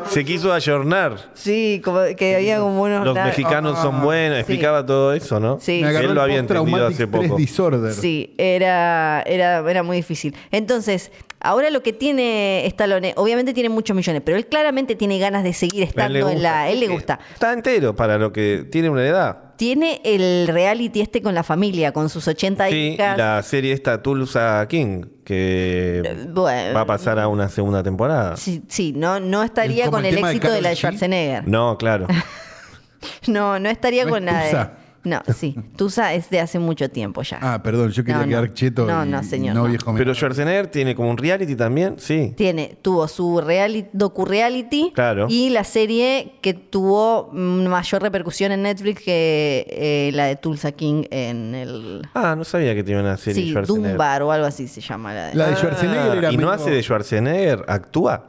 [SPEAKER 4] Se quiso ayornar.
[SPEAKER 2] sí, como que había como unos
[SPEAKER 4] Los
[SPEAKER 2] na-
[SPEAKER 4] mexicanos son buenos.
[SPEAKER 2] sí.
[SPEAKER 4] Explicaba todo eso, ¿no?
[SPEAKER 2] Sí.
[SPEAKER 3] Ah, Me agarró
[SPEAKER 4] Él lo había
[SPEAKER 3] el
[SPEAKER 4] entendido
[SPEAKER 3] post-traumatic
[SPEAKER 4] hace poco.
[SPEAKER 3] stress disorder.
[SPEAKER 2] Sí, era, era, era muy difícil. Entonces, ahora lo que tiene Stallone, obviamente tiene muchos millones, pero él claramente tiene ganas de seguir
[SPEAKER 4] A él le Eh,
[SPEAKER 2] estando en la. Él le gusta.
[SPEAKER 4] Está entero para lo que tiene una edad.
[SPEAKER 2] Tiene el reality este con la familia, con sus 80
[SPEAKER 4] Sí, y
[SPEAKER 2] hijas.
[SPEAKER 4] la serie esta Tulsa King, que
[SPEAKER 2] Bueno.
[SPEAKER 4] va a pasar a una segunda temporada.
[SPEAKER 2] Eh, Sí, sí, no, no
[SPEAKER 3] Es
[SPEAKER 2] estaría
[SPEAKER 3] como
[SPEAKER 2] con
[SPEAKER 3] el
[SPEAKER 2] el
[SPEAKER 3] tema de
[SPEAKER 2] éxito de, la de
[SPEAKER 3] Karol G.
[SPEAKER 2] Schwarzenegger.
[SPEAKER 4] No, claro.
[SPEAKER 2] No, no estaría
[SPEAKER 3] No
[SPEAKER 2] con
[SPEAKER 3] es
[SPEAKER 2] nada. de-
[SPEAKER 3] Tusa.
[SPEAKER 2] No, sí. Tusa es de hace mucho tiempo ya.
[SPEAKER 3] Ah, perdón, yo quería
[SPEAKER 2] No, no.
[SPEAKER 3] quedar cheto.
[SPEAKER 2] No,
[SPEAKER 3] y-
[SPEAKER 2] no,
[SPEAKER 3] y
[SPEAKER 2] señor,
[SPEAKER 3] No,
[SPEAKER 2] no.
[SPEAKER 3] viejo
[SPEAKER 4] Pero Schwarzenegger tiene como un reality también, sí.
[SPEAKER 2] Tiene, tuvo su reality, docu-reality
[SPEAKER 4] Claro.
[SPEAKER 2] y la serie que tuvo mm, mayor repercusión en Netflix que eh, la de Tulsa King en el...
[SPEAKER 4] Ah, no sabía que tenía una serie
[SPEAKER 2] Sí,
[SPEAKER 4] Schwarzenegger.
[SPEAKER 2] Dunbar o algo así se llama la de...
[SPEAKER 3] La de
[SPEAKER 4] Ah,
[SPEAKER 3] Schwarzenegger era
[SPEAKER 4] y no
[SPEAKER 3] medio-
[SPEAKER 4] hace de Schwarzenegger, actúa.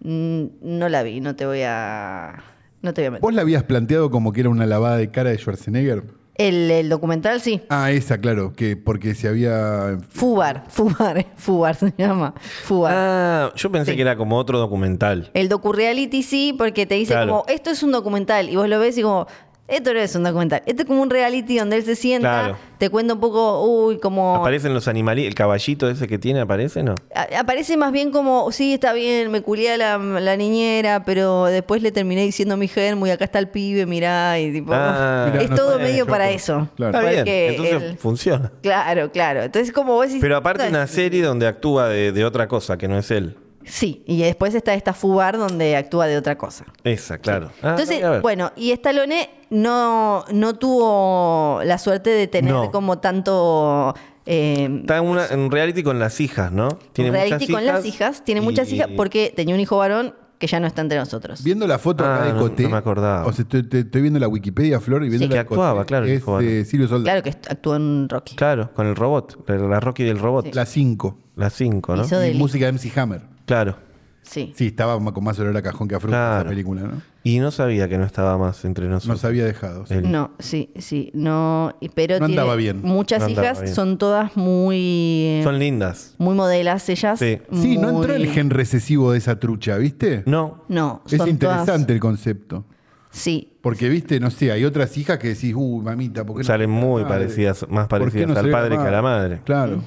[SPEAKER 2] Mm, No la vi, no te voy a... No te voy a meter.
[SPEAKER 3] ¿Vos la habías planteado como que era una lavada de cara de Schwarzenegger?
[SPEAKER 2] El, el documental sí.
[SPEAKER 3] Ah, esa, claro, que porque se había.
[SPEAKER 2] Fubar, Fubar, Fubar se llama. Fubar.
[SPEAKER 4] Ah, yo pensé
[SPEAKER 2] Sí.
[SPEAKER 4] que era como otro documental.
[SPEAKER 2] El docu-reality sí, porque te dice
[SPEAKER 4] Claro.
[SPEAKER 2] como, esto es un documental. Y vos lo ves y como, Esto no es un documental. Esto es como un reality donde él se sienta,
[SPEAKER 4] Claro.
[SPEAKER 2] te cuenta un poco, uy, como...
[SPEAKER 4] ¿Aparecen los animalitos? ¿El caballito ese que tiene aparece? No.
[SPEAKER 2] A- Aparece más bien como, sí, está bien, me culé a la, la niñera, pero después le terminé diciendo mi germo y acá está el pibe, mirá, y tipo...
[SPEAKER 4] Ah.
[SPEAKER 3] Mirá,
[SPEAKER 2] es
[SPEAKER 3] no
[SPEAKER 2] todo
[SPEAKER 3] está-
[SPEAKER 2] medio
[SPEAKER 3] yo-
[SPEAKER 2] para eso.
[SPEAKER 3] Claro.
[SPEAKER 4] Está bien.
[SPEAKER 2] Porque
[SPEAKER 4] Entonces
[SPEAKER 2] el-
[SPEAKER 4] funciona.
[SPEAKER 2] Claro, claro. Entonces como vos decís...
[SPEAKER 4] Pero aparte
[SPEAKER 2] "Esto
[SPEAKER 4] una
[SPEAKER 2] es-".
[SPEAKER 4] serie donde actúa de, de otra cosa que no es él.
[SPEAKER 2] Sí, y después está esta Fubar donde actúa de otra cosa.
[SPEAKER 4] Esa, claro. Ah,
[SPEAKER 2] Entonces,
[SPEAKER 4] a ver.
[SPEAKER 2] bueno, y Stallone no, no tuvo la suerte de tener
[SPEAKER 4] No.
[SPEAKER 2] como tanto... eh,
[SPEAKER 4] Está en, una- en un reality con las hijas, ¿no? Tiene
[SPEAKER 2] un reality
[SPEAKER 4] muchas
[SPEAKER 2] con las hijas, tiene
[SPEAKER 4] y-
[SPEAKER 2] muchas hijas porque tenía un hijo varón que ya no está entre nosotros.
[SPEAKER 3] Viendo la foto acá
[SPEAKER 4] Ah,
[SPEAKER 3] de
[SPEAKER 4] no-
[SPEAKER 3] Coté.
[SPEAKER 4] no me acordaba.
[SPEAKER 3] O sea, estoy, estoy- estoy viendo la Wikipedia, Flor, y viendo
[SPEAKER 4] que
[SPEAKER 3] la
[SPEAKER 4] actuaba,
[SPEAKER 3] Coté.
[SPEAKER 4] claro, el
[SPEAKER 3] Es
[SPEAKER 4] hijo varón.
[SPEAKER 3] eh, Silvio Soldado.
[SPEAKER 2] Claro que est- actuó en Rocky.
[SPEAKER 4] Claro, con el robot, la, la Rocky del robot.
[SPEAKER 3] La 5.
[SPEAKER 4] Las cinco, ¿no?
[SPEAKER 2] Hizo- Todo
[SPEAKER 3] Y
[SPEAKER 2] del-
[SPEAKER 3] música de MC Hammer.
[SPEAKER 4] Claro.
[SPEAKER 2] Sí.
[SPEAKER 3] Sí, estaba ma- con más olor a cajón que a fruta
[SPEAKER 4] Claro.
[SPEAKER 3] esa película, ¿no?
[SPEAKER 4] Y no sabía que no estaba más entre nosotros.
[SPEAKER 3] Nos había dejado. sí.
[SPEAKER 4] Él.
[SPEAKER 2] No, sí, sí, no, y- pero
[SPEAKER 3] No
[SPEAKER 2] tiene
[SPEAKER 3] andaba bien.
[SPEAKER 2] muchas
[SPEAKER 4] No andaba
[SPEAKER 2] hijas,
[SPEAKER 4] bien.
[SPEAKER 2] son todas muy
[SPEAKER 4] Son lindas.
[SPEAKER 2] muy modelas ellas.
[SPEAKER 4] Sí.
[SPEAKER 3] Sí, no
[SPEAKER 2] muy-
[SPEAKER 3] entró el gen recesivo de esa trucha, ¿viste?
[SPEAKER 4] No.
[SPEAKER 2] No,
[SPEAKER 3] Es
[SPEAKER 2] son
[SPEAKER 3] interesante
[SPEAKER 2] todas-
[SPEAKER 3] el concepto.
[SPEAKER 2] Sí,
[SPEAKER 3] Porque, viste, no sé, hay otras hijas que decís, uh, mamita, ¿por qué no
[SPEAKER 4] Salen
[SPEAKER 3] se ve la
[SPEAKER 4] muy
[SPEAKER 3] madre?
[SPEAKER 4] parecidas, más
[SPEAKER 3] ¿Por qué
[SPEAKER 4] parecidas al
[SPEAKER 3] se ve
[SPEAKER 4] padre que a la madre?
[SPEAKER 3] Claro.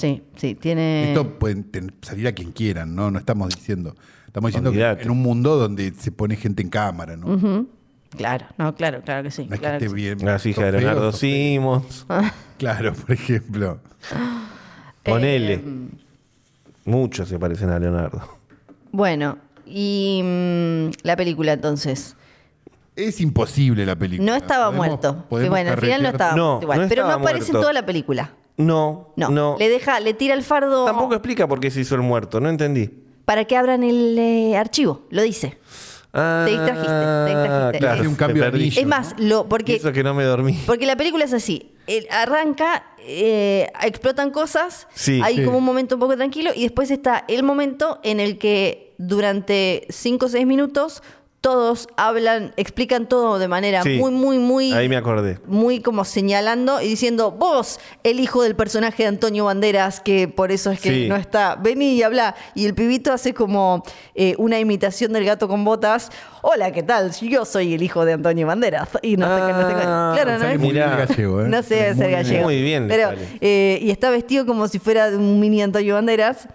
[SPEAKER 2] sí, sí, tiene
[SPEAKER 3] Esto pueden ten- salir a quien quieran, ¿no? No estamos diciendo. Estamos diciendo
[SPEAKER 4] Olvídate.
[SPEAKER 3] que en un mundo donde se pone gente en cámara, ¿no?
[SPEAKER 2] claro, no, claro, claro que sí,
[SPEAKER 3] No es
[SPEAKER 2] claro
[SPEAKER 3] que
[SPEAKER 2] que
[SPEAKER 3] esté
[SPEAKER 2] sí.
[SPEAKER 3] bien.
[SPEAKER 4] Las hijas de
[SPEAKER 3] ¿Sos feo?
[SPEAKER 4] Leonardo
[SPEAKER 3] ¿Sos feo?
[SPEAKER 4] Simons.
[SPEAKER 2] Ah,
[SPEAKER 3] Claro, por ejemplo.
[SPEAKER 2] eh,
[SPEAKER 4] Ponele.
[SPEAKER 2] mm.
[SPEAKER 4] Muchos se parecen a Leonardo.
[SPEAKER 2] Bueno, y mm, la película entonces.
[SPEAKER 3] Es imposible la película.
[SPEAKER 2] No estaba
[SPEAKER 3] Podemos-
[SPEAKER 2] muerto. Que
[SPEAKER 3] podemos
[SPEAKER 2] bueno, al final no
[SPEAKER 3] carretear-
[SPEAKER 2] estaba
[SPEAKER 4] No,
[SPEAKER 2] muerto igual,
[SPEAKER 4] no
[SPEAKER 2] pero no
[SPEAKER 4] estaba
[SPEAKER 2] aparece en
[SPEAKER 4] muerto.
[SPEAKER 2] toda la película.
[SPEAKER 4] No,
[SPEAKER 2] No,
[SPEAKER 4] no.
[SPEAKER 2] le deja, le tira el fardo
[SPEAKER 4] Tampoco explica por qué se hizo el muerto, no entendí.
[SPEAKER 2] para que abran el eh, archivo, lo dice.
[SPEAKER 4] Ah,
[SPEAKER 2] Te distrajiste, te distrajiste.
[SPEAKER 4] claro,
[SPEAKER 3] Hace un cambio de
[SPEAKER 4] te perdí.
[SPEAKER 3] anillo.
[SPEAKER 2] Es más, lo porque
[SPEAKER 4] Eso que no me dormí.
[SPEAKER 2] Porque la película es así. El- arranca, eh, explotan cosas,
[SPEAKER 4] Sí,
[SPEAKER 2] hay
[SPEAKER 3] sí.
[SPEAKER 2] como un momento un poco tranquilo y después está el momento en el que durante 5 o 6 minutos todos hablan, explican todo de manera
[SPEAKER 4] Sí.
[SPEAKER 2] muy, muy, muy...
[SPEAKER 4] Ahí me acordé.
[SPEAKER 2] Muy como señalando y diciendo, vos, el hijo del personaje de Antonio Banderas, que por eso es que
[SPEAKER 4] Sí.
[SPEAKER 2] no está, vení y habla. Y el pibito hace como eh, una imitación del gato con botas. Hola, ¿qué tal? Yo soy el hijo de Antonio Banderas. Y no sé qué, no sé qué.
[SPEAKER 4] Ah,
[SPEAKER 2] Claro, no
[SPEAKER 3] Sale
[SPEAKER 2] es
[SPEAKER 3] muy bien
[SPEAKER 4] Mirá.
[SPEAKER 3] el gallego, ¿eh?
[SPEAKER 2] no sé
[SPEAKER 3] Sale
[SPEAKER 2] ser
[SPEAKER 3] muy bien.
[SPEAKER 2] gallego.
[SPEAKER 4] Muy bien le
[SPEAKER 2] Pero,
[SPEAKER 4] sale.
[SPEAKER 2] eh, y está vestido como si fuera un mini Antonio Banderas.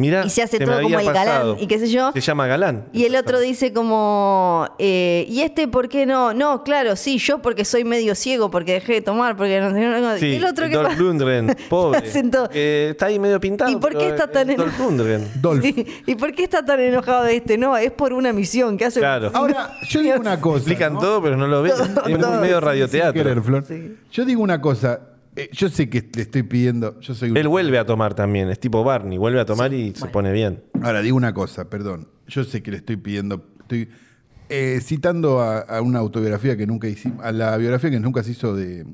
[SPEAKER 4] Mirá,
[SPEAKER 2] Y se hace
[SPEAKER 4] me
[SPEAKER 2] todo como
[SPEAKER 4] había
[SPEAKER 2] el galán,
[SPEAKER 4] pasado.
[SPEAKER 2] y qué sé yo.
[SPEAKER 4] Se llama galán.
[SPEAKER 2] Y el otro dice como, eh, ¿y este por qué no? No, claro, sí, yo porque soy medio ciego, porque dejé de tomar, porque no sé no, no.
[SPEAKER 4] Sí,
[SPEAKER 2] ¿Y el otro qué
[SPEAKER 4] Dolph
[SPEAKER 2] pasa?
[SPEAKER 4] Lundgren, pobre.
[SPEAKER 2] Hacen todo.
[SPEAKER 4] Eh, está ahí medio pintado.
[SPEAKER 2] ¿Y por qué
[SPEAKER 4] pero
[SPEAKER 2] está
[SPEAKER 4] es
[SPEAKER 2] tan
[SPEAKER 4] Dolph Lundgren.
[SPEAKER 3] Dolph.
[SPEAKER 2] Sí, ¿Y por qué está tan enojado de este? No, es por una misión que hace.
[SPEAKER 4] Claro.
[SPEAKER 3] Ahora, yo digo una cosa.
[SPEAKER 4] Explican
[SPEAKER 3] ¿no?
[SPEAKER 4] todo, pero no lo ven. es
[SPEAKER 2] todo.
[SPEAKER 4] medio
[SPEAKER 3] Sin querer,
[SPEAKER 4] radioteatro.
[SPEAKER 3] Flor.
[SPEAKER 2] Sí.
[SPEAKER 3] Yo digo una cosa. eh, yo sé que le estoy pidiendo. Yo soy un-
[SPEAKER 4] Él vuelve a tomar también. Es tipo Barney. Vuelve a tomar y se
[SPEAKER 2] bueno.
[SPEAKER 4] pone bien.
[SPEAKER 3] Ahora, digo una cosa, perdón. Yo sé que le estoy pidiendo. Estoy eh, citando a, a una autobiografía que nunca hicimos. A la biografía que nunca se hizo de,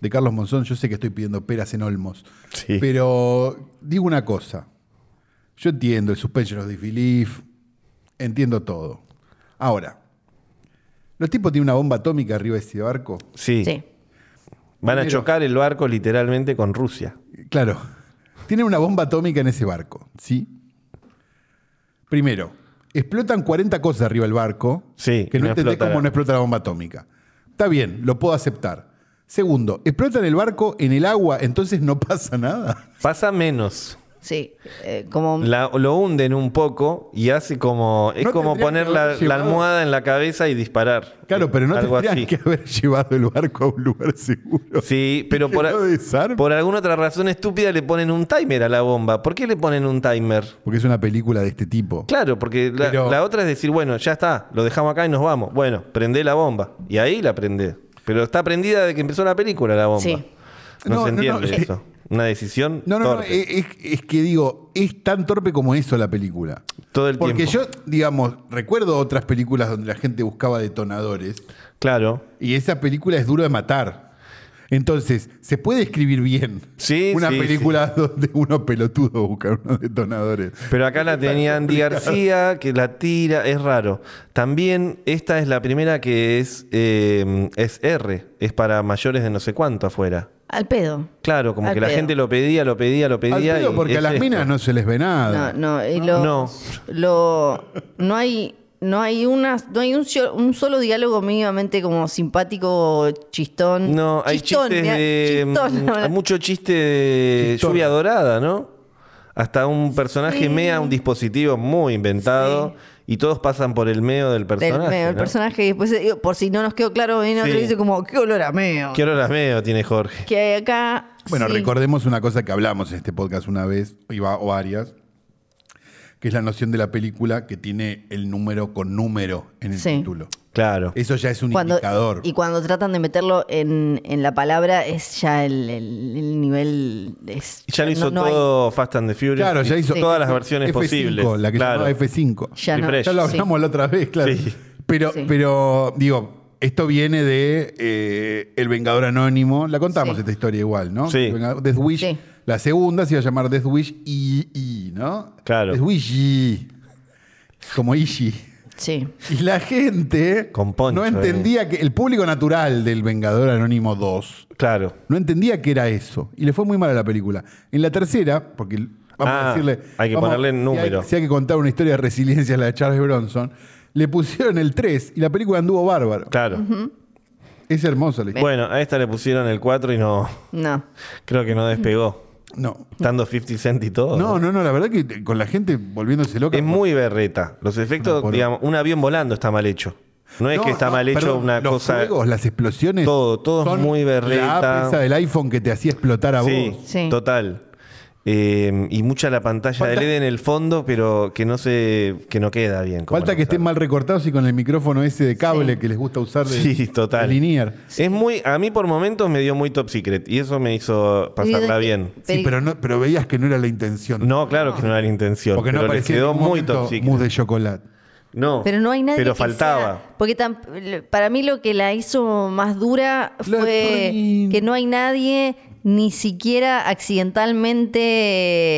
[SPEAKER 3] de Carlos Monzón. Yo sé que estoy pidiendo peras en olmos.
[SPEAKER 4] Sí.
[SPEAKER 3] Pero digo una cosa. Yo entiendo el suspension of disbelief. Entiendo todo. Ahora, los tipos tienen una bomba atómica arriba de ese barco.
[SPEAKER 4] Sí.
[SPEAKER 2] Sí.
[SPEAKER 4] Van a
[SPEAKER 3] Primero.
[SPEAKER 4] chocar el barco literalmente con Rusia.
[SPEAKER 3] Claro. Tienen una bomba atómica en ese barco, ¿sí? Primero, explotan 40 cosas arriba del barco.
[SPEAKER 4] Sí,
[SPEAKER 3] Que no,
[SPEAKER 4] no
[SPEAKER 3] entendés
[SPEAKER 4] explota la-
[SPEAKER 3] cómo no explota la bomba atómica. Está bien, lo puedo aceptar. Segundo, explotan el barco en el agua, entonces no pasa nada.
[SPEAKER 4] Pasa menos.
[SPEAKER 2] Sí, eh, como...
[SPEAKER 4] La- lo hunden un poco y hace como. Es
[SPEAKER 3] No
[SPEAKER 4] como
[SPEAKER 3] tendrían
[SPEAKER 4] poner
[SPEAKER 3] que haber
[SPEAKER 4] la, la
[SPEAKER 3] llevado-
[SPEAKER 4] almohada en la cabeza y disparar.
[SPEAKER 3] Claro, pero no
[SPEAKER 4] Algo
[SPEAKER 3] tendrían
[SPEAKER 4] así.
[SPEAKER 3] que haber llevado el barco a un lugar seguro.
[SPEAKER 4] Sí, pero
[SPEAKER 3] Que
[SPEAKER 4] por, a-
[SPEAKER 3] no desarme.
[SPEAKER 4] por alguna otra razón estúpida le ponen un timer a la bomba. ¿Por qué le ponen un timer?
[SPEAKER 3] Porque es una película de este tipo.
[SPEAKER 4] Claro, porque la,
[SPEAKER 3] Pero-
[SPEAKER 4] la otra es decir, bueno, ya está, lo dejamos acá y nos vamos. Bueno, prendé la bomba. Y ahí la prendé. Pero está prendida desde que empezó la película la bomba.
[SPEAKER 2] Sí.
[SPEAKER 4] No,
[SPEAKER 3] No,
[SPEAKER 4] se
[SPEAKER 3] no, no,
[SPEAKER 4] entiende
[SPEAKER 3] eh,
[SPEAKER 4] eso. Una decisión.
[SPEAKER 3] No, eh, no, no,
[SPEAKER 4] torpe.
[SPEAKER 3] es, es que digo, es tan torpe como eso la película.
[SPEAKER 4] Todo el
[SPEAKER 3] Porque
[SPEAKER 4] tiempo.
[SPEAKER 3] yo, digamos, recuerdo otras películas donde la gente buscaba detonadores
[SPEAKER 4] Claro.
[SPEAKER 3] y esa película es duro de matar. Entonces, se puede escribir bien
[SPEAKER 4] Sí,
[SPEAKER 3] una
[SPEAKER 4] sí,
[SPEAKER 3] película donde uno pelotudo busca unos detonadores.
[SPEAKER 4] Pero acá la tenía Andy García, que la tira, es raro. También esta es la primera que es, eh, es R, es para mayores de no sé cuánto afuera.
[SPEAKER 2] Al pedo.
[SPEAKER 4] Claro, como
[SPEAKER 2] Al
[SPEAKER 4] que la
[SPEAKER 2] pedo.
[SPEAKER 4] gente lo pedía, lo pedía, lo
[SPEAKER 3] Al
[SPEAKER 4] pedía.
[SPEAKER 3] pedo
[SPEAKER 4] y
[SPEAKER 3] porque a
[SPEAKER 4] es
[SPEAKER 3] las
[SPEAKER 4] esto.
[SPEAKER 3] minas no se les ve
[SPEAKER 2] No,
[SPEAKER 3] nada.
[SPEAKER 2] no, y lo,
[SPEAKER 4] No.
[SPEAKER 2] lo- no hay no hay una, no hay un, sio- un solo diálogo mínimamente como simpático, chistón.
[SPEAKER 4] No, hay
[SPEAKER 2] Chistón,
[SPEAKER 4] chistes
[SPEAKER 2] mirá,
[SPEAKER 4] de.
[SPEAKER 2] chistón,
[SPEAKER 4] mm,
[SPEAKER 2] habla-
[SPEAKER 4] hay mucho chiste de
[SPEAKER 3] Chistón.
[SPEAKER 4] lluvia dorada, ¿no? Hasta un personaje
[SPEAKER 2] Sí.
[SPEAKER 4] mea, un dispositivo muy inventado. Y todos pasan por el meo
[SPEAKER 2] del
[SPEAKER 4] del personaje.
[SPEAKER 2] meo, el
[SPEAKER 4] ¿no?
[SPEAKER 2] personaje. Y después, eh, por si no nos quedó claro, viene otro
[SPEAKER 4] Sí.
[SPEAKER 2] y dice como, qué olor a meo.
[SPEAKER 4] ¿Qué horas meo tiene Jorge?
[SPEAKER 2] Que acá.
[SPEAKER 3] Bueno,
[SPEAKER 2] sí.
[SPEAKER 3] recordemos una cosa que hablamos en este podcast una vez, y va- o varias, que es la noción de la película que tiene el número con número en el
[SPEAKER 2] Sí.
[SPEAKER 3] título.
[SPEAKER 4] Claro.
[SPEAKER 3] Eso ya es un
[SPEAKER 2] Cuando-
[SPEAKER 3] indicador.
[SPEAKER 2] Y cuando tratan de meterlo en, en la palabra, es ya el, el- el nivel. es-
[SPEAKER 4] Ya lo hizo
[SPEAKER 2] no- no hay-
[SPEAKER 4] todo Fast and the Furious.
[SPEAKER 3] Claro, ya hizo-
[SPEAKER 4] todas las versiones
[SPEAKER 3] F5,
[SPEAKER 4] posibles.
[SPEAKER 3] la que
[SPEAKER 4] claro.
[SPEAKER 3] llamaba F5.
[SPEAKER 2] ya no.
[SPEAKER 4] Refresh.
[SPEAKER 3] Ya lo
[SPEAKER 2] Sí.
[SPEAKER 3] hablamos la otra vez, claro.
[SPEAKER 4] Sí.
[SPEAKER 3] Pero,
[SPEAKER 2] Sí.
[SPEAKER 3] pero digo, esto viene de eh, El Vengador Anónimo. La contamos
[SPEAKER 2] Sí.
[SPEAKER 3] esta historia igual, ¿no?
[SPEAKER 4] Sí.
[SPEAKER 3] El Vengador- Death Wish.
[SPEAKER 2] Sí.
[SPEAKER 3] La segunda se iba a llamar Death Wish y, y, ¿no?
[SPEAKER 4] Claro.
[SPEAKER 3] Death Wish y. Como Ishi.
[SPEAKER 2] Sí.
[SPEAKER 3] Y la gente
[SPEAKER 4] Con poncho, eh.
[SPEAKER 3] no entendía que el público natural del Vengador Anónimo 2
[SPEAKER 4] Claro.
[SPEAKER 3] no entendía que era eso. Y le fue muy mal a la película. En la tercera, porque el- vamos
[SPEAKER 4] Ah,
[SPEAKER 3] a decirle.
[SPEAKER 4] hay que
[SPEAKER 3] vamos-
[SPEAKER 4] ponerle
[SPEAKER 3] si hay-
[SPEAKER 4] número.
[SPEAKER 3] Si hay, que contar una historia de resiliencia, la de Charles Bronson, le pusieron el 3 y la película anduvo bárbaro.
[SPEAKER 4] Claro.
[SPEAKER 3] Es hermosa la historia.
[SPEAKER 4] Bueno, a esta le pusieron el 4 y no.
[SPEAKER 2] No.
[SPEAKER 4] Creo que no despegó.
[SPEAKER 3] No.
[SPEAKER 4] Dando 50 Cent y todo.
[SPEAKER 3] No, no, no, la verdad que te- con la gente volviéndose loca.
[SPEAKER 4] Es muy berreta. Los efectos,
[SPEAKER 3] No, por-
[SPEAKER 4] digamos, un avión volando está mal hecho. No es
[SPEAKER 3] No,
[SPEAKER 4] que está
[SPEAKER 3] no,
[SPEAKER 4] mal hecho
[SPEAKER 3] perdón,
[SPEAKER 4] una
[SPEAKER 3] los
[SPEAKER 4] cosa.
[SPEAKER 3] Juegos, las explosiones.
[SPEAKER 4] Todo, todo es
[SPEAKER 3] son
[SPEAKER 4] muy berreta.
[SPEAKER 3] La app esa del iPhone que te hacía explotar a
[SPEAKER 4] sí,
[SPEAKER 3] vos.
[SPEAKER 2] Sí.
[SPEAKER 4] total. Eh, y mucha la pantalla
[SPEAKER 3] Falta-
[SPEAKER 4] de LED en el fondo, pero que no se, que no queda bien. como
[SPEAKER 3] Falta
[SPEAKER 4] la
[SPEAKER 3] que estén
[SPEAKER 4] usaron.
[SPEAKER 3] mal recortados y con el micrófono ese de cable
[SPEAKER 2] Sí.
[SPEAKER 3] que les gusta usar de,
[SPEAKER 4] Sí, total.
[SPEAKER 3] de linear.
[SPEAKER 4] Es muy, a mí por momentos me dio muy top secret y eso me hizo pasarla bien.
[SPEAKER 3] Sí, pero, no, pero veías que no era la intención.
[SPEAKER 4] No, claro que no era la intención.
[SPEAKER 3] Porque no
[SPEAKER 4] pero les
[SPEAKER 3] aparecía en
[SPEAKER 4] quedó
[SPEAKER 3] ningún
[SPEAKER 4] muy
[SPEAKER 3] momento
[SPEAKER 4] top secret.
[SPEAKER 3] mousse de chocolate.
[SPEAKER 4] No,
[SPEAKER 2] Pero no hay nadie.
[SPEAKER 4] Pero
[SPEAKER 2] que
[SPEAKER 4] faltaba.
[SPEAKER 2] sea- porque tam- para mí lo que la hizo más dura fue
[SPEAKER 3] Tony.
[SPEAKER 2] que no hay nadie ni siquiera accidentalmente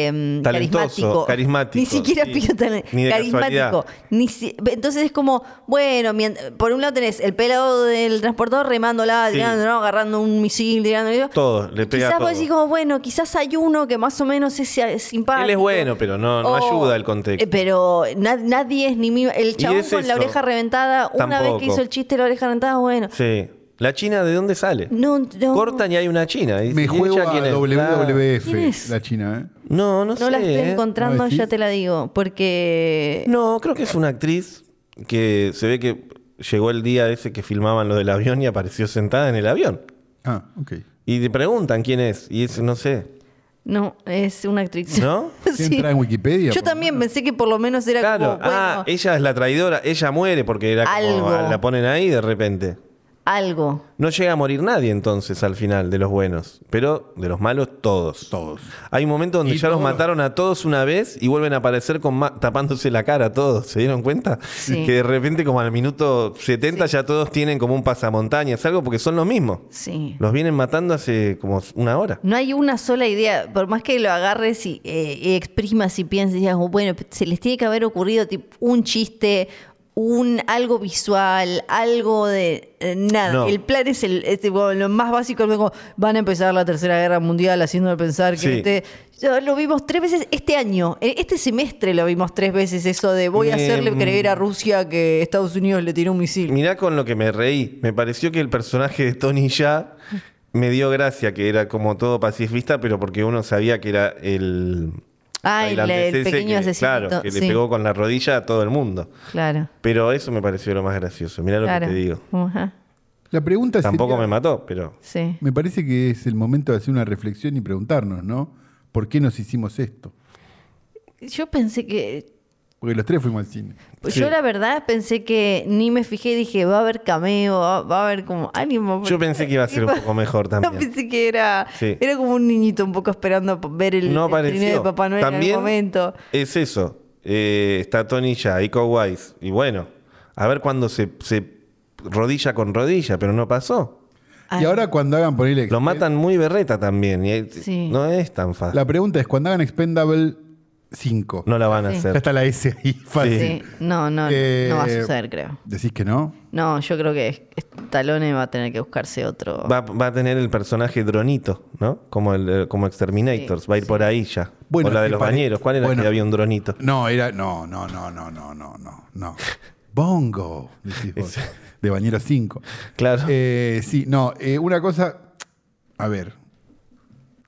[SPEAKER 2] eh,
[SPEAKER 4] Talentoso,
[SPEAKER 2] carismático.
[SPEAKER 4] carismático,
[SPEAKER 2] Ni siquiera
[SPEAKER 4] sí.
[SPEAKER 2] pillo talen-
[SPEAKER 4] Ni de
[SPEAKER 2] carismático.
[SPEAKER 4] casualidad.
[SPEAKER 2] Ni si- entonces es como, bueno, mien- por un lado tenés el pelado del transportador remándola,
[SPEAKER 4] Sí.
[SPEAKER 2] tirando, ¿no? agarrando un misil, tirando y eso.
[SPEAKER 4] Todo, le pega
[SPEAKER 2] Quizás
[SPEAKER 4] todo.
[SPEAKER 2] vos decís como, bueno, quizás hay uno que más o menos es eh, simpático.
[SPEAKER 4] Él es bueno, pero no- no ayuda el contexto.
[SPEAKER 2] Eh, pero na- nadie es ni mi- El chabón
[SPEAKER 4] es
[SPEAKER 2] con la
[SPEAKER 4] eso.
[SPEAKER 2] oreja reventada, una vez
[SPEAKER 4] Tampoco.
[SPEAKER 2] que hizo el chiste de la oreja reventada, bueno.
[SPEAKER 4] Sí. ¿La China de dónde sale?
[SPEAKER 2] No, no.
[SPEAKER 4] Cortan y hay una China. Y
[SPEAKER 3] Me
[SPEAKER 4] ¿y
[SPEAKER 3] juego
[SPEAKER 4] ella
[SPEAKER 3] a E.
[SPEAKER 4] quién es?
[SPEAKER 3] WWF,
[SPEAKER 2] ¿Quién es?
[SPEAKER 3] la china, ¿eh?
[SPEAKER 4] No, no,
[SPEAKER 2] No
[SPEAKER 4] sé.
[SPEAKER 2] la estoy
[SPEAKER 4] ¿eh?
[SPEAKER 2] encontrando,
[SPEAKER 3] ¿No decís?
[SPEAKER 2] ya te la digo. Porque.
[SPEAKER 4] No, creo que es una actriz que se ve que llegó el día ese que filmaban lo del avión y apareció sentada en el avión.
[SPEAKER 3] Ah, ok.
[SPEAKER 4] Y le preguntan quién es. Y es, no sé.
[SPEAKER 2] No, es una actriz.
[SPEAKER 4] ¿No?
[SPEAKER 3] ¿Quién entra en Wikipedia?
[SPEAKER 2] Yo
[SPEAKER 3] por
[SPEAKER 2] también pensé que por lo menos era
[SPEAKER 4] Claro.
[SPEAKER 2] como. Bueno,
[SPEAKER 4] ah, ella es la traidora. Ella muere porque era como-
[SPEAKER 2] Algo.
[SPEAKER 4] ah, la ponen ahí de repente.
[SPEAKER 2] Algo.
[SPEAKER 4] No llega a morir nadie entonces al final de los buenos. Pero de los malos, todos.
[SPEAKER 3] Todos.
[SPEAKER 4] Hay un momento donde
[SPEAKER 3] Y
[SPEAKER 4] ya los
[SPEAKER 3] todos.
[SPEAKER 4] mataron a todos una vez y vuelven a aparecer con ma- tapándose la cara a todos. ¿Se dieron cuenta?
[SPEAKER 2] Sí.
[SPEAKER 4] Que de repente, como al minuto 70, ya todos tienen como un pasamontañas, algo, porque son los mismos.
[SPEAKER 2] Sí.
[SPEAKER 4] Los vienen matando hace como una hora.
[SPEAKER 2] No hay una sola idea, por más que lo agarres y eh, exprimas y pienses, digas, bueno, se les tiene que haber ocurrido tipo, un chiste, un algo visual, algo de eh, nada.
[SPEAKER 4] No.
[SPEAKER 2] El plan es, el, es tipo, lo más básico, luego van a empezar la Tercera Guerra Mundial haciéndome pensar que
[SPEAKER 4] Sí.
[SPEAKER 2] este- ya lo vimos tres veces este año, en este semestre lo vimos tres veces eso de voy a
[SPEAKER 4] Em.
[SPEAKER 2] hacerle creer a Rusia que Estados Unidos le tiró un misil.
[SPEAKER 4] Mirá con lo que me reí. Me pareció que el personaje de Tony ya me dio gracia, que era como todo pacifista, pero porque uno sabía que era el.
[SPEAKER 2] Ah, el- el
[SPEAKER 4] tailandés ese
[SPEAKER 2] pequeño
[SPEAKER 4] que-
[SPEAKER 2] asesinito,
[SPEAKER 4] Claro, que le
[SPEAKER 2] sí.
[SPEAKER 4] pegó con la rodilla a todo el mundo.
[SPEAKER 2] Claro,
[SPEAKER 4] Pero eso me pareció lo más gracioso. Mirá lo
[SPEAKER 2] claro.
[SPEAKER 4] que te digo.
[SPEAKER 2] Ajá,
[SPEAKER 3] La pregunta es.
[SPEAKER 4] Tampoco me mató, pero.
[SPEAKER 2] Sí.
[SPEAKER 3] Me parece que es el momento de hacer una reflexión y preguntarnos, ¿no? ¿Por qué nos hicimos esto?
[SPEAKER 2] Yo pensé que
[SPEAKER 3] Porque los tres fuimos al cine.
[SPEAKER 2] Pues
[SPEAKER 4] Sí.
[SPEAKER 2] Yo la verdad pensé que ni me fijé, dije, va a haber cameo, va, va a haber como ánimo.
[SPEAKER 4] Yo pensé que iba a ser un poco mejor también.
[SPEAKER 2] Yo pensé que era,
[SPEAKER 4] Sí.
[SPEAKER 2] era como un niñito un poco esperando p- ver el,
[SPEAKER 4] no
[SPEAKER 2] el trineo
[SPEAKER 4] apareció.
[SPEAKER 2] de Papá Noel en
[SPEAKER 4] También
[SPEAKER 2] algún momento.
[SPEAKER 4] Es eso. Eh, está Tony ya, Ico Wise. Y bueno, a ver cuándo se, se rodilla con rodilla, pero no pasó.
[SPEAKER 2] Ay,
[SPEAKER 3] Y ahora cuando hagan por
[SPEAKER 4] Lo matan muy berreta también. y ahí-
[SPEAKER 2] Sí.
[SPEAKER 4] No es tan fácil.
[SPEAKER 3] La pregunta es, cuando hagan Expendable 5.
[SPEAKER 4] No la van a
[SPEAKER 2] Sí.
[SPEAKER 3] Ya
[SPEAKER 4] hacer.
[SPEAKER 3] está la S ahí fácil.
[SPEAKER 2] sí. No, no,
[SPEAKER 3] Eh,
[SPEAKER 2] no va a suceder, creo.
[SPEAKER 3] ¿Decís que no?
[SPEAKER 2] No, yo creo que Talone va a tener que buscarse otro.
[SPEAKER 4] Va, va a tener el personaje dronito, ¿no? Como el eh, como Exterminators. va a ir por ahí ya.
[SPEAKER 3] Bueno,
[SPEAKER 4] o la de
[SPEAKER 3] que
[SPEAKER 4] los
[SPEAKER 3] pare-
[SPEAKER 4] bañeros. ¿Cuál era
[SPEAKER 3] bueno.
[SPEAKER 4] que había un dronito?
[SPEAKER 3] No, era. No, no, no, no, no, no, no, no. Bongo, decís vos, de Bañera 5.
[SPEAKER 4] Claro.
[SPEAKER 3] Eh, sí, no, eh, una cosa, a ver,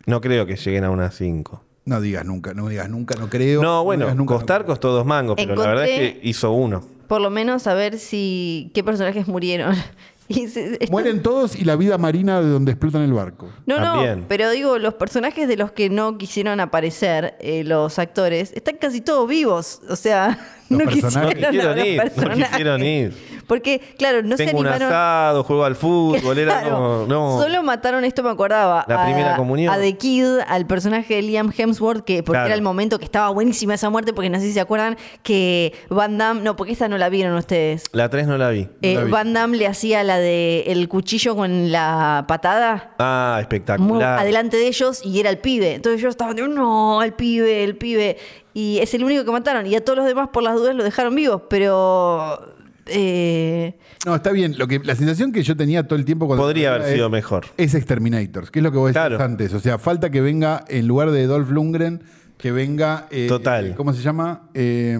[SPEAKER 4] No creo que lleguen a una 5.
[SPEAKER 3] no digas nunca, no digas nunca, no creo.
[SPEAKER 4] No, bueno,
[SPEAKER 3] digas nunca,
[SPEAKER 4] Costar
[SPEAKER 3] no creo.
[SPEAKER 4] costó dos mangos, pero la
[SPEAKER 2] Encontré-
[SPEAKER 4] verdad es que hizo uno.
[SPEAKER 2] Por lo menos a ver si qué personajes murieron. Y se-
[SPEAKER 3] Mueren todos y la vida marina de donde explotan el barco.
[SPEAKER 2] No,
[SPEAKER 4] También.
[SPEAKER 2] no, pero digo, los personajes de los que no quisieron aparecer, eh, los actores, están casi todos vivos. O sea,
[SPEAKER 3] Los
[SPEAKER 2] no
[SPEAKER 3] personajes.
[SPEAKER 2] quisieron,
[SPEAKER 4] No
[SPEAKER 2] a
[SPEAKER 4] quisieron
[SPEAKER 2] los
[SPEAKER 4] ir, no
[SPEAKER 2] personajes.
[SPEAKER 4] quisieron ir.
[SPEAKER 2] Porque, claro, no se
[SPEAKER 4] Tengo un
[SPEAKER 2] animaron.
[SPEAKER 4] asado, juego al fútbol, era
[SPEAKER 2] Claro,
[SPEAKER 4] como. No.
[SPEAKER 2] Solo mataron esto, me acordaba.
[SPEAKER 4] La
[SPEAKER 2] a-
[SPEAKER 4] primera comunión.
[SPEAKER 2] A The Kid, al personaje de Liam Hemsworth, que porque
[SPEAKER 4] Claro.
[SPEAKER 2] era el momento que estaba buenísima esa muerte, porque no sé si se acuerdan que Van Damme. No, porque esta no la vieron ustedes.
[SPEAKER 4] La 3 no la vi.
[SPEAKER 2] Eh,
[SPEAKER 3] la vi.
[SPEAKER 2] Van Damme le hacía la de el cuchillo con la patada.
[SPEAKER 4] Ah,
[SPEAKER 2] Muy
[SPEAKER 4] espectacular.
[SPEAKER 2] adelante de ellos y era el pibe. Entonces yo estaba, no, el pibe, el pibe. Y es el único que mataron. Y a todos los demás, por las dudas, lo dejaron vivos. Pero. eh,
[SPEAKER 3] No, está bien. Lo que, la sensación que yo tenía todo el tiempo cuando.
[SPEAKER 4] Podría haber
[SPEAKER 3] es-
[SPEAKER 4] sido mejor.
[SPEAKER 3] Es Exterminators, que es lo que vos decías
[SPEAKER 4] Claro.
[SPEAKER 3] antes. O sea, falta que venga, en lugar de Dolph Lundgren, que venga. eh,
[SPEAKER 4] Total.
[SPEAKER 3] eh, ¿Cómo se llama? Eh,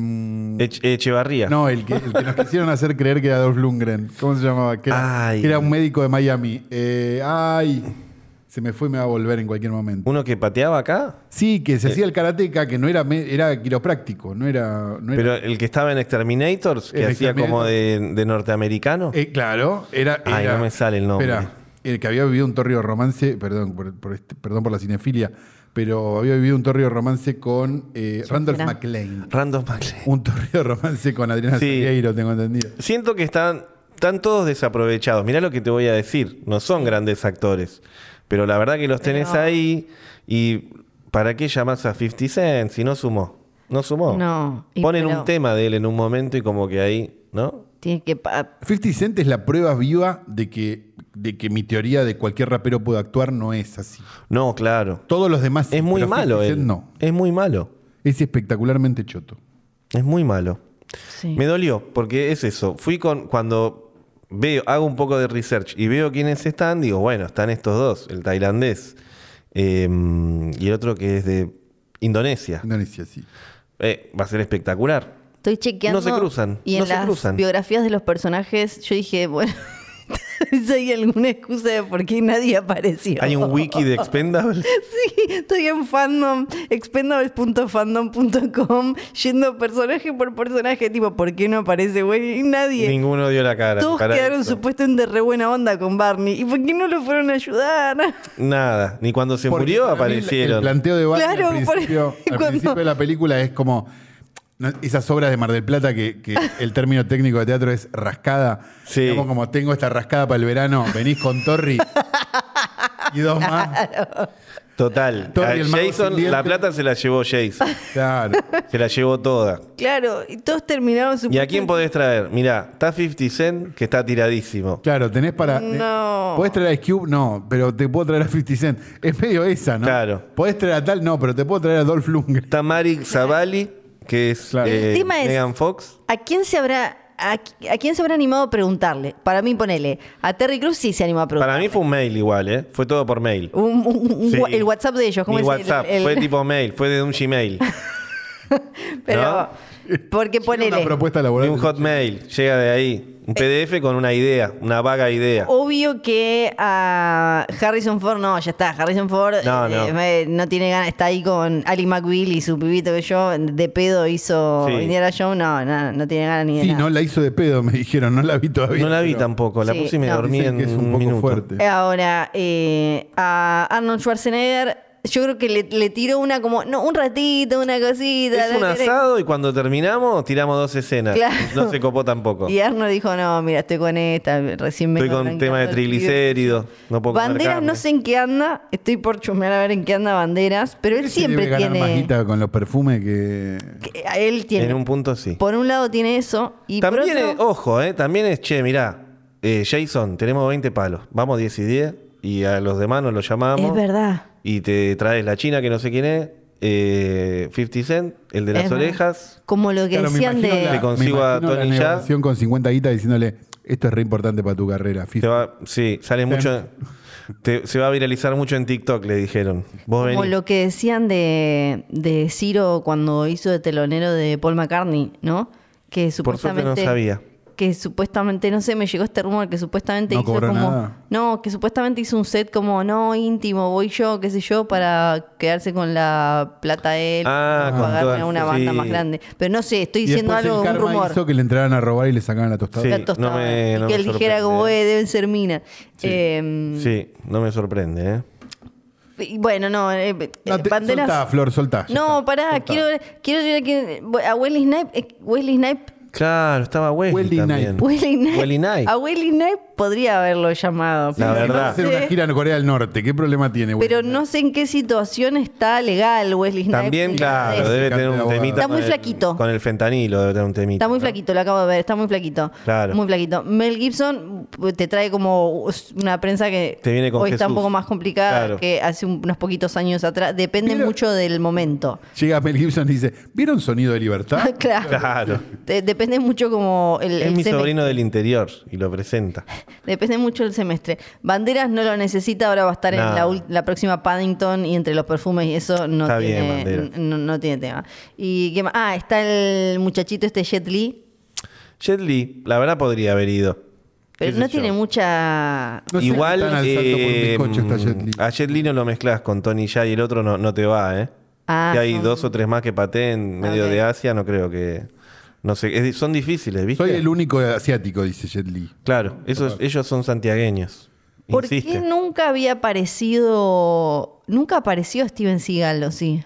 [SPEAKER 4] Ech- Echevarría.
[SPEAKER 3] no, el que, el que nos quisieron hacer creer que era Dolph Lundgren. ¿Cómo se llamaba? Que era,
[SPEAKER 4] Ay.
[SPEAKER 3] que era un médico de Miami. Eh, ay. Se me fue y me va a volver en cualquier momento.
[SPEAKER 4] Uno que pateaba acá,
[SPEAKER 3] Sí, que
[SPEAKER 4] Eh.
[SPEAKER 3] se hacía el karateca, que no era, me- era quiropráctico, no era. no era-
[SPEAKER 4] pero el que estaba en Exterminators, que
[SPEAKER 3] En
[SPEAKER 4] hacía como de, de norteamericano.
[SPEAKER 3] Eh, claro, era.
[SPEAKER 4] Ay,
[SPEAKER 3] era-
[SPEAKER 4] no me sale el nombre.
[SPEAKER 3] Espera, el que había vivido un torrido romance, perdón por, por este- perdón por la cinefilia, pero había vivido un torrido romance con eh, Randolph
[SPEAKER 2] será?
[SPEAKER 3] McLean.
[SPEAKER 4] Random McLean.
[SPEAKER 3] Un torrido romance con Adriana
[SPEAKER 4] Sí.
[SPEAKER 3] Salgueiro, tengo entendido.
[SPEAKER 4] Siento que están, están todos desaprovechados. Mirá lo que te voy a decir. No son grandes actores. Pero la verdad que los tenés
[SPEAKER 2] Pero-
[SPEAKER 4] ahí. ¿Y para qué llamás a 50 Cent si no sumó? No sumó.
[SPEAKER 2] No, y
[SPEAKER 4] Ponen
[SPEAKER 2] pero-
[SPEAKER 4] un tema de él en un momento y como que ahí, ¿no?
[SPEAKER 2] tiene que. pa-
[SPEAKER 3] 50 Cent es la prueba viva de que, de que mi teoría de cualquier rapero puede actuar no es así.
[SPEAKER 4] No, claro.
[SPEAKER 3] Todos los demás sí,
[SPEAKER 4] Es muy
[SPEAKER 3] pero 50
[SPEAKER 4] malo
[SPEAKER 3] Cent
[SPEAKER 4] él.
[SPEAKER 3] no.
[SPEAKER 4] Es muy malo.
[SPEAKER 3] Es espectacularmente choto.
[SPEAKER 4] Es muy malo.
[SPEAKER 2] sí.
[SPEAKER 4] Me dolió, porque es eso. Fui con. Cuando veo, hago un poco de research y veo quiénes están, digo, bueno, están estos dos, el tailandés eh, y el otro que es de Indonesia.
[SPEAKER 3] Indonesia, sí.
[SPEAKER 4] Eh, va a ser espectacular.
[SPEAKER 2] Estoy chequeando.
[SPEAKER 4] No se cruzan,
[SPEAKER 2] Y en
[SPEAKER 4] no se
[SPEAKER 2] las
[SPEAKER 4] cruzan.
[SPEAKER 2] biografías de los personajes, yo dije, bueno. si hay alguna excusa de por qué nadie apareció.
[SPEAKER 4] Hay un wiki de Expendable.
[SPEAKER 2] Sí, estoy en fandom, expendables.fandom.com, yendo personaje por personaje, tipo, ¿por qué no aparece, güey? Y Nadie.
[SPEAKER 4] Ninguno dio la cara.
[SPEAKER 2] Todos
[SPEAKER 4] para
[SPEAKER 2] quedaron
[SPEAKER 4] eso.
[SPEAKER 2] supuestamente re buena onda con Barney. ¿Y por qué no lo fueron a ayudar?
[SPEAKER 4] Nada. Ni cuando se
[SPEAKER 3] Porque
[SPEAKER 4] murió
[SPEAKER 3] para mí el- El
[SPEAKER 4] aparecieron.
[SPEAKER 3] planteo de Barney
[SPEAKER 2] Claro,
[SPEAKER 3] al,
[SPEAKER 2] por-
[SPEAKER 3] principio, al
[SPEAKER 2] cuando-
[SPEAKER 3] principio de la película es como no, esas obras de Mar del Plata que, que el término técnico de teatro es rascada.
[SPEAKER 4] Sí.
[SPEAKER 3] Digamos como tengo esta rascada para el verano, venís con Torri y dos más.
[SPEAKER 4] Total.
[SPEAKER 3] Torre
[SPEAKER 4] A
[SPEAKER 3] y el mago sin
[SPEAKER 4] Jason,
[SPEAKER 3] dientes.
[SPEAKER 4] la plata se la llevó Jason.
[SPEAKER 3] Claro.
[SPEAKER 4] Se la llevó toda.
[SPEAKER 2] Claro, y todos terminaron su
[SPEAKER 4] ¿Y a quién podés traer? Mirá, está 50 Cent, que está tiradísimo.
[SPEAKER 3] Claro, tenés para. eh,
[SPEAKER 2] No.
[SPEAKER 3] ¿Podés traer a Ice Cube? No, pero te puedo traer a 50 Cent. Es medio esa, ¿no?
[SPEAKER 4] Claro.
[SPEAKER 3] ¿Podés traer a tal? No, pero te puedo traer a Dolph Lundgren.
[SPEAKER 4] Está Mari Zavalli, que es
[SPEAKER 3] Claro.
[SPEAKER 4] eh,
[SPEAKER 2] El tema es-
[SPEAKER 4] Megan Fox.
[SPEAKER 2] ¿A quién se habrá a, qui- a quién se habrá animado a preguntarle? Para mí, ponele. A Terry Cruz sí se animó a preguntar.
[SPEAKER 4] Para mí fue un mail igual, ¿eh? Fue todo por mail.
[SPEAKER 2] Un- un- un-
[SPEAKER 4] Sí.
[SPEAKER 2] wa- El WhatsApp de ellos, ¿cómo
[SPEAKER 4] Mi
[SPEAKER 2] es? El-
[SPEAKER 4] WhatsApp,
[SPEAKER 2] el-
[SPEAKER 4] fue tipo mail, fue de un Gmail,
[SPEAKER 2] Pero, porque
[SPEAKER 3] Una
[SPEAKER 2] ponele.
[SPEAKER 3] propuesta
[SPEAKER 4] de
[SPEAKER 3] laboral.
[SPEAKER 4] un Hotmail, llega de ahí.
[SPEAKER 2] Eh.
[SPEAKER 4] Un PDF con una idea, una vaga idea.
[SPEAKER 2] Obvio que a Harrison Ford, no, ya está. Harrison Ford
[SPEAKER 4] No, no.
[SPEAKER 2] eh, no tiene ganas, está ahí con Ali McBeal y su pibito que yo, de pedo hizo
[SPEAKER 4] Sí.
[SPEAKER 2] Indiana Jones, no, no, no tiene ganas ni de
[SPEAKER 3] Sí,
[SPEAKER 2] nada.
[SPEAKER 3] no la hizo de pedo, me dijeron. No la vi todavía.
[SPEAKER 4] No la vi
[SPEAKER 3] pero
[SPEAKER 4] tampoco, la
[SPEAKER 2] Sí,
[SPEAKER 4] puse y me
[SPEAKER 2] no.
[SPEAKER 4] dormí
[SPEAKER 3] dicen
[SPEAKER 4] en
[SPEAKER 3] que es un
[SPEAKER 4] un
[SPEAKER 3] poco
[SPEAKER 4] minuto.
[SPEAKER 3] fuerte.
[SPEAKER 2] Ahora, eh, a Arnold Schwarzenegger, yo creo que le, le tiró una como, no, un ratito, una cosita.
[SPEAKER 4] Es
[SPEAKER 2] no
[SPEAKER 4] un
[SPEAKER 2] querés-
[SPEAKER 4] asado y cuando terminamos tiramos dos escenas.
[SPEAKER 2] Claro.
[SPEAKER 4] No se copó tampoco.
[SPEAKER 2] Y Arnold dijo, no, mira, estoy con esta, recién me
[SPEAKER 4] Estoy con
[SPEAKER 2] arrancando
[SPEAKER 4] tema de
[SPEAKER 2] el pibe".
[SPEAKER 4] triglicéridos, no puedo comer
[SPEAKER 2] Banderas
[SPEAKER 4] carne.
[SPEAKER 2] no sé en qué anda, estoy por chumear a ver en qué anda Banderas, pero él
[SPEAKER 3] Ese debe
[SPEAKER 2] siempre
[SPEAKER 3] ganar más
[SPEAKER 2] tiene...
[SPEAKER 3] guita con los perfumes que.
[SPEAKER 2] que- a Él tiene...
[SPEAKER 4] En un punto sí.
[SPEAKER 2] Por un lado tiene eso y por
[SPEAKER 4] También
[SPEAKER 2] otro-
[SPEAKER 4] es, ojo, eh, también es, che, mirá, eh, Jason, tenemos 20 palos, vamos 10 y 10 y a los demás nos los llamamos.
[SPEAKER 2] es verdad.
[SPEAKER 4] Y te traes la china que no sé quién es, eh, 50 Cent, el de las
[SPEAKER 2] es verdad.
[SPEAKER 4] orejas.
[SPEAKER 2] Como lo que
[SPEAKER 3] Claro, me
[SPEAKER 2] decían
[SPEAKER 3] imagino
[SPEAKER 2] de...
[SPEAKER 3] la-
[SPEAKER 4] Te consigo
[SPEAKER 3] me
[SPEAKER 4] a
[SPEAKER 3] imagino
[SPEAKER 4] Tony
[SPEAKER 3] la
[SPEAKER 4] ya.
[SPEAKER 3] negociación con 50 guita diciéndole, esto es re importante para tu carrera.
[SPEAKER 4] Te
[SPEAKER 3] Fifty".
[SPEAKER 4] va, sí, sale mucho. te- se va a viralizar mucho en TikTok, le dijeron. Vos
[SPEAKER 2] Como
[SPEAKER 4] venís.
[SPEAKER 2] lo que decían de, de Ciro cuando hizo de telonero de Paul McCartney, ¿no? Que
[SPEAKER 4] Por suerte
[SPEAKER 2] supuestamente.
[SPEAKER 4] no sabía.
[SPEAKER 2] que supuestamente, no sé, me llegó este rumor que supuestamente
[SPEAKER 3] No
[SPEAKER 2] hizo
[SPEAKER 3] cobró
[SPEAKER 2] como.
[SPEAKER 3] nada.
[SPEAKER 2] No, que supuestamente hizo un set como no íntimo, voy yo, qué sé yo, para quedarse con la plata él,
[SPEAKER 4] Ah,
[SPEAKER 2] para
[SPEAKER 4] con
[SPEAKER 2] pagarme
[SPEAKER 4] todas-
[SPEAKER 2] a una banda
[SPEAKER 4] sí.
[SPEAKER 2] más grande. Pero no sé, estoy
[SPEAKER 3] Y
[SPEAKER 2] diciendo
[SPEAKER 3] después
[SPEAKER 2] algo,
[SPEAKER 3] el
[SPEAKER 2] un
[SPEAKER 3] karma
[SPEAKER 2] rumor.
[SPEAKER 3] hizo que le entraran a robar y le sacaban la tostada.
[SPEAKER 4] Sí.
[SPEAKER 2] La tostada,
[SPEAKER 4] no me-
[SPEAKER 2] y
[SPEAKER 4] no
[SPEAKER 2] que
[SPEAKER 4] me
[SPEAKER 2] él dijera
[SPEAKER 4] sorprende,
[SPEAKER 2] como,
[SPEAKER 4] ¿eh?
[SPEAKER 2] eh, deben ser minas.
[SPEAKER 3] Sí.
[SPEAKER 2] Eh,
[SPEAKER 4] Sí, no me sorprende, ¿eh?
[SPEAKER 2] y Bueno, no, eh, eh,
[SPEAKER 3] No, te-
[SPEAKER 2] banderas.
[SPEAKER 3] soltá, Flor,
[SPEAKER 4] Ah,
[SPEAKER 3] soltá. ya
[SPEAKER 2] no,
[SPEAKER 3] está,
[SPEAKER 2] pará,
[SPEAKER 3] soltá.
[SPEAKER 2] quiero ver- quiero llegar que, a Wesley Snipe, eh, Wesley Snipe
[SPEAKER 4] Claro, estaba Wesley,
[SPEAKER 3] Wesley
[SPEAKER 4] también.
[SPEAKER 3] Knight.
[SPEAKER 2] Willy Knight.
[SPEAKER 4] Wesley Knight.
[SPEAKER 2] A Willy Knight podría haberlo llamado. pero
[SPEAKER 4] La verdad.
[SPEAKER 3] Va a hacer una
[SPEAKER 2] sé-
[SPEAKER 3] gira en Corea del Norte. ¿Qué problema tiene, güey?
[SPEAKER 2] Pero no sé en qué situación está legal Wesley Snipes.
[SPEAKER 4] También,
[SPEAKER 2] ni nada de
[SPEAKER 4] claro,
[SPEAKER 2] eso.
[SPEAKER 4] debe tener un
[SPEAKER 3] Abogado.
[SPEAKER 4] temita.
[SPEAKER 2] Está muy
[SPEAKER 4] con el-
[SPEAKER 2] flaquito.
[SPEAKER 4] Con el fentanilo debe tener un temita.
[SPEAKER 2] Está muy
[SPEAKER 4] ¿no?
[SPEAKER 2] flaquito, lo acabo de ver, está muy flaquito.
[SPEAKER 4] Claro.
[SPEAKER 2] Muy flaquito. Mel Gibson pues, te trae como una prensa que
[SPEAKER 4] Te viene con
[SPEAKER 2] hoy está
[SPEAKER 4] Jesús.
[SPEAKER 2] un poco más complicada
[SPEAKER 4] Claro.
[SPEAKER 2] que hace un- unos poquitos años atrás. Depende
[SPEAKER 3] Mira.
[SPEAKER 2] mucho del momento.
[SPEAKER 3] Llega Mel Gibson y dice, ¿vieron Sonido de Libertad?
[SPEAKER 2] claro.
[SPEAKER 4] Claro.
[SPEAKER 2] Te- depende mucho como el,
[SPEAKER 4] Es
[SPEAKER 2] el
[SPEAKER 4] mi
[SPEAKER 2] semestre.
[SPEAKER 4] sobrino del interior y lo presenta.
[SPEAKER 2] Depende mucho del semestre. Banderas no lo necesita, ahora va a estar
[SPEAKER 4] No.
[SPEAKER 2] en la, ul- la próxima Paddington y entre los perfumes y eso no,
[SPEAKER 4] Está bien,
[SPEAKER 2] tiene,
[SPEAKER 4] Banderas.
[SPEAKER 2] n- no, no tiene tema. Y qué más? Ah, está el muchachito este Jet Li,
[SPEAKER 4] Jet Li, la verdad podría haber ido.
[SPEAKER 2] pero
[SPEAKER 4] sé
[SPEAKER 2] no
[SPEAKER 4] yo?
[SPEAKER 2] tiene mucha...
[SPEAKER 3] No sé
[SPEAKER 4] Igual
[SPEAKER 3] qué tan al salto por un
[SPEAKER 4] eh,
[SPEAKER 3] bizcocho está Jet Li.
[SPEAKER 4] a Jet Li no lo mezclas con Tony Ya y el otro no, no te va, ¿eh?
[SPEAKER 2] Ah,
[SPEAKER 4] que hay
[SPEAKER 2] son-
[SPEAKER 4] dos o tres más que pateen medio
[SPEAKER 2] Ok.
[SPEAKER 4] de Asia, no creo que... No sé, es di- son difíciles, ¿viste?
[SPEAKER 3] Soy el único asiático, dice Jet Li.
[SPEAKER 4] Claro, esos, ellos son santiagueños.
[SPEAKER 2] ¿Por
[SPEAKER 4] Insiste.
[SPEAKER 2] qué nunca había aparecido... Nunca apareció Steven Seagal, ¿o sí?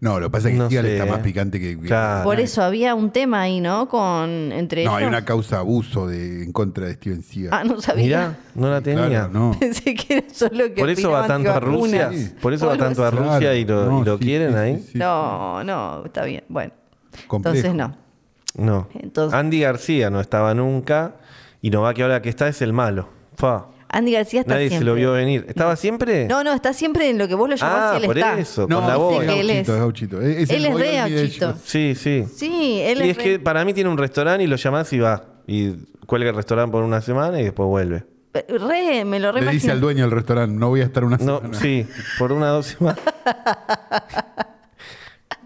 [SPEAKER 3] No, lo que pasa es que
[SPEAKER 4] No
[SPEAKER 3] Seagal
[SPEAKER 4] sé,
[SPEAKER 3] está más
[SPEAKER 4] eh.
[SPEAKER 3] picante que... que-
[SPEAKER 4] Claro. Ah,
[SPEAKER 2] Por
[SPEAKER 4] no.
[SPEAKER 2] eso había un tema ahí, ¿no? Con... Entre
[SPEAKER 3] No, hay
[SPEAKER 2] ellos.
[SPEAKER 3] una causa abuso de, en contra de Steven Seagal.
[SPEAKER 2] Ah, no sabía.
[SPEAKER 4] Mirá, no la tenía.
[SPEAKER 3] Claro, no.
[SPEAKER 2] Pensé que era solo que
[SPEAKER 4] Por eso va
[SPEAKER 2] opinaban
[SPEAKER 4] tanto a
[SPEAKER 2] antivacunas.
[SPEAKER 4] Rusia. Por eso va
[SPEAKER 2] Bueno,
[SPEAKER 4] tanto a
[SPEAKER 3] Claro,
[SPEAKER 4] Rusia y lo,
[SPEAKER 3] no,
[SPEAKER 4] y lo
[SPEAKER 3] sí,
[SPEAKER 4] quieren
[SPEAKER 3] sí,
[SPEAKER 4] ahí.
[SPEAKER 3] sí, sí.
[SPEAKER 2] No, no, está bien. Bueno,
[SPEAKER 3] Complejo.
[SPEAKER 2] entonces no.
[SPEAKER 4] No.
[SPEAKER 2] Entonces-
[SPEAKER 4] Andy García no estaba nunca. Y no va que ahora que está es el malo. Fa.
[SPEAKER 2] Andy García está
[SPEAKER 4] Nadie se
[SPEAKER 2] siempre.
[SPEAKER 4] lo vio venir. ¿Estaba siempre.
[SPEAKER 2] No, no, está siempre en lo que vos lo llamás
[SPEAKER 4] Ah,
[SPEAKER 2] y él
[SPEAKER 4] por
[SPEAKER 2] está.
[SPEAKER 4] eso, con
[SPEAKER 3] viste
[SPEAKER 4] la voz.
[SPEAKER 3] que
[SPEAKER 2] Él es-
[SPEAKER 3] gauchito, gauchito. E-, Es,
[SPEAKER 2] él es
[SPEAKER 3] el
[SPEAKER 2] re
[SPEAKER 3] boy de
[SPEAKER 2] gauchito.
[SPEAKER 3] ellos.
[SPEAKER 4] Sí, sí.
[SPEAKER 2] Sí, él
[SPEAKER 4] y es
[SPEAKER 2] re-
[SPEAKER 4] que para mí tiene un restaurante y lo llamás y va. Y cuelga el restaurante por una semana y después vuelve.
[SPEAKER 2] re- me lo
[SPEAKER 3] Le dice
[SPEAKER 2] reimagino.
[SPEAKER 3] al dueño del restaurante, no voy a estar una
[SPEAKER 4] No,
[SPEAKER 3] semana.
[SPEAKER 4] sí, por una o dos semanas.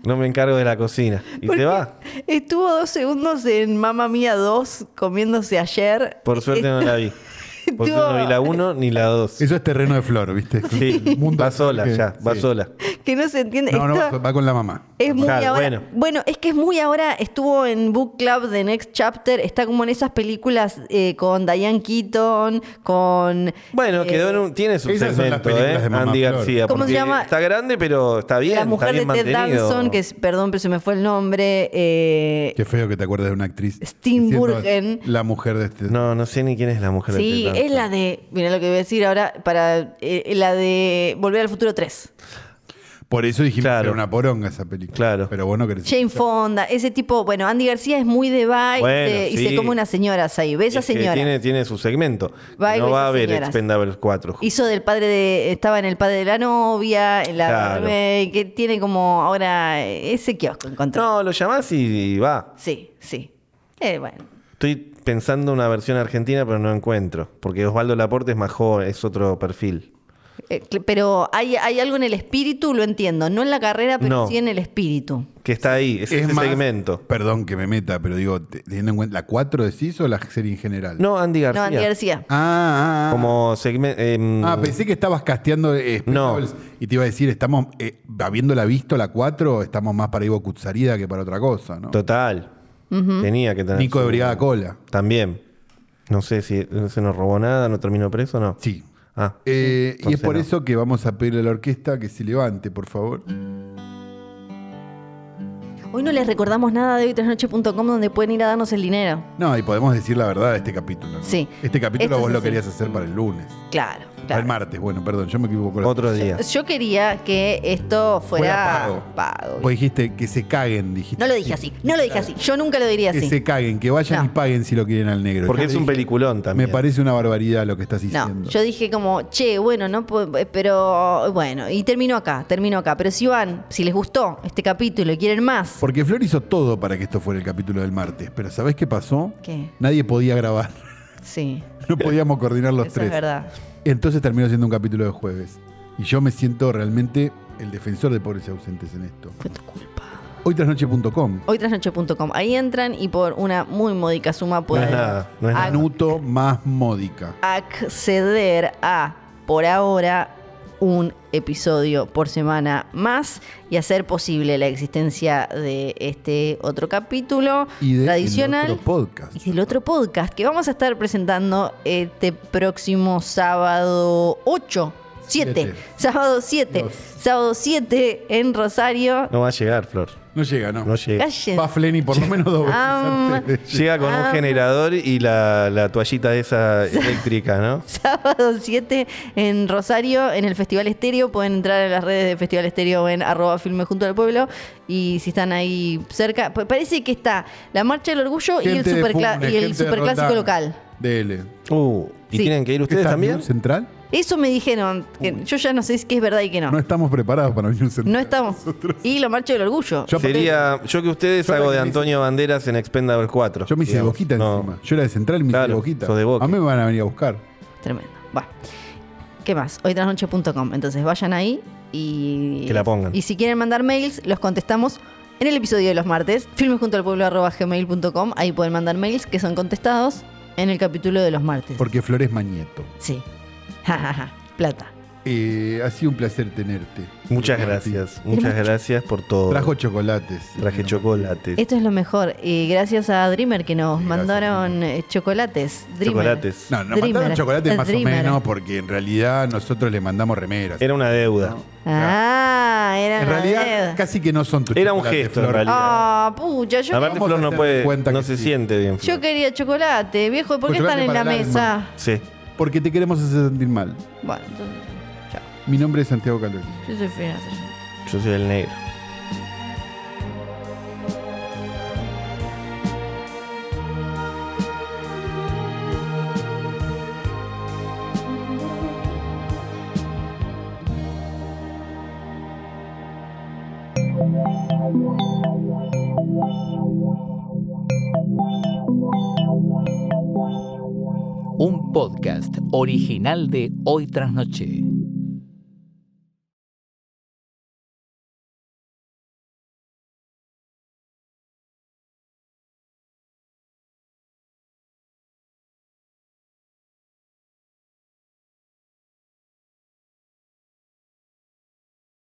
[SPEAKER 4] No me encargo de la cocina. Y
[SPEAKER 2] Porque
[SPEAKER 4] te va.
[SPEAKER 2] Estuvo dos segundos en Mamma Mía 2 comiéndose ayer.
[SPEAKER 4] Por suerte no la vi. Por
[SPEAKER 2] Estuvo-
[SPEAKER 4] suerte no vi la uno ni la dos.
[SPEAKER 3] Eso es terreno de flor, ¿viste?
[SPEAKER 4] Sí,
[SPEAKER 3] El mundo
[SPEAKER 4] va
[SPEAKER 3] así
[SPEAKER 4] sola
[SPEAKER 3] que-
[SPEAKER 4] ya, va
[SPEAKER 3] sí.
[SPEAKER 4] sola.
[SPEAKER 2] Que no se entiende.
[SPEAKER 3] No, no,
[SPEAKER 2] Está-
[SPEAKER 3] va con la mamá.
[SPEAKER 2] Es muy
[SPEAKER 4] Claro,
[SPEAKER 2] ahora.
[SPEAKER 4] bueno.
[SPEAKER 2] Bueno. es que es muy ahora. Estuvo en Book Club de Next Chapter. Está como en esas películas eh, con Diane Keaton, con.
[SPEAKER 4] Bueno,
[SPEAKER 2] eh,
[SPEAKER 4] quedó en un, tiene su
[SPEAKER 3] Esas son las
[SPEAKER 4] segmento,
[SPEAKER 3] películas
[SPEAKER 4] ¿eh?
[SPEAKER 3] de Mamá
[SPEAKER 4] Andy
[SPEAKER 3] Flor.
[SPEAKER 4] García.
[SPEAKER 2] ¿Cómo se
[SPEAKER 4] porque
[SPEAKER 2] llama?
[SPEAKER 4] Está grande, pero está bien.
[SPEAKER 2] la mujer de
[SPEAKER 4] está bien
[SPEAKER 2] Ted
[SPEAKER 4] mantenido.
[SPEAKER 2] Danson, que es, perdón, pero se me fue el nombre. eh,
[SPEAKER 3] Qué feo que te acuerdes de una actriz.
[SPEAKER 2] Steve
[SPEAKER 3] diciendo,
[SPEAKER 2] Burgen.
[SPEAKER 3] La mujer de este.
[SPEAKER 4] No, no sé ni quién es la mujer
[SPEAKER 2] sí,
[SPEAKER 4] de Ted
[SPEAKER 2] es la de. Mira lo que voy a decir ahora. Para. eh, la de Volver al futuro 3.
[SPEAKER 3] Por eso dijimos
[SPEAKER 4] Claro.
[SPEAKER 3] que era una poronga esa película.
[SPEAKER 4] Claro.
[SPEAKER 3] Pero vos no querés.
[SPEAKER 2] Jane Fonda, ese tipo. Bueno, Andy García es muy de bye
[SPEAKER 4] Bueno,
[SPEAKER 2] de- y
[SPEAKER 4] sí.
[SPEAKER 2] se come unas señoras ahí. ¿Ves a
[SPEAKER 4] Es que
[SPEAKER 2] señora?
[SPEAKER 4] Tiene, tiene su segmento.
[SPEAKER 2] Va y
[SPEAKER 4] no
[SPEAKER 2] ve
[SPEAKER 4] va
[SPEAKER 2] esas
[SPEAKER 4] a haber
[SPEAKER 2] señoras.
[SPEAKER 4] Expendables 4.
[SPEAKER 2] Hizo del padre de. Estaba en el padre de la novia, en la.
[SPEAKER 4] Claro.
[SPEAKER 2] eh, que tiene como ahora eh, ese kiosco encontró.
[SPEAKER 4] No, lo llamás y, y va.
[SPEAKER 2] Sí, sí. Eh, bueno.
[SPEAKER 4] Estoy pensando una versión argentina, pero no encuentro. Porque Osvaldo Laporte es más joven, es otro perfil.
[SPEAKER 2] Eh, cl- pero hay, hay algo en el espíritu, lo entiendo. No en la carrera, pero
[SPEAKER 4] No.
[SPEAKER 2] sí en el espíritu.
[SPEAKER 4] Que está ahí, es, ese
[SPEAKER 3] más,
[SPEAKER 4] segmento.
[SPEAKER 3] Perdón que me meta, pero digo, te- teniendo en cuenta, ¿la 4 decís o la serie en general?
[SPEAKER 4] No, Andy García.
[SPEAKER 2] No, Andy García.
[SPEAKER 3] Ah, ah, ah.
[SPEAKER 4] Como em, segmento.
[SPEAKER 3] Ah, pensé que estabas casteando eh, Expendables
[SPEAKER 4] No.
[SPEAKER 3] y te iba a decir, estamos, eh, habiéndola visto la 4, estamos más para Ivo Kutsarida que para otra cosa, ¿no?
[SPEAKER 4] Total. Tenía que tener.
[SPEAKER 3] Nico de
[SPEAKER 4] su-
[SPEAKER 3] Brigada Cola.
[SPEAKER 4] También. No sé si no se nos robó nada, no terminó preso, no.
[SPEAKER 3] Sí.
[SPEAKER 4] Ah.
[SPEAKER 3] Eh, y es
[SPEAKER 4] Entonces
[SPEAKER 3] por
[SPEAKER 4] no.
[SPEAKER 3] eso que vamos a pedirle a la orquesta que se levante, por favor.
[SPEAKER 2] Hoy no les recordamos nada de hoytrasnoche.com donde pueden ir a darnos el dinero.
[SPEAKER 3] No, y podemos decir la verdad de este capítulo. ¿no?
[SPEAKER 2] Sí.
[SPEAKER 3] Este capítulo
[SPEAKER 2] Esto es
[SPEAKER 3] vos lo
[SPEAKER 2] así.
[SPEAKER 3] querías hacer para el lunes.
[SPEAKER 2] Claro,
[SPEAKER 3] Para el
[SPEAKER 2] claro.
[SPEAKER 3] martes, bueno, perdón, yo me equivoco.
[SPEAKER 4] Otro día.
[SPEAKER 2] Yo quería que esto fuera,
[SPEAKER 3] pago.
[SPEAKER 2] pago.
[SPEAKER 3] Vos dijiste que se caguen, dijiste.
[SPEAKER 2] No lo dije así, no lo dije así. Yo nunca lo diría
[SPEAKER 3] Que
[SPEAKER 2] así.
[SPEAKER 3] se caguen, que vayan
[SPEAKER 2] No.
[SPEAKER 3] y paguen si lo quieren al negro.
[SPEAKER 4] Porque
[SPEAKER 3] Yo
[SPEAKER 4] es un
[SPEAKER 3] dije,
[SPEAKER 4] peliculón también.
[SPEAKER 3] Me parece una barbaridad lo que estás
[SPEAKER 2] No,
[SPEAKER 3] diciendo.
[SPEAKER 2] yo dije como, che, bueno, no po- eh, pero bueno, y termino acá, termino acá. Pero si van, si les gustó este capítulo y quieren más,
[SPEAKER 3] Porque Flor hizo todo para que esto fuera el capítulo del martes, pero ¿sabés qué pasó?
[SPEAKER 2] ¿Qué?
[SPEAKER 3] Nadie podía grabar.
[SPEAKER 2] sí,
[SPEAKER 3] No podíamos coordinar los
[SPEAKER 2] eso
[SPEAKER 3] tres.
[SPEAKER 2] es verdad.
[SPEAKER 3] Entonces terminó siendo un capítulo de jueves. Y yo me siento realmente el defensor de pobres y ausentes en esto.
[SPEAKER 2] Fue tu culpa.
[SPEAKER 3] Hoytrasnoche.com.
[SPEAKER 2] Hoytrasnoche.com. Ahí entran y por una muy módica suma
[SPEAKER 4] No
[SPEAKER 2] pueden
[SPEAKER 4] es nada, no es
[SPEAKER 2] Ah,
[SPEAKER 4] nada.
[SPEAKER 3] Minuto más módica.
[SPEAKER 2] acceder a, por ahora, un episodio por semana más y hacer posible la existencia de este otro capítulo
[SPEAKER 3] Y de
[SPEAKER 2] tradicional.
[SPEAKER 3] el otro podcast.
[SPEAKER 2] Y del otro podcast que vamos a estar presentando este próximo sábado 8, 7,
[SPEAKER 3] Siete.
[SPEAKER 2] sábado 7,
[SPEAKER 3] Dios.
[SPEAKER 2] sábado 7 en Rosario.
[SPEAKER 4] No va a llegar, Flor.
[SPEAKER 3] No llega, ¿no?
[SPEAKER 4] No llega.
[SPEAKER 2] Cállense.
[SPEAKER 3] Va Fleni por lo menos dos veces.
[SPEAKER 2] Am-
[SPEAKER 3] antes de-
[SPEAKER 4] Llega con un
[SPEAKER 2] Ah.
[SPEAKER 4] generador y la, la toallita esa eléctrica, ¿no?
[SPEAKER 2] Sábado 7 en Rosario, en el Festival Estéreo. Pueden entrar en las redes de Festival Estéreo en arroba filme junto al pueblo. Y si están ahí cerca, pa- parece que está la Marcha del Orgullo y el,
[SPEAKER 3] Gente de
[SPEAKER 2] supercla-
[SPEAKER 3] Funes,
[SPEAKER 2] y el
[SPEAKER 3] gente de
[SPEAKER 2] superclásico
[SPEAKER 3] Roldán.
[SPEAKER 2] local.
[SPEAKER 3] DL.
[SPEAKER 4] Uh, ¿y
[SPEAKER 2] Sí.
[SPEAKER 4] tienen que ir ustedes
[SPEAKER 3] ¿Está
[SPEAKER 4] también?
[SPEAKER 3] Unión Central?
[SPEAKER 2] Eso me dijeron. que yo ya no sé si es verdad y que no.
[SPEAKER 3] No estamos preparados para Unión Central.
[SPEAKER 2] No estamos. Y la Marcha del Orgullo.
[SPEAKER 3] Yo aparte-
[SPEAKER 4] Sería, yo que ustedes
[SPEAKER 3] Yo la
[SPEAKER 4] hago
[SPEAKER 3] que
[SPEAKER 4] de
[SPEAKER 3] me
[SPEAKER 4] Antonio Banderas en Expendables 4.
[SPEAKER 3] Yo me hice
[SPEAKER 4] digamos.
[SPEAKER 3] boquita
[SPEAKER 4] No.
[SPEAKER 3] encima. Yo era de Central y me hice
[SPEAKER 4] Claro,
[SPEAKER 3] boquita.
[SPEAKER 4] sos de Boca.
[SPEAKER 3] A mí me van a venir a buscar.
[SPEAKER 2] Tremendo. Va. ¿Qué más? Hoytrasnoche.com. Entonces vayan ahí y.
[SPEAKER 4] Que la pongan.
[SPEAKER 2] Y si quieren mandar mails, los contestamos en el episodio de los martes. Filmes junto al pueblo arroba gmail.com. Ahí pueden mandar mails que son contestados en el capítulo de los martes.
[SPEAKER 3] Porque Flores Mañeto.
[SPEAKER 2] Sí. Ja, ja, ja. Plata.
[SPEAKER 3] Eh, ha sido un placer tenerte.
[SPEAKER 4] Muchas
[SPEAKER 3] Martín.
[SPEAKER 4] gracias, muchas gracias por todo.
[SPEAKER 3] Trajo chocolates.
[SPEAKER 4] Traje chocolates.
[SPEAKER 2] Esto es lo mejor. Y gracias a Dreamer que nos
[SPEAKER 3] Gracias,
[SPEAKER 2] mandaron eh, chocolates. Dreamer.
[SPEAKER 4] Chocolates.
[SPEAKER 3] No, nos
[SPEAKER 2] Dreamer.
[SPEAKER 3] mandaron chocolates
[SPEAKER 2] Eh,
[SPEAKER 3] más
[SPEAKER 2] Dreamer.
[SPEAKER 3] o menos porque en realidad nosotros le mandamos remeras.
[SPEAKER 4] Era una deuda.
[SPEAKER 2] Ah, era
[SPEAKER 3] en
[SPEAKER 2] una
[SPEAKER 3] realidad
[SPEAKER 2] deuda.
[SPEAKER 3] casi que no son tus
[SPEAKER 4] Era un
[SPEAKER 3] chocolates,
[SPEAKER 4] gesto, en
[SPEAKER 3] Flor.
[SPEAKER 4] realidad.
[SPEAKER 2] Ah, pucha, yo
[SPEAKER 4] Aparte
[SPEAKER 3] Vamos a
[SPEAKER 4] Flor no
[SPEAKER 3] hacer
[SPEAKER 4] puede,
[SPEAKER 3] cuenta
[SPEAKER 4] no
[SPEAKER 3] que
[SPEAKER 4] se
[SPEAKER 3] sí.
[SPEAKER 4] siente bien.
[SPEAKER 2] Yo
[SPEAKER 4] Flor.
[SPEAKER 2] quería chocolate, viejo. ¿Por qué
[SPEAKER 3] Chocolate
[SPEAKER 2] están en
[SPEAKER 3] para
[SPEAKER 2] la
[SPEAKER 3] el
[SPEAKER 2] mesa?
[SPEAKER 3] alma.
[SPEAKER 4] Sí.
[SPEAKER 3] Porque te queremos hacer sentir mal.
[SPEAKER 2] Bueno, entonces, chao.
[SPEAKER 3] Mi nombre es Santiago Calori.
[SPEAKER 2] Yo soy Fina Sargent.
[SPEAKER 4] Yo soy el negro.
[SPEAKER 1] Un podcast original de Hoy Tras Noche.